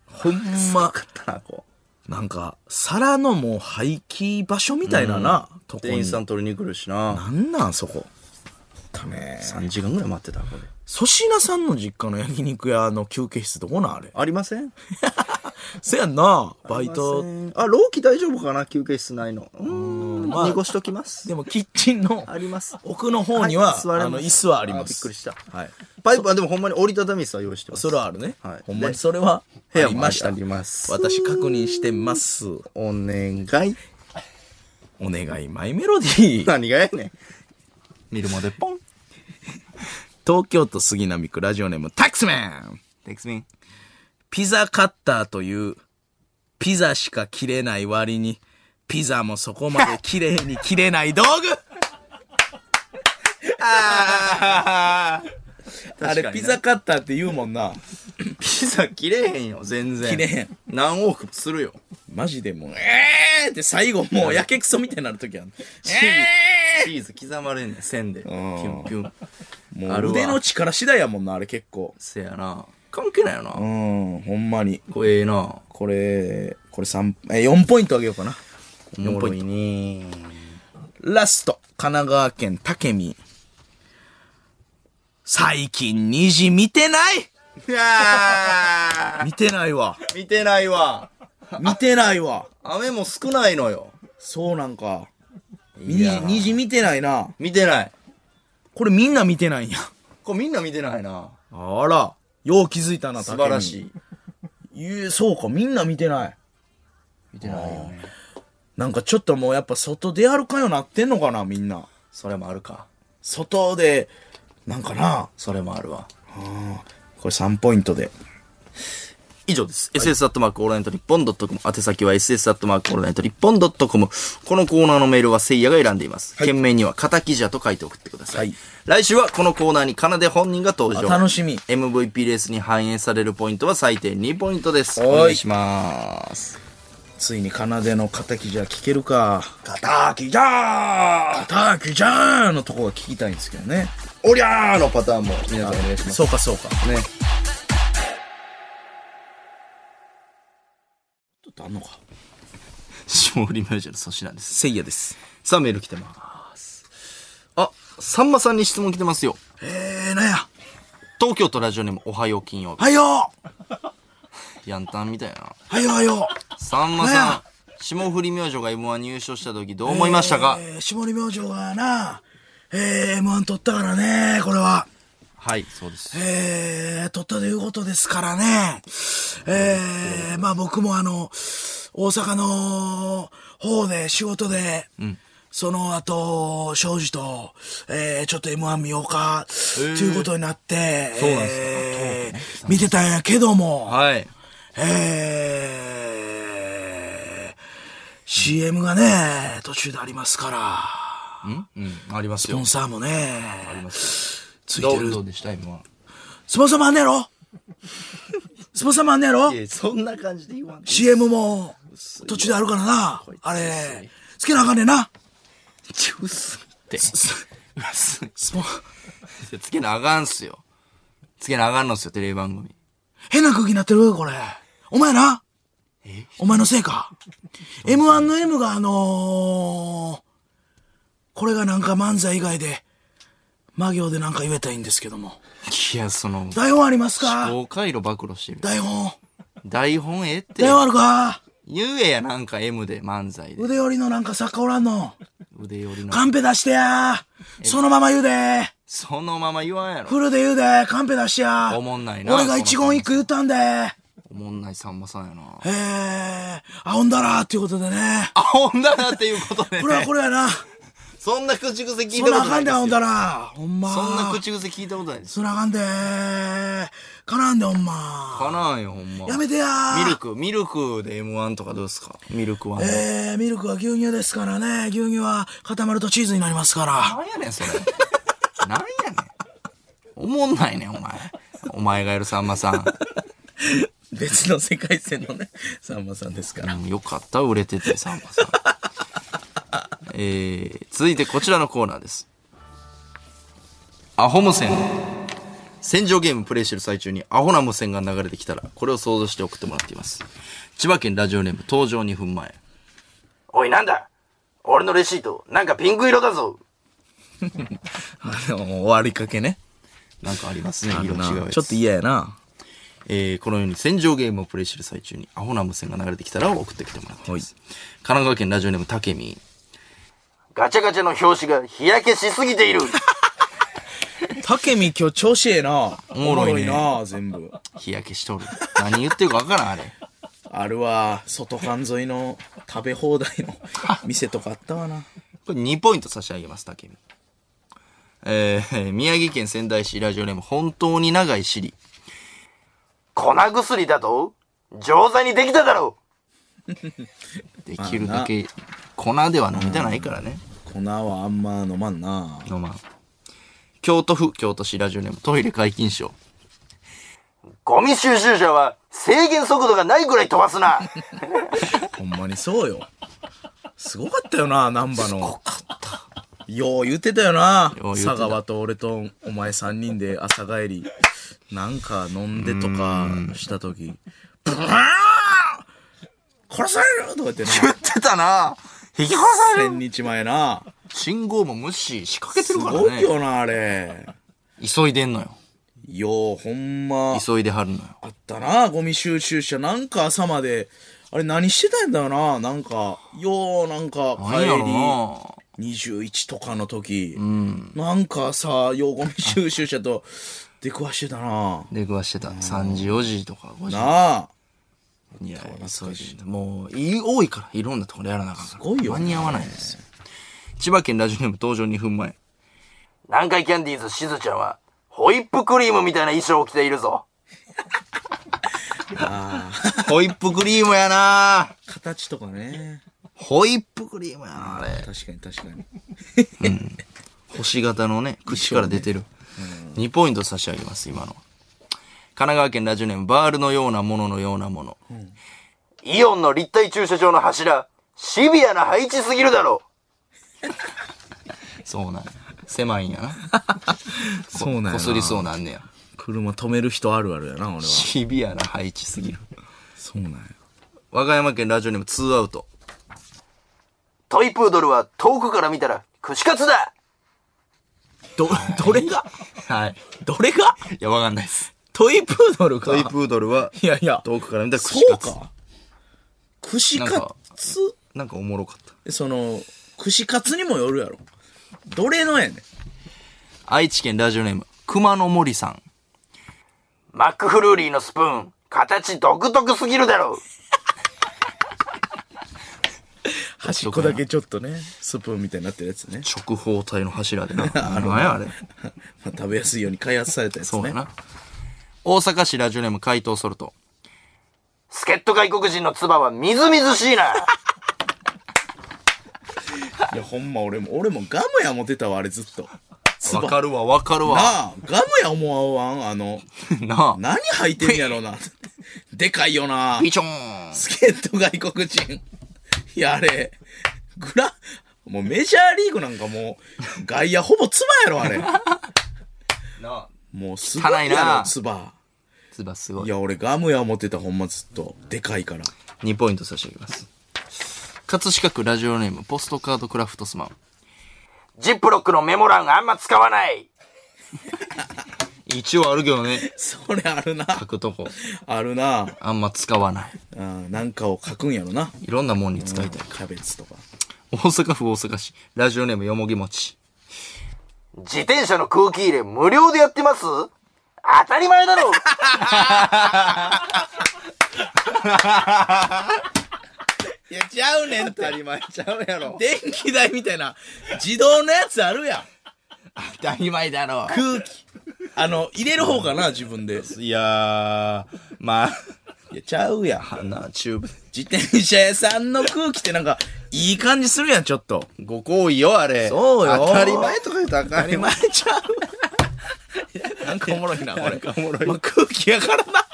Speaker 2: ほんま、
Speaker 1: たな、こう。
Speaker 2: なんか、皿のもう廃棄場所みたいなな、とこ
Speaker 1: 店
Speaker 2: に
Speaker 1: 員。さん取りに来るしな。
Speaker 2: なんなん、そこ。だね。
Speaker 1: 3時間ぐらい待ってた、これ。
Speaker 2: 粗品さんの実家の焼肉屋の休憩室どこなんあれ。
Speaker 1: ありません
Speaker 2: せやんな、バイ
Speaker 1: あり
Speaker 2: ト。
Speaker 1: ませんあ、老期大丈夫かな休憩室ないの。うーん。
Speaker 2: まあ
Speaker 1: 濁しときます。
Speaker 2: でも、キッチンの
Speaker 1: あります。
Speaker 2: 奥の方には、
Speaker 1: い座れます
Speaker 2: あの、椅子はありま
Speaker 1: あ
Speaker 2: す。
Speaker 1: びっくりした。
Speaker 2: はい。
Speaker 1: パイプはでもほんまに折りたたみ椅子は用意してます。
Speaker 2: それはあるね。
Speaker 1: はい
Speaker 2: ほんまに
Speaker 1: で
Speaker 2: それは、あ
Speaker 1: 部屋
Speaker 2: り
Speaker 1: もあ
Speaker 2: ま
Speaker 1: り
Speaker 2: した。
Speaker 1: あります
Speaker 2: 私確認してます。
Speaker 1: お願い。
Speaker 2: お願い、マイメロディ *laughs* ー。
Speaker 1: 何がやねん。見るまでポン。
Speaker 2: 東京都杉並区ラジオネーム、タックスメン
Speaker 1: テイクスミン。
Speaker 2: ピザカッターという、ピザしか切れない割に、ピザもそこまで綺麗に切れない道具 *laughs* あーあ
Speaker 1: 確かにな
Speaker 2: れ、ピザカッターって言うもんな。
Speaker 1: ピザ切れへんよ、全然。
Speaker 2: 切れへん。
Speaker 1: 何往復もするよ。
Speaker 2: マジでもう、えーって最後もうやけくそみたいになるときある。
Speaker 1: チーズ刻まれんねん、線で。ピュンピュン。
Speaker 2: も
Speaker 1: あるわ
Speaker 2: う腕の力次第やもんな、あれ結構。
Speaker 1: せやな。関係ないよ
Speaker 2: う
Speaker 1: な。
Speaker 2: ん、ほんまに。
Speaker 1: これええな。
Speaker 2: これ、これ3、え、4ポイントあげようかな。
Speaker 1: おもろいね。
Speaker 2: ラスト、神奈川県武見。最近虹見てない
Speaker 1: いや
Speaker 2: 見てないわ。
Speaker 1: ー見てないわ。
Speaker 2: 見てないわ。
Speaker 1: 雨も少ないのよ。
Speaker 2: そうなんか。
Speaker 1: いやー
Speaker 2: 虹虹見てないな。
Speaker 1: 見てない。
Speaker 2: これみんな見てないんや。
Speaker 6: これみんな見てないな。
Speaker 2: あら、よう気づいたな、
Speaker 6: 素晴らしい。
Speaker 2: い。えそうか、みんな見てない。
Speaker 6: 見てないよね。
Speaker 2: なんかちょっともうやっぱ外出歩かんようになってんのかな、みんな。
Speaker 6: それもあるか。
Speaker 2: 外で、なんかな、
Speaker 6: それもあるわ。
Speaker 2: これ3ポイントで。
Speaker 1: 以上です。ss アットマークオールナイトニッポンドットコム。宛先は ss アットマークオールナイトニッポンドットコム。このコーナーのメールはせいやが選んでいます。件名には、カタキジャと書いて送ってください。
Speaker 2: はい
Speaker 1: 来週はこのコーナーに奏で本人が登場。
Speaker 2: あ楽しみ
Speaker 1: MVP レースに反映されるポイントは最低2ポイントです。
Speaker 2: はい
Speaker 1: お願いします。
Speaker 2: ついに奏での敵じゃ聞けるか。
Speaker 6: ガターキじゃー
Speaker 2: 敵じゃーのとこが聞きたいんですけどね。
Speaker 6: おりゃーのパターンも皆さんお願いします。
Speaker 2: そうかそうか。
Speaker 6: ね。
Speaker 2: ちょっとあんのか。
Speaker 1: 霜降り明星の粗品です。
Speaker 2: せいやです。
Speaker 1: さあメール来てます。あ、さんまさんに質問来てますよ。
Speaker 2: えー、なんや。
Speaker 1: 東京都ラジオネームおはよう金曜
Speaker 2: はよ
Speaker 1: 日。ヤンタンみたいな。
Speaker 2: はよはよ
Speaker 1: さんま
Speaker 2: なん
Speaker 1: さ
Speaker 2: や
Speaker 1: ん、霜降り明星が M1 入賞した時どう思いましたか、
Speaker 2: えー、下り明星がな、えー、M1 取ったからね、これは。
Speaker 1: はい、そうです。
Speaker 2: えー、取ったということですからね。えー、まあ僕もあの、大阪の方で仕事で、その後、庄司と、えー、ちょっと M1 見ようか、ということになって、
Speaker 1: そうなんですか
Speaker 2: えー見てたんやけども、
Speaker 1: はい。
Speaker 2: えー、CM がね、途中でありますから、
Speaker 1: んうん、あります
Speaker 2: スポ
Speaker 1: よ
Speaker 2: ン。サーも
Speaker 1: あり
Speaker 2: ね、
Speaker 1: ます
Speaker 2: つい
Speaker 1: よ。
Speaker 2: て
Speaker 1: どうど
Speaker 2: る
Speaker 1: う。でした ?M1。
Speaker 2: スポンサーもあんねやろスポンサーもあんねやろ
Speaker 1: え、そんな感じで言わん
Speaker 2: ?CM も途中であるからな
Speaker 1: い、
Speaker 2: あ
Speaker 1: 薄
Speaker 2: れ
Speaker 1: い、
Speaker 2: つけなあかんねんな。
Speaker 1: ちゅうすって。
Speaker 2: ス
Speaker 1: 薄い
Speaker 2: スポン、
Speaker 1: つけなあかんっすよ。つけなあかんのっすよ、テレビ番組。
Speaker 2: 変な空気になってるこれ。お前なお前のせいか ?M1 の M があのー、これがなんか漫才以外で、魔行でなんか言えたらいいんですけども。
Speaker 1: いや、その、
Speaker 2: 台本ありますか
Speaker 1: 公開路暴露してる。
Speaker 2: 台本。
Speaker 1: 台本ええって
Speaker 2: 台。本あるか
Speaker 1: 言えや、なんか M で漫才で。
Speaker 2: 腕よりのなんか作家おらんの。
Speaker 1: 腕よりの。
Speaker 2: カンペ出してやそのまま言うで
Speaker 1: そのまま言わんやろ。
Speaker 2: フルで言うでカンペ出してや
Speaker 1: おもんないな
Speaker 2: 俺が一言一句言ったんで
Speaker 1: おもんないさんまさんやな。
Speaker 2: えー、あほんだらっていうことでね。
Speaker 1: あ、ほんだなっていうことで、ね。
Speaker 2: これはこれや
Speaker 1: *laughs*
Speaker 2: な。
Speaker 1: そんな口癖聞いた
Speaker 2: そ
Speaker 1: こ
Speaker 2: ん
Speaker 1: と
Speaker 2: なあ
Speaker 1: な
Speaker 2: か
Speaker 1: い
Speaker 2: ん
Speaker 1: です
Speaker 2: で、
Speaker 1: よ。
Speaker 2: あほんだら。ほんま。
Speaker 1: そんな口癖聞いたことないです。
Speaker 2: そんなあかんでかなんでほんま。
Speaker 1: かなんよ、ほんま。
Speaker 2: やめてや
Speaker 1: ミルク、ミルクで M1 とかどうですかミルクは。な
Speaker 2: えー、ミルクは牛乳ですからね。牛乳は固まるとチーズになりますから。
Speaker 1: んやねん、それ。なんやねん。おもんないねん、お前。お前がやるさんまさん。
Speaker 2: 別の世界線のね、さんまさんですから。
Speaker 1: うんよかった、売れてて、さんまさん。 *laughs* えー、続いてこちらのコーナーです。アホ無線。戦場ゲームプレイしてる最中にアホな無線が流れてきたら、これを想像して送ってもらっています。千葉県ラジオネーム登場2分前。おい、なんだ俺のレシート、なんかピンク色だ *laughs* ぞ
Speaker 2: あの、終わりかけね。
Speaker 1: なんかありますね、
Speaker 2: あ
Speaker 1: 色
Speaker 2: るな
Speaker 1: 違うやつ。
Speaker 2: ちょっと嫌やな。
Speaker 1: えーこのように戦場ゲームをプレイしてる最中にアホな無線が流れてきたらを送ってきてもらっています。神奈川県ラジオネームたけみ。ガチャガチャの表紙が日焼けしすぎてい *laughs* る
Speaker 2: たけみ今日調子ええな。お
Speaker 1: もろいね
Speaker 2: もろいな、全部。
Speaker 1: 日焼けしとる。何言ってるかわからん、あれ。
Speaker 2: あるわ、外間沿いの食べ放題の店とかあったわな。
Speaker 1: これ2ポイント差し上げます、たけみ。えー宮城県仙台市ラジオネーム本当に長い尻。粉薬だと錠剤にできただろう *laughs* できるだけ粉では飲みたないからね。
Speaker 2: 粉はあんま飲まんな。
Speaker 1: のまん京都府京都市ラジオネームトイレ解禁賞ゴミ収集車は制限速度がないぐらい飛ばすな
Speaker 2: ほんまにそうよ。すごかったよな、難波の。すごかった。よう言ってたよな。
Speaker 1: よう言ってた
Speaker 2: 佐川と俺とお前3人で朝帰り、なんか飲んでとかした時、ブワー殺されるとか言ってな。
Speaker 1: 言ってたな引き殺される
Speaker 2: 1000日前な。
Speaker 1: 信号も無視仕掛けて
Speaker 2: す
Speaker 1: るか
Speaker 2: ご
Speaker 1: ら
Speaker 2: い
Speaker 1: ね
Speaker 2: よな、あれ。
Speaker 1: 急いでんのよ
Speaker 2: よう、ほんま。
Speaker 1: 急いではるのよ
Speaker 2: あったな、ゴミ収集車。なんか朝まで、あれ何してたんだよな。なんか、よう、なんか
Speaker 1: 何や
Speaker 2: 帰
Speaker 1: ろ
Speaker 2: り、
Speaker 1: な
Speaker 2: 21とかの時、なんかさ、用語の収集者と出くわしてたな
Speaker 1: 出くわしてた。3時、4時とか5時。
Speaker 2: なあ
Speaker 1: いや、忙しい。もう、い多いから、いろんなところでやらなあかんから。す
Speaker 2: ごいよね
Speaker 1: 間に合わないんですよ。千葉県ラジオネーム登場2分前。南海キャンディーズしずちゃんは、ホイップクリームみたいな衣装を着ている *laughs* ぞ。 *laughs* ホイップクリームやな
Speaker 2: 形とかね。
Speaker 1: ホイップクリームやなあれ。
Speaker 2: 確かに確かに。
Speaker 1: 星型のね、口から出てる。2ポイント差し上げます、今の。神奈川県ラジオネーム、バールのようなもののようなもの。イオンの立体駐車場の柱、シビアな配置すぎるだろ *laughs* そうなんや狭いんやな。
Speaker 2: そうなんや
Speaker 1: こ
Speaker 2: な
Speaker 1: すりそうなんねや。
Speaker 2: 車止める人あるあるやな、俺は。
Speaker 1: シビアな配置すぎる。
Speaker 2: そうなんや。
Speaker 1: 和歌山県ラジオネーム2アウト。トイプードルは遠くから見たら串カツだ
Speaker 2: ど、どれが
Speaker 1: はい。
Speaker 2: どれが
Speaker 1: いや、わかんないです。
Speaker 2: トイプードルか。
Speaker 1: トイプードルはい
Speaker 2: やいや。
Speaker 1: 遠くから見たら
Speaker 2: そ
Speaker 1: 串カ
Speaker 2: う
Speaker 1: ツ。
Speaker 2: か。串
Speaker 1: なん
Speaker 2: カ
Speaker 1: か
Speaker 2: ツ
Speaker 1: なんかおもろかった。
Speaker 2: その、串カツにもよるやろ。どれのやねん。
Speaker 1: 愛知県ラジオネーム、熊野森さん。マックフルーリーのスプーン、形独特すぎるだろ
Speaker 2: 端っこだけちょっとね、スプーンみたいになってるやつね。
Speaker 1: 直方体の柱でな。 *laughs* あのやあれ。
Speaker 2: まあ、食べやすいように開発されたやつ
Speaker 1: そ
Speaker 2: ね。
Speaker 1: うやな。大阪市ラジオネーム、怪盗ソルト。助っ人外国人の唾はみずみずしいな
Speaker 2: いや、ほんま俺も、俺もガムや思ってたわ、あれずっと。
Speaker 1: *laughs*
Speaker 2: 唾
Speaker 1: わかるわ、わかる
Speaker 2: な
Speaker 1: わ。
Speaker 2: あ、ガムや思わんわん、あの、
Speaker 1: なあ。
Speaker 2: 何履いてんやろな。 *laughs* でかいよな。
Speaker 1: ピチョーン
Speaker 2: スケート外国人。いや、あれ、グラ、もうメジャーリーグなんかもう、外野ほぼ妻やろ、あれ。
Speaker 1: なあ。
Speaker 2: もうすごい
Speaker 1: 汚いな
Speaker 2: やろ、妻。
Speaker 1: 唾すご
Speaker 2: い
Speaker 1: い。
Speaker 2: や、俺ガムや思ってた、ほんまずっと。でかいから。
Speaker 1: 2ポイント差し上げます。葛飾区ラジオネーム、ポストカードクラフトスマン。ジップロックのメモ欄あんま使わない一応あるけどね。
Speaker 2: それあるな。
Speaker 1: 書くとこ。
Speaker 2: あるな。
Speaker 1: あんま使わない。
Speaker 2: うん、なんかを書くんやろな。
Speaker 1: いろんなもんに使いたい。
Speaker 2: キャベツとか。
Speaker 1: 大阪府大阪市、ラジオネームよもぎもち。自転車の空気入れ無料でやってます当たり前だろ
Speaker 2: いや、ちゃうねんって。
Speaker 1: 当たり前ちゃうやろ。
Speaker 2: 電気代みたいな、自動のやつあるやん。
Speaker 1: 当たり前だろ。
Speaker 2: 空気。あの、入れる方かな、自分で。
Speaker 1: いやー、まあ、
Speaker 2: いや、ちゃうやん。
Speaker 1: な、チューブ。
Speaker 2: 自転車屋さんの空気ってなんか、いい感じするやん、ちょっと。
Speaker 1: ご好意よ、あれ。
Speaker 2: そうよ
Speaker 1: 当たり前とか言うとあかんよ。
Speaker 2: 前ちゃう。なんかおもろいな、これ。
Speaker 1: おもろい
Speaker 2: まあ、空気やからな。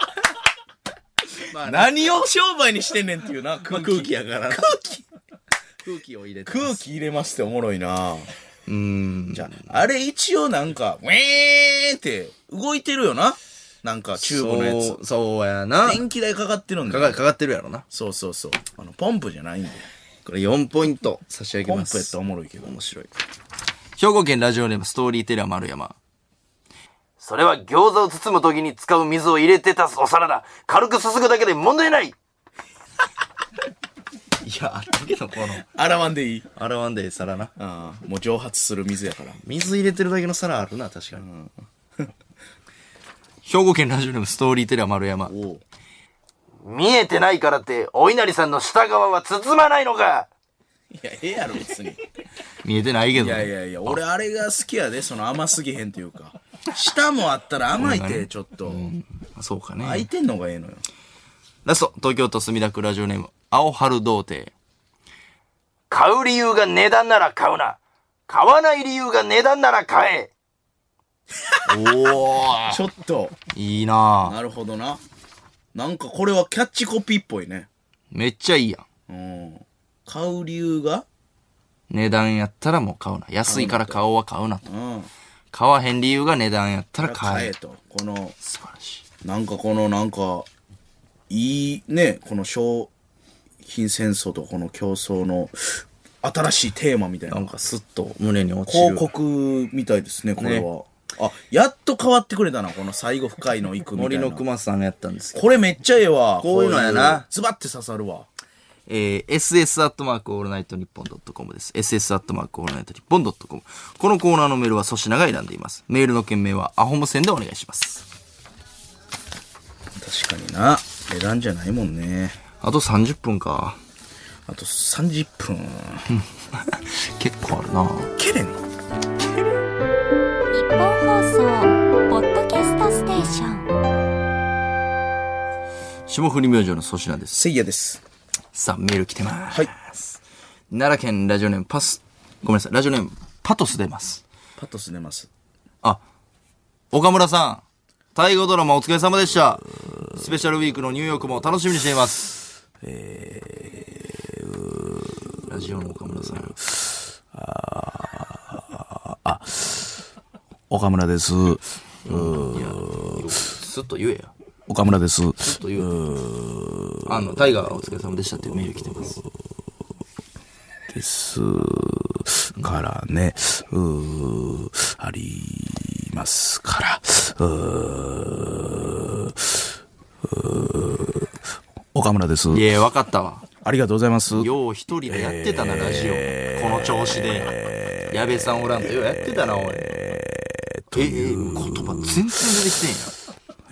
Speaker 2: 何を商売にしてんねんっていうな、空気,、やから空気。
Speaker 1: 空気を入れて。
Speaker 2: 空気入れますっておもろいな。
Speaker 1: うーん。
Speaker 2: じゃあ、あれ一応なんか、ウェーンって動いてるよな。なんかチューブのや
Speaker 1: そう、そうやな。
Speaker 2: つ。電気代かかってるんだ
Speaker 1: か
Speaker 2: よ
Speaker 1: かかかってるやろな。
Speaker 2: そうそうそう。あの、ポンプじゃないんで。
Speaker 1: これ4ポイント差し上げ
Speaker 2: ポン
Speaker 1: ま
Speaker 2: プやっ
Speaker 1: す。
Speaker 2: たらおもろいけど。
Speaker 1: 面白い。兵庫県ラジオネームストーリーテラー丸山。それは餃子を包む時に使う水を入れてたお皿だ。軽くすすぐだけで問題 *laughs* ないいや、あったけど、この、
Speaker 2: 洗わんでいい。
Speaker 1: 洗わんでええ皿な。
Speaker 2: ああ、もう蒸発する水やから。
Speaker 1: 水入れてるだけの皿あるな、確かに。 *laughs* 兵庫県ラジオネームストーリーテラー丸山。
Speaker 2: おう
Speaker 1: 見えてないからって、お稲荷さんの下側は包まないのか
Speaker 2: いや、ええやろ、別に。い
Speaker 1: 見えてないけどね。
Speaker 2: やいやいや、俺あれが好きやで、その甘すぎへんというか。舌もあったら甘いて、ちょっと。
Speaker 1: そうかね。
Speaker 2: 開いてんのがええのよ。
Speaker 1: ラスト、東京都墨田区ラジオネーム、青春童貞。買う理由が値段なら買うな。買わない理由が値段なら買え。
Speaker 2: ちょっと。
Speaker 1: いいなぁ。
Speaker 2: なるほどな。なんかこれはキャッチコピーっぽいね。
Speaker 1: めっちゃいいやん。
Speaker 2: うん。買う理由が
Speaker 1: 値段やったらもう買うな。安いから買おうは買うなと。
Speaker 2: うん。
Speaker 1: 買わへん理由が値段やったら買
Speaker 2: 買
Speaker 1: え
Speaker 2: え。と。この、
Speaker 1: 素晴らし
Speaker 2: なんかこのなんか、いいね、この商品戦争とこの競争の新しいテーマみたい
Speaker 1: い。な。
Speaker 2: なん
Speaker 1: かスッと胸に落ち
Speaker 2: 広
Speaker 1: る。
Speaker 2: 告みたいですね、これは。あ、やっと変わってくれたな、この最後深いの行くみたい
Speaker 1: 森
Speaker 2: な。
Speaker 1: の熊さんがやったんですけど。
Speaker 2: これめっちゃええわ。
Speaker 1: こういうのやな
Speaker 2: こういうズバッて刺さるわ。
Speaker 1: えー、ss アットマークオールナイトニッポンドットコムです。ss アットマークオールナイトニッポンドットコム。このコーナーのメールは粗品が選んでいます。メールの件名はアホ無線でお願いします。
Speaker 2: 確かにな。値段じゃないもんね。
Speaker 1: あと30分か。
Speaker 2: あと30分。
Speaker 1: 結構あるな
Speaker 2: けれんの
Speaker 3: 日本放送ポッドキャストステーション
Speaker 1: 霜降り明星の粗品です。
Speaker 2: せいやです。
Speaker 1: さあ、メール来てます。
Speaker 2: はい。
Speaker 1: 奈良県ラジオネームパス、ごめんなさい、ラジオネームパトス出ます。
Speaker 2: パトス出ます。
Speaker 1: あ、岡村さん、大河ドラマお疲れ様でした。スペシャルウィークのニューヨークも楽しみにしています。えー、ラジオの岡村さん。
Speaker 2: 岡村です。
Speaker 1: すっと言えや。
Speaker 2: 岡村です。
Speaker 1: すっと言う。あの、大河お疲れ様でしたっていうメール来てます。
Speaker 2: です。からね、うーありますから、うーうー岡村です。
Speaker 1: いや、わかったわ。
Speaker 2: ありがとうございます。
Speaker 1: よう一人でやってたな、ラジオ。この調子で。矢部さんおらんとようやってたな、おい。え、え、言葉全然出てきてんや。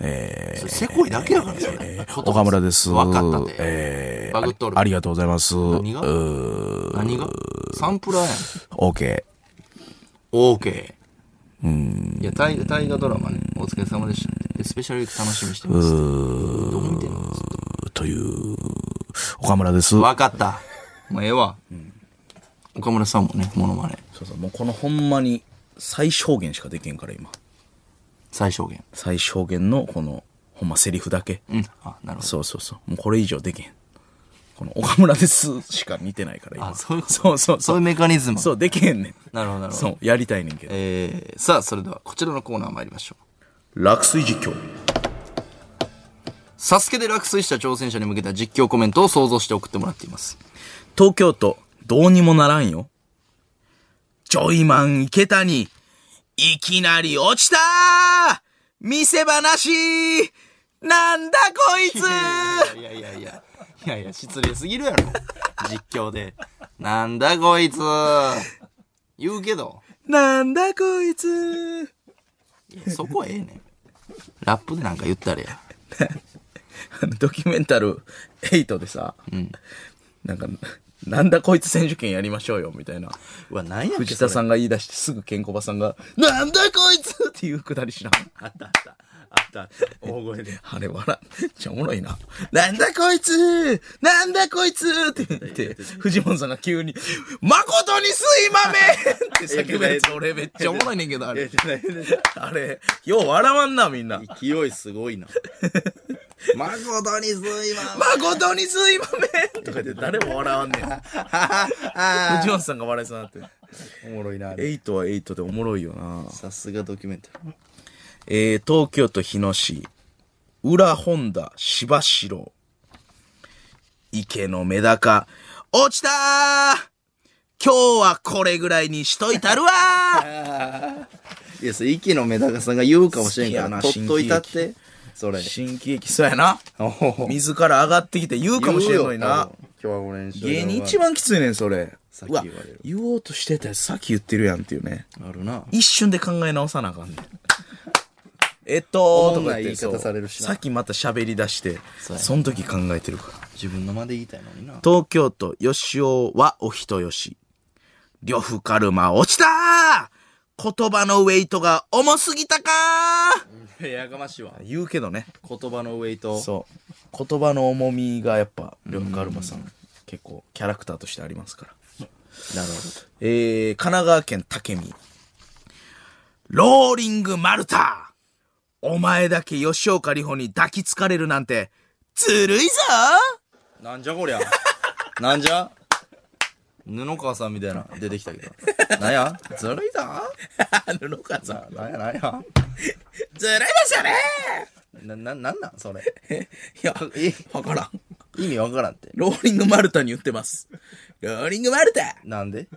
Speaker 1: ええ。せこいだけやから、それ。言葉
Speaker 2: 岡村です。
Speaker 1: わかったで。
Speaker 2: えー
Speaker 1: バグっとる
Speaker 2: あありがとうございます。
Speaker 1: 何が何がサンプラーやん。
Speaker 2: OK。
Speaker 1: オーケー。うん。いや、大河、大河ドラマね、お疲れ様でしたね。で、スペシャルウィーク楽しみにしてます。どう見てんの
Speaker 2: という、岡村です。
Speaker 1: わかった。もうええわ。岡村さんもね、モノマネ。
Speaker 2: そうそう、もうこのほんまに最小限しかできんから今。
Speaker 1: 最小限。
Speaker 2: 最小限のこの、ほんまセリフだけ。
Speaker 1: うん。あ、なるほど。
Speaker 2: そうそうそう。もうこれ以上できへん。この岡村ですしか見てないから今。
Speaker 1: あそういうこと
Speaker 2: そうそ
Speaker 1: そう
Speaker 2: うそ
Speaker 1: いう
Speaker 2: う。
Speaker 1: メカニズム。
Speaker 2: そう、できへんねん。
Speaker 1: なるほど、なるほど。
Speaker 2: そう、やりたいねんけど。
Speaker 1: えー、さあ、それではこちらのコーナー参りましょう。
Speaker 2: 落水実況。
Speaker 1: サスケで落水した挑戦者に向けた実況コメントを想像して送ってもらっています。
Speaker 2: 東京都、どうにもならんよ。ジョイマン池谷、いきなり落ちたー見せ場なしなんだこ
Speaker 1: *laughs*
Speaker 2: いつ
Speaker 1: いやいやいや。いやいや、失礼すぎるやろ。実況で。なんだこいつ。言うけど、
Speaker 2: なんだこいつ
Speaker 1: いやそこええねん。ラップでなんか言ったらや。
Speaker 2: あのドキュメンタル8でさ、なんか、なんだこいつ選手権やりましょうよ、みたいな。
Speaker 1: うわ、なんや
Speaker 2: 藤田さんが言い出してすぐケンコバさんが、なんだこいつっていうくだり知らん。
Speaker 1: あったあった。あった。大声で。
Speaker 2: *laughs* あれ笑っ、めっちゃおもろいな。なんだこいつなんだこいつって言って、藤本さんが急に、誠にすいまめんって叫ぶやつ、俺めっちゃおもろいねんけど、あれ。あれ、よう笑わんな、みんな。
Speaker 1: 勢いすごいな。誠にすいま
Speaker 2: 誠にすいまめんとか言って誰も笑わんねん。藤本さんが笑いそうになって。
Speaker 1: せん。おもろいな。
Speaker 2: エイトはエイトでおもろいよな。
Speaker 1: さすがドキュメンタリー。
Speaker 2: えー、東京都日野市、裏本田芝城、池のメダカ、落ちたー今日はこれぐらいにしといたるわ
Speaker 1: *laughs*
Speaker 2: ー
Speaker 1: いや、それ、息のメダカさんが言うかもしれんからな。
Speaker 2: 好
Speaker 1: 取
Speaker 2: きや
Speaker 1: っ
Speaker 2: な
Speaker 1: といたって。そ *laughs* れ。
Speaker 2: 新喜劇、そうやな。
Speaker 1: おお
Speaker 2: 自ら上がってきて言うかもしれんのにな。
Speaker 1: 言うよ。多分今日はご練習。
Speaker 2: 芸人一番きついねん、それ。
Speaker 1: さっき
Speaker 2: う
Speaker 1: 言わ
Speaker 2: わ
Speaker 1: れる、
Speaker 2: 言おうとしてたやつさっき言ってるやんっていうね。
Speaker 1: あるな。
Speaker 2: 一瞬で考え直さなあかん *laughs* ねん。えっと、
Speaker 1: おも
Speaker 2: と
Speaker 1: ん
Speaker 2: か
Speaker 1: な
Speaker 2: 言っ
Speaker 1: い
Speaker 2: てそう
Speaker 1: 言い方されるしな
Speaker 2: さっきまた喋り出して、
Speaker 1: うやな
Speaker 2: その時考えてるから。
Speaker 1: 自分の間で言いたいのにな。
Speaker 2: 東京都吉尾はお人よし。呂布カルマ落ちたー言葉のウェイトが重すぎたか
Speaker 1: やかましいわ
Speaker 2: ー。言うけどね。
Speaker 1: 言葉のウェイト。
Speaker 2: そう。言葉の重みがやっぱ、呂布カルマさん、結構キャラクターとしてありますから。
Speaker 1: なるほ
Speaker 2: えー、神奈川県武見。ローリング丸太お前だけ吉岡里帆に抱きつかれるなんて、ずるいぞ
Speaker 1: ど。なんじゃこりゃ。 *laughs* なんじゃ布川さんみたいな、出てきたけど。 *laughs* なんやずるいだ
Speaker 2: ー *laughs* 布川さん。
Speaker 1: なんやなんや
Speaker 2: ずるいですよね
Speaker 1: な、な、なんなんそれ。
Speaker 2: いや、
Speaker 1: え、
Speaker 2: わからん。
Speaker 1: 意味わからんって。
Speaker 2: ローリングマルタに言ってます。ローリングマルタ
Speaker 1: なんで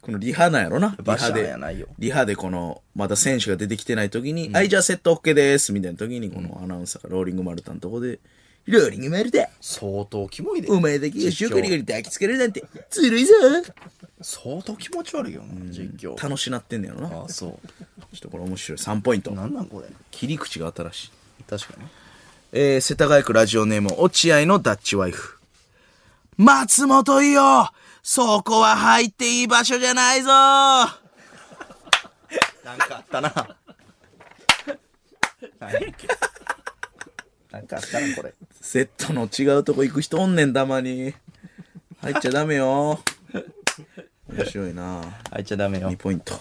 Speaker 2: このリハなんやろな。リ
Speaker 1: バシ
Speaker 2: ハ
Speaker 1: ャー
Speaker 2: で
Speaker 1: や。ないよ。
Speaker 2: リハでこの、まだ選手が出てきてない時に、はい、じゃあセット OK です、みたいな時に、このアナウンサーがローリングマルタのとこでローリングメールだ。
Speaker 1: 相当キモいで。
Speaker 2: お前だけがショコリゴに抱きつかれるなんて、ずるいぞ。
Speaker 1: 相当気持ち悪いよな、実況。
Speaker 2: 楽しなってんねやろな。ち
Speaker 1: あ
Speaker 2: ょ
Speaker 1: あ、そ
Speaker 2: っとこれ面白い。3ポイント
Speaker 1: う。。なんなんこれ。
Speaker 2: 切り口が新しい。
Speaker 1: 確かに。
Speaker 2: えー、世田谷区ラジオネーム、落合のダッチワイフ。松本伊代そこは入っていい場所じゃないぞ
Speaker 1: なんかあった *laughs* な。何やっけ。なんかあったな、これ。
Speaker 2: セットの違うとこ行く人おんねん、たまに。入っちゃダメ *laughs* よ。面白いな
Speaker 1: 入っちゃダメよ
Speaker 2: 2。ポイント。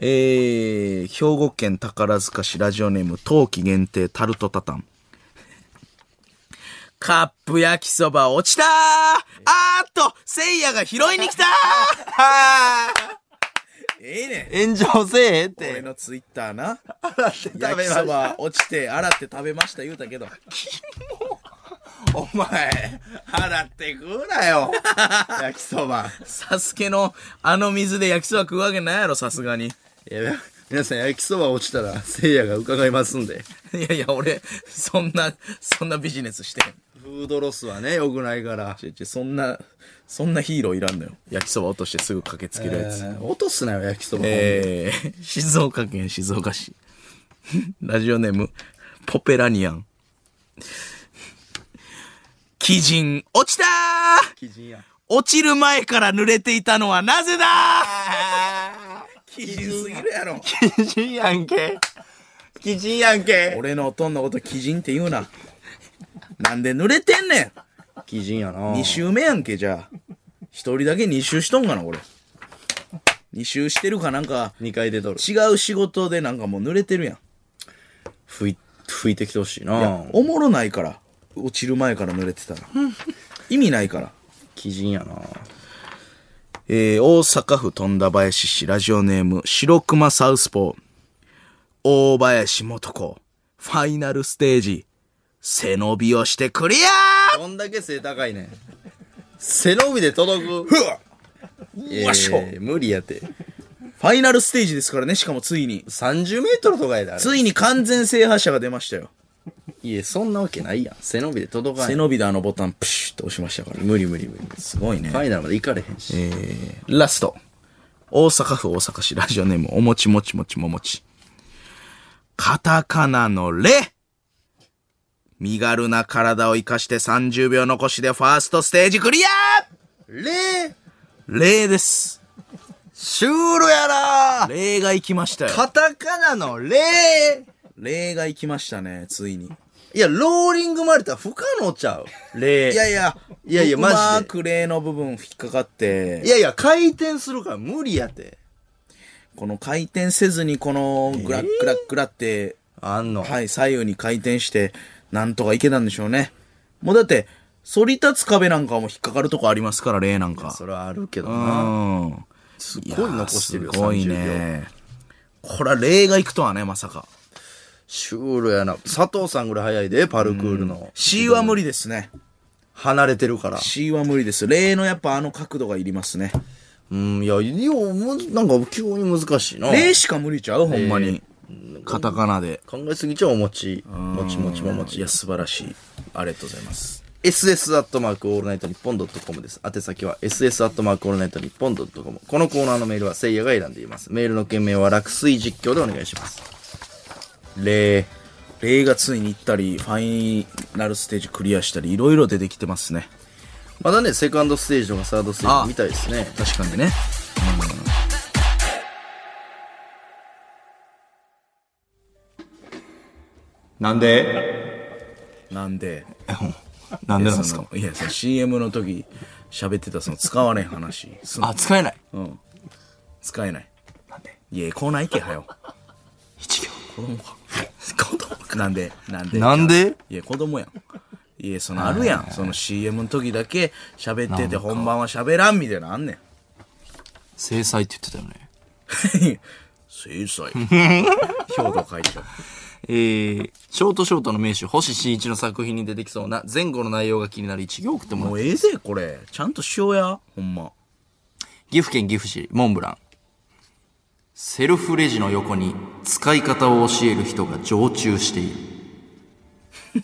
Speaker 2: えー、兵庫県宝塚市ラジオネーム、冬季限定タルトタタン。カップ焼きそば落ちたーあーっと、せいやが拾いに来たー *laughs* ええねん。
Speaker 1: 炎上せえへんっ
Speaker 2: 俺
Speaker 1: て。
Speaker 2: のツイッターな。
Speaker 1: *laughs* 食べ
Speaker 2: 焼
Speaker 1: ま
Speaker 2: き
Speaker 1: し
Speaker 2: そ
Speaker 1: た。
Speaker 2: ば落ちて、洗って食べました言うたけど。
Speaker 1: お前、払って食うなよ。 *laughs* 焼きそば。
Speaker 2: サスケのあの水で焼きそば食うわけないやろ、さすがに。
Speaker 1: いや皆さん焼きそば落ちたら、せいやが伺いますんで。
Speaker 2: *laughs* いやいや、俺、そんな、そんなビジネスしてへん。
Speaker 1: フードロスはね、良くないから。
Speaker 2: 違う違うそんな、そんなヒーローいらんのよ。焼きそば落としてすぐ駆けつけるやつ。
Speaker 1: えー落とすなよ、焼きそば。
Speaker 2: えー、 *laughs* 静岡県静岡市。ラジオネーム、ポペラニアン。鬼人、落ちたー
Speaker 1: 鬼人や。
Speaker 2: 落ちる前から濡れていたのはなぜだー鬼人すぎるやろ。
Speaker 1: 鬼人やんけ。鬼人やんけ。
Speaker 2: 俺のおとんのこと鬼人って言うな。なんで濡れてんねん
Speaker 1: 鬼人やな。
Speaker 2: 二周目やんけ、じゃあ。一人だけ二周しとんかな、俺。二周してるかなんか、
Speaker 1: 二回で取る。
Speaker 2: 違う仕事でなんかもう濡れてるやん。
Speaker 1: 拭い、拭いてきてほしい
Speaker 2: いや
Speaker 1: な。
Speaker 2: おもろないから。落ちる前から濡れてたら。意味ないから。
Speaker 1: 鬼人やな。
Speaker 2: えー、大阪府富田林市ラジオネーム、白熊サウスポー。大林素子、ファイナルステージ、背伸びをしてクリア
Speaker 1: どんだけ背高いねん。背伸びで届く。ふわ
Speaker 2: うわっしょ
Speaker 1: えー無理やて。
Speaker 2: ファイナルステージですからね、しかもついに。
Speaker 1: 30メートルとかやで、あれ。
Speaker 2: ついに完全制覇者が出ましたよ。
Speaker 1: いや、そんなわけないやん。背伸びで届かない。
Speaker 2: 背伸びであのボタンプシュッと押しましたから。
Speaker 1: 無理無理無理無理。
Speaker 2: すごいね
Speaker 1: ファイナルまで行かれへんし。
Speaker 2: ラスト。大阪府大阪市ラジオネーム、おもちもちもちももち。カタカナのレ身軽な体を生かして30秒残しでファーストステージクリア
Speaker 1: れ
Speaker 2: レです。
Speaker 1: シュールやな
Speaker 2: レが行きましたよ。
Speaker 1: カタカナのれ
Speaker 2: レが行きましたね、ついに。
Speaker 1: いや、ローリング回れたら不可能ちゃう。
Speaker 2: レ
Speaker 1: いやい
Speaker 2: い
Speaker 1: や、い
Speaker 2: や
Speaker 1: や
Speaker 2: い
Speaker 1: い
Speaker 2: や、
Speaker 1: や、
Speaker 2: マ
Speaker 1: マ
Speaker 2: ジ
Speaker 1: ジ
Speaker 2: で。うま
Speaker 1: で。
Speaker 2: くレの部分引っかかって。
Speaker 1: いやいや、回転するから無理やて。
Speaker 2: この回転せずにこのグラッグラッグラって、
Speaker 1: あんの。
Speaker 2: はい、左右に回転して、なんとかいけたんでしょうね。もうだって、反り立つ壁なんかも引っかかるとこありますから、例なんか。
Speaker 1: それはあるけど
Speaker 2: う
Speaker 1: な。
Speaker 2: ん。
Speaker 1: すっ
Speaker 2: いや
Speaker 1: ごい残してるよ、
Speaker 2: すごい
Speaker 1: 30秒。
Speaker 2: ね。これは例が行くとはね、まさか。
Speaker 1: シュールやな。佐藤さんぐらい早いで、パルクールの。
Speaker 2: C は無理ですね。
Speaker 1: 離れてるから。
Speaker 2: C は無理です。例のやっぱあの角度がいりますね。
Speaker 1: うん、いや、よう、むなんか急に難しいな。
Speaker 2: 例しか無理ちゃうほんまに。カタカナで。
Speaker 1: 考えすぎちゃうお餅。もちもちもも
Speaker 2: い
Speaker 1: ち
Speaker 2: や、。素晴らしい。ありがとうございます。
Speaker 1: ss アットマークオールナイトニッポンドットコムです。宛先は ss アットマークオールナイトニッポンドットコム。このコーナーのメールはせいやが選んでいます。メールの件名は落水実況でお願いします。
Speaker 2: 例。例がついに行ったり、ファイナルステージクリアしたり、いろいろ出てきてますね。
Speaker 1: まだね、セカンドステージとかサードステージみたいですね。
Speaker 2: 確かにね。
Speaker 7: なんで
Speaker 2: なんで。
Speaker 7: なんでなんです
Speaker 2: そ
Speaker 7: か
Speaker 2: のいや、その CM の時、喋ってた、その使わない話。すんの
Speaker 7: あ、使えない。
Speaker 2: うん。使えない。
Speaker 7: なんで
Speaker 2: いや、コーナー行け、はよ。
Speaker 7: 一行。
Speaker 2: 子供か。子供か。なんで、なんで。
Speaker 7: なんで
Speaker 2: いや、子供やん。いや、そのあるやん。その CM の時だけ喋ってて、本番は喋らんみたいなのあんね *laughs* ん。
Speaker 7: 制裁って言ってたよね。
Speaker 2: 制裁。
Speaker 7: *laughs*
Speaker 2: 兵頭会長。
Speaker 7: えー、ショートショートの名手、星新一の作品に出てきそうな前後の内容が気になる一行を送ってもら
Speaker 2: も
Speaker 7: う。
Speaker 2: うええぜ、これ。ちゃんとしようや。ほんま。
Speaker 7: 岐阜県岐阜市、モンブラン。セルフレジの横に使い方を教える人が常駐している。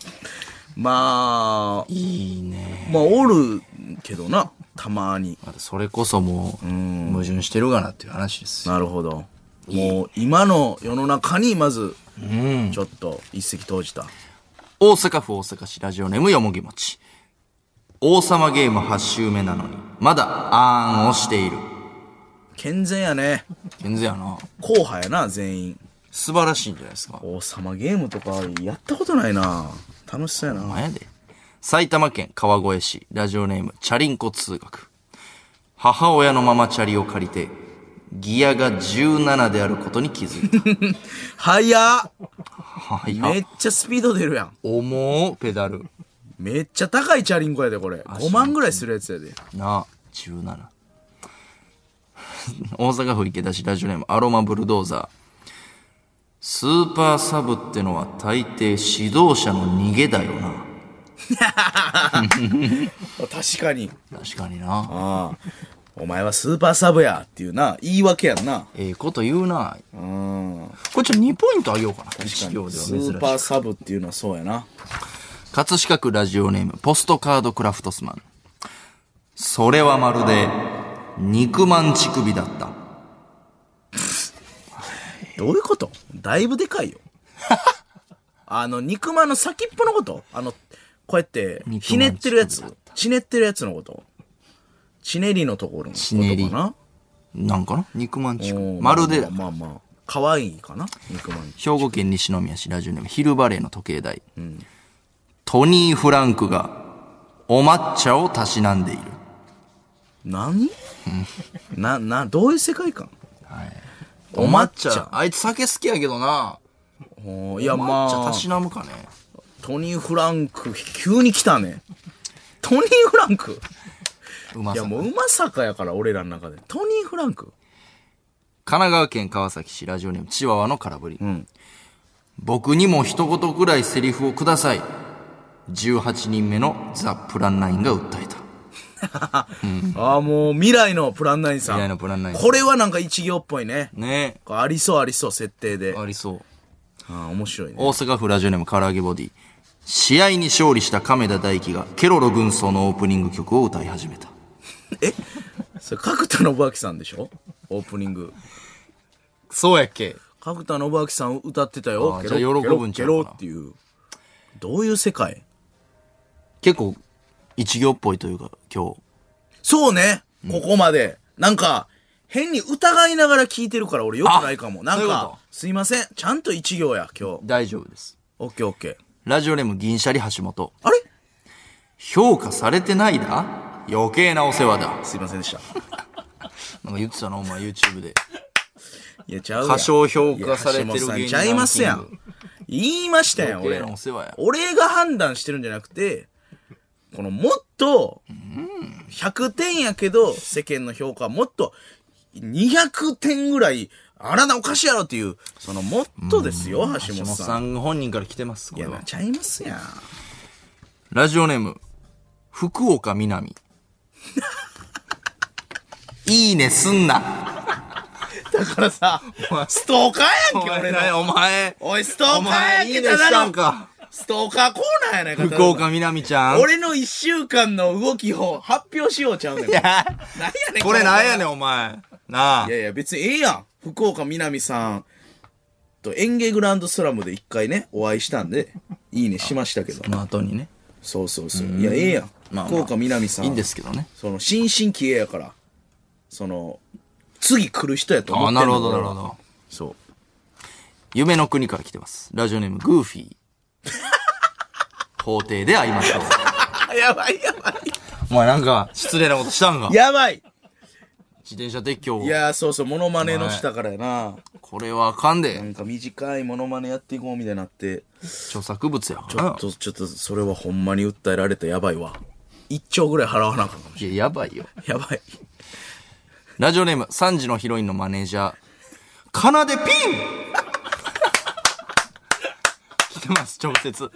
Speaker 2: まあ、
Speaker 1: いいね。
Speaker 2: まあ、おるけどな、たまに。
Speaker 1: まだそれこそもう、矛盾してるかなっていう話ですよ。
Speaker 2: なるほど。もう、今の世の中に、まず、ちょっと一石投じた。
Speaker 1: 大阪府大阪市ラジオネームよもぎもち。王様ゲーム8周目なのに、まだあーんをしている。
Speaker 2: 健全やね。
Speaker 1: 全然やな。
Speaker 2: 後輩やな、全員。
Speaker 1: 素晴らしいんじゃないですか。
Speaker 2: 王様ゲームとか、やったことないな。楽しそうやな。
Speaker 1: 前やで。埼玉県川越市、ラジオネーム、チャリンコ通学。母親のママチャリを借りて、ギアが17であることに気づ
Speaker 2: *laughs*
Speaker 1: い。
Speaker 2: 早った
Speaker 1: はい
Speaker 2: めっちゃスピード出るやん。
Speaker 1: 重うペダル。
Speaker 2: めっちゃ高いチャリンコやで、これ。5万ぐらいするやつやで。
Speaker 1: なあ、17。大阪府池田市ラジオネーム、アロマブルドーザー。スーパーサブってのは大抵指導者の逃げだよな。
Speaker 2: 確かに。
Speaker 1: 確かにな。
Speaker 2: ああ。お前はスーパーサブやっていうな、言い訳やんな。
Speaker 1: ええこと言うな。
Speaker 2: うん。
Speaker 1: これちょっと2ポイントあげようかな。
Speaker 2: 確か
Speaker 1: 一行
Speaker 2: に。
Speaker 1: では
Speaker 2: ス
Speaker 1: 珍しい
Speaker 2: ーパーサブっていうのはそうやな。
Speaker 1: 葛飾区ラジオネーム、ポストカードクラフトスマン。それはまるで、肉まん乳首だった。
Speaker 2: どういうことだいぶでかいよ。 *laughs* あの、肉まんの先っぽのことあの、こうやって、ひねってるやつ
Speaker 1: 肉まん乳首だ。
Speaker 2: ひねってるやつのこと。ちねりのところのことかな。
Speaker 1: ひねりなんかな肉まん乳首。
Speaker 2: おー
Speaker 1: まるでだ。
Speaker 2: まあまあ、可愛いかな肉まん。
Speaker 1: 兵庫県西宮市ラジオネーム、ヒルバレーの時計台。トニー・フランクが、お抹茶をたしなんでいる。
Speaker 2: 何な、な、どういう世界観
Speaker 1: お
Speaker 2: 抹茶
Speaker 1: あいつ酒好きやけどな。
Speaker 2: おーいや、
Speaker 1: お
Speaker 2: ま
Speaker 1: 抹茶
Speaker 2: あ
Speaker 1: た、しなむかね。
Speaker 2: トニー・フランク、急に来たね。トニー・フランク
Speaker 1: うま
Speaker 2: い
Speaker 1: さ
Speaker 2: や、
Speaker 1: か。
Speaker 2: もう、うまさかやから、俺らの中で。トニー・フランク
Speaker 1: 神奈川県川崎市ラジオネームチワワの空振り、僕にも一言くらいセリフをください18人目のザ・プランナインが訴えた
Speaker 2: ああ、もう、未来のプランナインさん。
Speaker 1: 未来のプランナイン
Speaker 2: これはなんか一行っぽいね。
Speaker 1: ね
Speaker 2: これありそうありそう、設定で
Speaker 1: え。ありそう
Speaker 2: ああ、面白いね。
Speaker 1: 大阪府ラジオネーム唐揚げボディ試合に勝利した亀田大輝がケロロ軍曹のオープニング曲を歌い始めた
Speaker 2: それ、角田信明さんでしょオープニング。
Speaker 1: そうやっけ
Speaker 2: 角田信明さん歌ってたよ
Speaker 1: あ。ー
Speaker 2: ケロ
Speaker 1: じゃあ喜ぶんちゃうかな
Speaker 2: ケロケロっていう。どういう世界
Speaker 1: 結構一行っぽいというか今日
Speaker 2: そうね、ここまで。なんか、変に疑いながら聞いてるから俺よくないかも。なん
Speaker 1: そういうこと
Speaker 2: か、すいません。ちゃんと一行や、今日。
Speaker 1: 大丈夫です
Speaker 2: オッケーオッケー。
Speaker 1: ラジオネーム銀シャリ橋本
Speaker 2: あれ
Speaker 1: 評価されてないだ余計なお世話だ
Speaker 2: すいませんでした。
Speaker 1: なんか言ってたなお前 YouTube で
Speaker 2: いや、ちゃうやん。
Speaker 1: 過小評価されてる
Speaker 2: いや橋本さん
Speaker 1: 芸人
Speaker 2: ちゃいますや
Speaker 1: ランキ
Speaker 2: ん。言いましたやん、
Speaker 1: 余計
Speaker 2: 俺
Speaker 1: なお世話や。
Speaker 2: 俺が判断してるんじゃなくて、このもっと、100点やけど、世間の評価はもっと、200点ぐらい、あらなおかしいやろっていう、そのもっとですよ、橋
Speaker 1: 橋
Speaker 2: 本
Speaker 1: 本
Speaker 2: さ
Speaker 1: さ
Speaker 2: ん。
Speaker 1: ん本人から来てます、こ
Speaker 2: い
Speaker 1: れ
Speaker 2: や
Speaker 1: は、。
Speaker 2: ちゃいますやん。
Speaker 1: ラジオネーム、福岡みなみ。 *laughs* いいねすんな。
Speaker 2: だからさ、ストーカーやんけ、俺
Speaker 1: お
Speaker 2: の。
Speaker 1: 前、
Speaker 2: おい、ストーカ
Speaker 1: お前、
Speaker 2: ー
Speaker 1: いい
Speaker 2: や
Speaker 1: ね
Speaker 2: んけ、た
Speaker 1: し
Speaker 2: だ
Speaker 1: た
Speaker 2: の
Speaker 1: ん。か。
Speaker 2: ストーカーコーナーやないか。ただ
Speaker 1: 福
Speaker 2: の
Speaker 1: 岡みなみちゃん。
Speaker 2: 俺の一週間の動きを発表しようちゃうねん。
Speaker 1: いや
Speaker 2: なんやねん
Speaker 1: これなんやね
Speaker 2: ん。
Speaker 1: ん、お前。なあ
Speaker 2: い。やいや、別にええやん。福岡みなみさんと演芸グランドスラムで一回ね、お会いしたんで、いいねしましたけど
Speaker 1: こ。の後にね。
Speaker 2: そうそうそう。いや、ええやん。
Speaker 1: まあまあ
Speaker 2: 福岡みなみさん。
Speaker 1: いいんですけどね。
Speaker 2: その、新進気鋭やから。その、次来る人やと思
Speaker 1: あ
Speaker 2: っ
Speaker 1: あ、
Speaker 2: てん
Speaker 1: な
Speaker 2: の
Speaker 1: るほど、な
Speaker 2: 俺
Speaker 1: る
Speaker 2: は
Speaker 1: ほど。
Speaker 2: そう。
Speaker 1: 夢の国から来てます。ラジオネーム、グーフィー。法廷で会いましょう。
Speaker 2: あ、やばいやばい。
Speaker 1: お前なんか、失礼なことしたんか。
Speaker 2: やばい
Speaker 1: 自転車撤去を
Speaker 2: いやー、そうそう、モノマネの下からやな。
Speaker 1: これはあかん
Speaker 2: な
Speaker 1: で。
Speaker 2: んか短いモノマネやっていこうみたいになって。
Speaker 1: 著作物や
Speaker 2: ち
Speaker 1: から
Speaker 2: ょ
Speaker 1: な
Speaker 2: っ。と、ちょっと、それはほんまに訴えられたやばいわ。一丁ぐらい払わなあかんかもし
Speaker 1: いや、やばいよ。
Speaker 2: れん。やばい。
Speaker 1: ラジオネーム、3時のヒロインのマネージャー、かなでピン *laughs* 来てます、直接。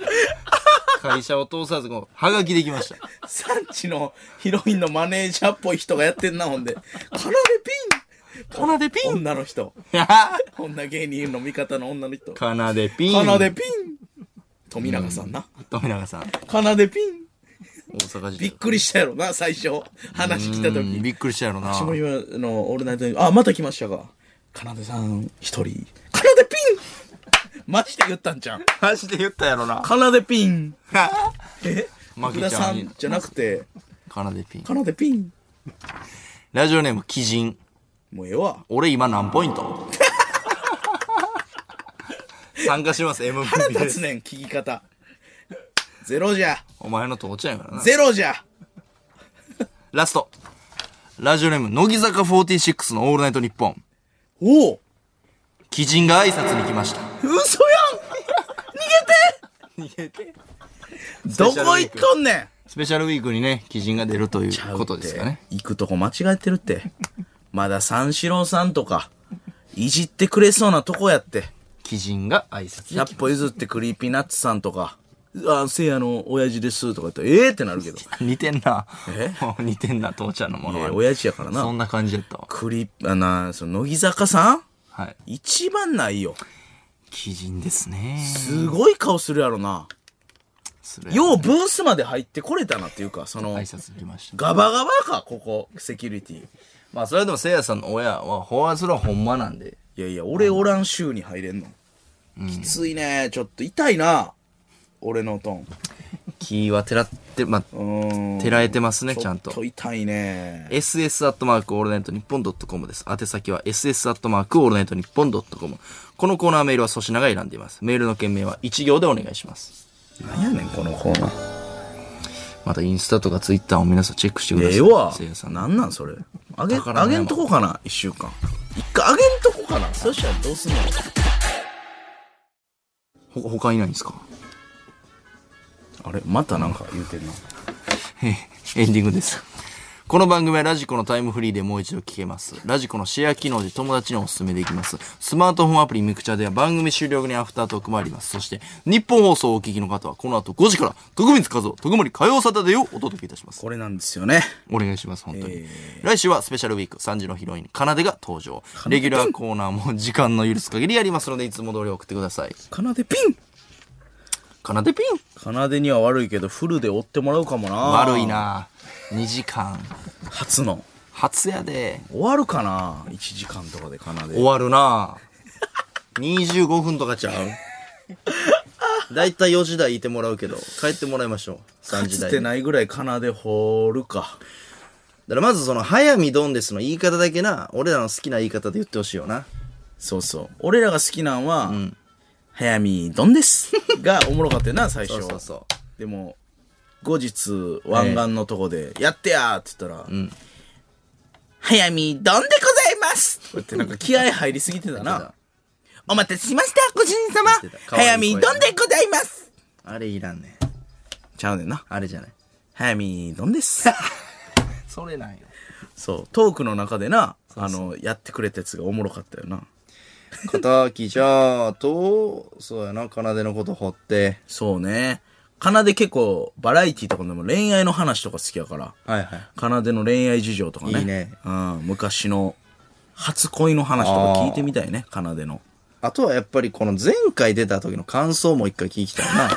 Speaker 1: 会社を通さず、こう、はがきできました。
Speaker 2: *laughs* 産地のヒロインのマネージャーっぽい人がやってんな、ほんで。かなで
Speaker 1: かなでピ
Speaker 2: ピン
Speaker 1: ン *laughs*
Speaker 2: 女の人。女芸人の味方の女の人。か
Speaker 1: かなでピン。
Speaker 2: なでピ富永さんな。
Speaker 1: 富永さん。
Speaker 2: かなでピン。
Speaker 1: 大阪時
Speaker 2: び
Speaker 1: 代
Speaker 2: っ。くりしたやろな、最初。話来た
Speaker 1: う
Speaker 2: 時
Speaker 1: んびっくりしたやろな。
Speaker 2: 私も今のオールナイトニッポンあ、また来ましたか。かなでさん、一人。かなでピンマジで言ったんじゃん。
Speaker 1: マジで言ったやろな。
Speaker 2: かなでピン。 *laughs* え
Speaker 1: 負
Speaker 2: 福
Speaker 1: け
Speaker 2: 田
Speaker 1: ち
Speaker 2: さ
Speaker 1: ゃうに
Speaker 2: んじゃなくて、
Speaker 1: かなでピン。
Speaker 2: かなでピン。
Speaker 1: ラジオネーム、鬼人。
Speaker 2: もうええ *laughs* わ。
Speaker 1: 俺今何ポイント
Speaker 2: *laughs*
Speaker 1: 参加します、
Speaker 2: 腹
Speaker 1: MVP で
Speaker 2: 立つ
Speaker 1: す。
Speaker 2: ねん、聞き方。ゼロじゃ。
Speaker 1: お前のとおちゃんやからな。
Speaker 2: ゼロじゃ。
Speaker 1: ラスト。ラジオネーム、乃木坂46のオールナイトニッポン。
Speaker 2: おお
Speaker 1: 鬼人が挨拶に来ました。
Speaker 2: 嘘やん逃げて逃げてどこ行っとんねん
Speaker 1: スペシャルウィークにね、鬼人が出るとい
Speaker 2: ちゃうっ
Speaker 1: う
Speaker 2: て
Speaker 1: ことですかね。
Speaker 2: 行くとこ間違えてるって。まだ三四郎さんとか、いじってくれそうなとこやって。
Speaker 1: 鬼人が挨拶に。
Speaker 2: 百歩譲ってクリーピーナッツさんとか、あ、せいやの親父ですとか言ったら、ええー、ってなるけど。
Speaker 1: 似てんな
Speaker 2: え。
Speaker 1: *laughs* 似てんな、父ちゃんのも
Speaker 2: い
Speaker 1: の
Speaker 2: や
Speaker 1: は。
Speaker 2: 親父やから
Speaker 1: そん
Speaker 2: な。
Speaker 1: な感じやったわ。
Speaker 2: クリあな、その、乃木坂さん
Speaker 1: はい。
Speaker 2: 一番ないよ。
Speaker 1: 鬼人ですね。
Speaker 2: すごい顔するやろな。
Speaker 1: するやろ
Speaker 2: ようブースまで入ってこれたなっていうか、その
Speaker 1: 挨、拶に来ました。
Speaker 2: ガバガバか、ここ、セキュリティ。
Speaker 1: まあ、それでもせいやさんの親は、ほわそれはほんまなんで。
Speaker 2: いやいや、俺おらん週に入れんの。きついね。ちょっと痛いな。俺のトーン。
Speaker 1: 気はてらって、まあ、
Speaker 2: うーん。
Speaker 1: てらえてますね、ちゃん
Speaker 2: ちょ
Speaker 1: と
Speaker 2: っと。痛いね。
Speaker 1: ss アットマークオールナイトニッポンドットコムです。宛先は ss アットマークオールナイトニッポンドットコム。このコーナーメールは粗品が選んでいます。メールの件名は一行でお願いします。
Speaker 2: なんやねん、このコーナー。
Speaker 1: またインスタとかツイッターを皆さんチェックしてくださ
Speaker 2: え
Speaker 1: い。
Speaker 2: えわ
Speaker 1: せいや。さんの。
Speaker 2: なんなん、それ。あげ、
Speaker 1: 宝の山
Speaker 2: あげんとこかな、一週間。一回あげんとこかな。そしたらどうすんの
Speaker 1: ほ、他いないんですか
Speaker 2: あれ、またなんか言うてんな。
Speaker 1: ええエンディングです。 *laughs* この番組はラジコのタイムフリーでもう一度聞けます。ラジコのシェア機能で友達にお勧めできます。スマートフォンアプリミクチャでは番組終了後にアフタートークもあります。そして、日本放送をお聞きの方はこの後5時から、徳光和夫、徳森火曜サタデーをお届けいたします。
Speaker 2: これなんですよね。
Speaker 1: お願いします、本当に。来週はスペシャルウィーク、3時のヒロイン、奏でが登場。レギュラーコーナーも時間の許す限りありますので、いつも通り送ってください。
Speaker 2: かなでピン
Speaker 1: 奏でピン
Speaker 2: かなでには悪いけど、フルで追ってもらうかもな。
Speaker 1: 悪い。な2時間。
Speaker 2: 初の。
Speaker 1: 初やで。
Speaker 2: 終わるかな ?1 時間とかでかなで。
Speaker 1: 終わるな25分とかちゃうだいたい4時台いてもらうけど帰ってもらいましょう3
Speaker 2: か
Speaker 1: 時
Speaker 2: つ
Speaker 1: 台
Speaker 2: て
Speaker 1: にだか
Speaker 2: ないぐらいかなで掘るか。
Speaker 1: らまずその「早見ドンデス」の言い方だけな俺らの好きな言い方で言ってほしいよな
Speaker 2: そうそう。俺らが好きなんは、早見どん *laughs* です。がおもろかったよな、最初。
Speaker 1: そうそうそ
Speaker 2: でも、後日、湾岸のとこで、やってやーって言ったら、早見どんでございますこうやってなんか気合入りすぎてたな。お待たせしました、ご主人様
Speaker 1: てた可愛い声
Speaker 2: 早見どんでございます
Speaker 1: あれいらんねん
Speaker 2: ちゃうねんな。
Speaker 1: あれじゃない
Speaker 2: 早見どん
Speaker 1: *laughs*
Speaker 2: です。
Speaker 1: それなんよ
Speaker 2: そう、トークの中でな、あの、やってくれたやつがおもろかったよな。
Speaker 1: 敵じゃあとそうやな奏でのこと掘って
Speaker 2: そうね。かなで結構、バラエティとかでも恋愛の話とか好きやから、
Speaker 1: はいはい
Speaker 2: かなでの恋愛事情とかね。
Speaker 1: いいね
Speaker 2: うん、昔の、初恋の話とか聞いてみたいね、かなでの。
Speaker 1: あとはやっぱりこの前回出た時の感想も一回聞きたい *laughs* な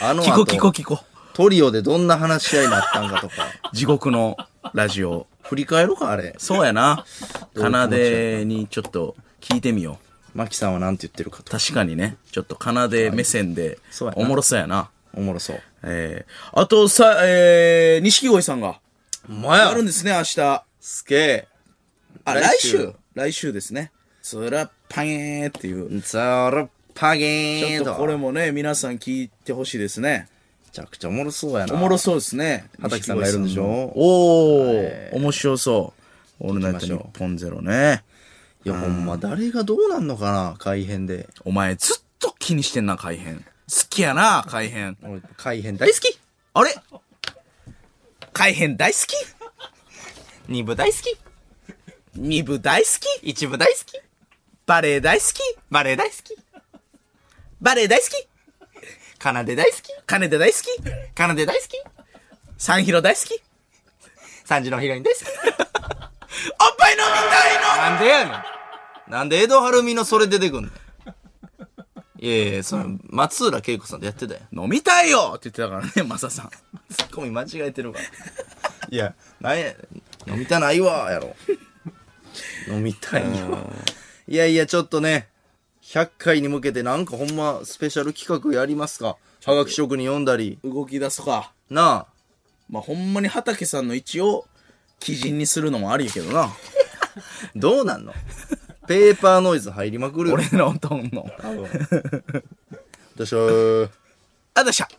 Speaker 1: あの
Speaker 2: 聞
Speaker 1: 後
Speaker 2: こ聞こ聞こ。
Speaker 1: トリオでどんな話し合いになったんかとか
Speaker 2: 地獄のラジオ。
Speaker 1: 振り返ろうかあれ
Speaker 2: そうやな。
Speaker 1: ういう気持ちや
Speaker 2: か
Speaker 1: った
Speaker 2: なでにちょっと聞いてみよう。
Speaker 1: マキさんはなんて言ってるかと
Speaker 2: 確かにね、ちょっとかなで目線で
Speaker 1: そうや、な
Speaker 2: おもろそうやな。
Speaker 1: おもろそう
Speaker 2: えー、あとさ、えー、錦鯉さんが、
Speaker 1: お前
Speaker 2: あるんですね、明日。
Speaker 1: すげ
Speaker 2: あ、
Speaker 1: 来
Speaker 2: 来
Speaker 1: 週
Speaker 2: 週来週ですね。つらっぱげーっていう。
Speaker 1: えザラパゲ
Speaker 2: ちょ
Speaker 1: ー
Speaker 2: っ
Speaker 1: ン
Speaker 2: と
Speaker 1: と
Speaker 2: これ
Speaker 1: め
Speaker 2: もね、皆さん聞いてほしいですね。
Speaker 1: ちゃくちゃおもろそうやな
Speaker 2: おもろ
Speaker 1: そ
Speaker 2: そうですね。
Speaker 1: 畑さんがいるんでしょ
Speaker 2: 錦鯉さんのおー、面白そう。オールナイト日本ゼロね。
Speaker 1: ういやほんま誰がどうなんのかな改編で
Speaker 2: お前ずっと気にしてんな、改編。好きやな、改編。
Speaker 1: 俺改編大好き
Speaker 2: あれ改編大好き
Speaker 1: 二部大好き
Speaker 2: 二部大好き
Speaker 1: 一部大好き
Speaker 2: バレエ大好き
Speaker 1: バレエ大好き
Speaker 2: バレエ大好き
Speaker 1: 奏で大好き
Speaker 2: 金田大好き
Speaker 1: 奏で大好き
Speaker 2: サンヒロ大好きおっ
Speaker 1: 三時のヒロイン大好き
Speaker 2: ぱい飲みた
Speaker 1: な
Speaker 2: いの
Speaker 1: んでやねんなんで江戸晴海のそれ出てくんねんいやいや、その、松浦恵子さんとやってたよ。
Speaker 2: 飲みたいよって言ってたからね、マサさん。
Speaker 1: ツッコミ間違えてるから。
Speaker 2: いや、
Speaker 1: なんや、飲みたないわ、やろ。飲みたいよ。いやいや、ちょっとね、100回に向けてなんかほんまスペシャル企画やりますかはがき職人読んだり。
Speaker 2: 動き出すか。
Speaker 1: なあ。
Speaker 2: まあ、ほんまに畑さんの位置を基準にするのもありやけどな。
Speaker 1: どうなん *laughs* のペーパーノイズ入りまくるよ。
Speaker 2: 俺のトンの。
Speaker 1: 私は
Speaker 2: あ、どうした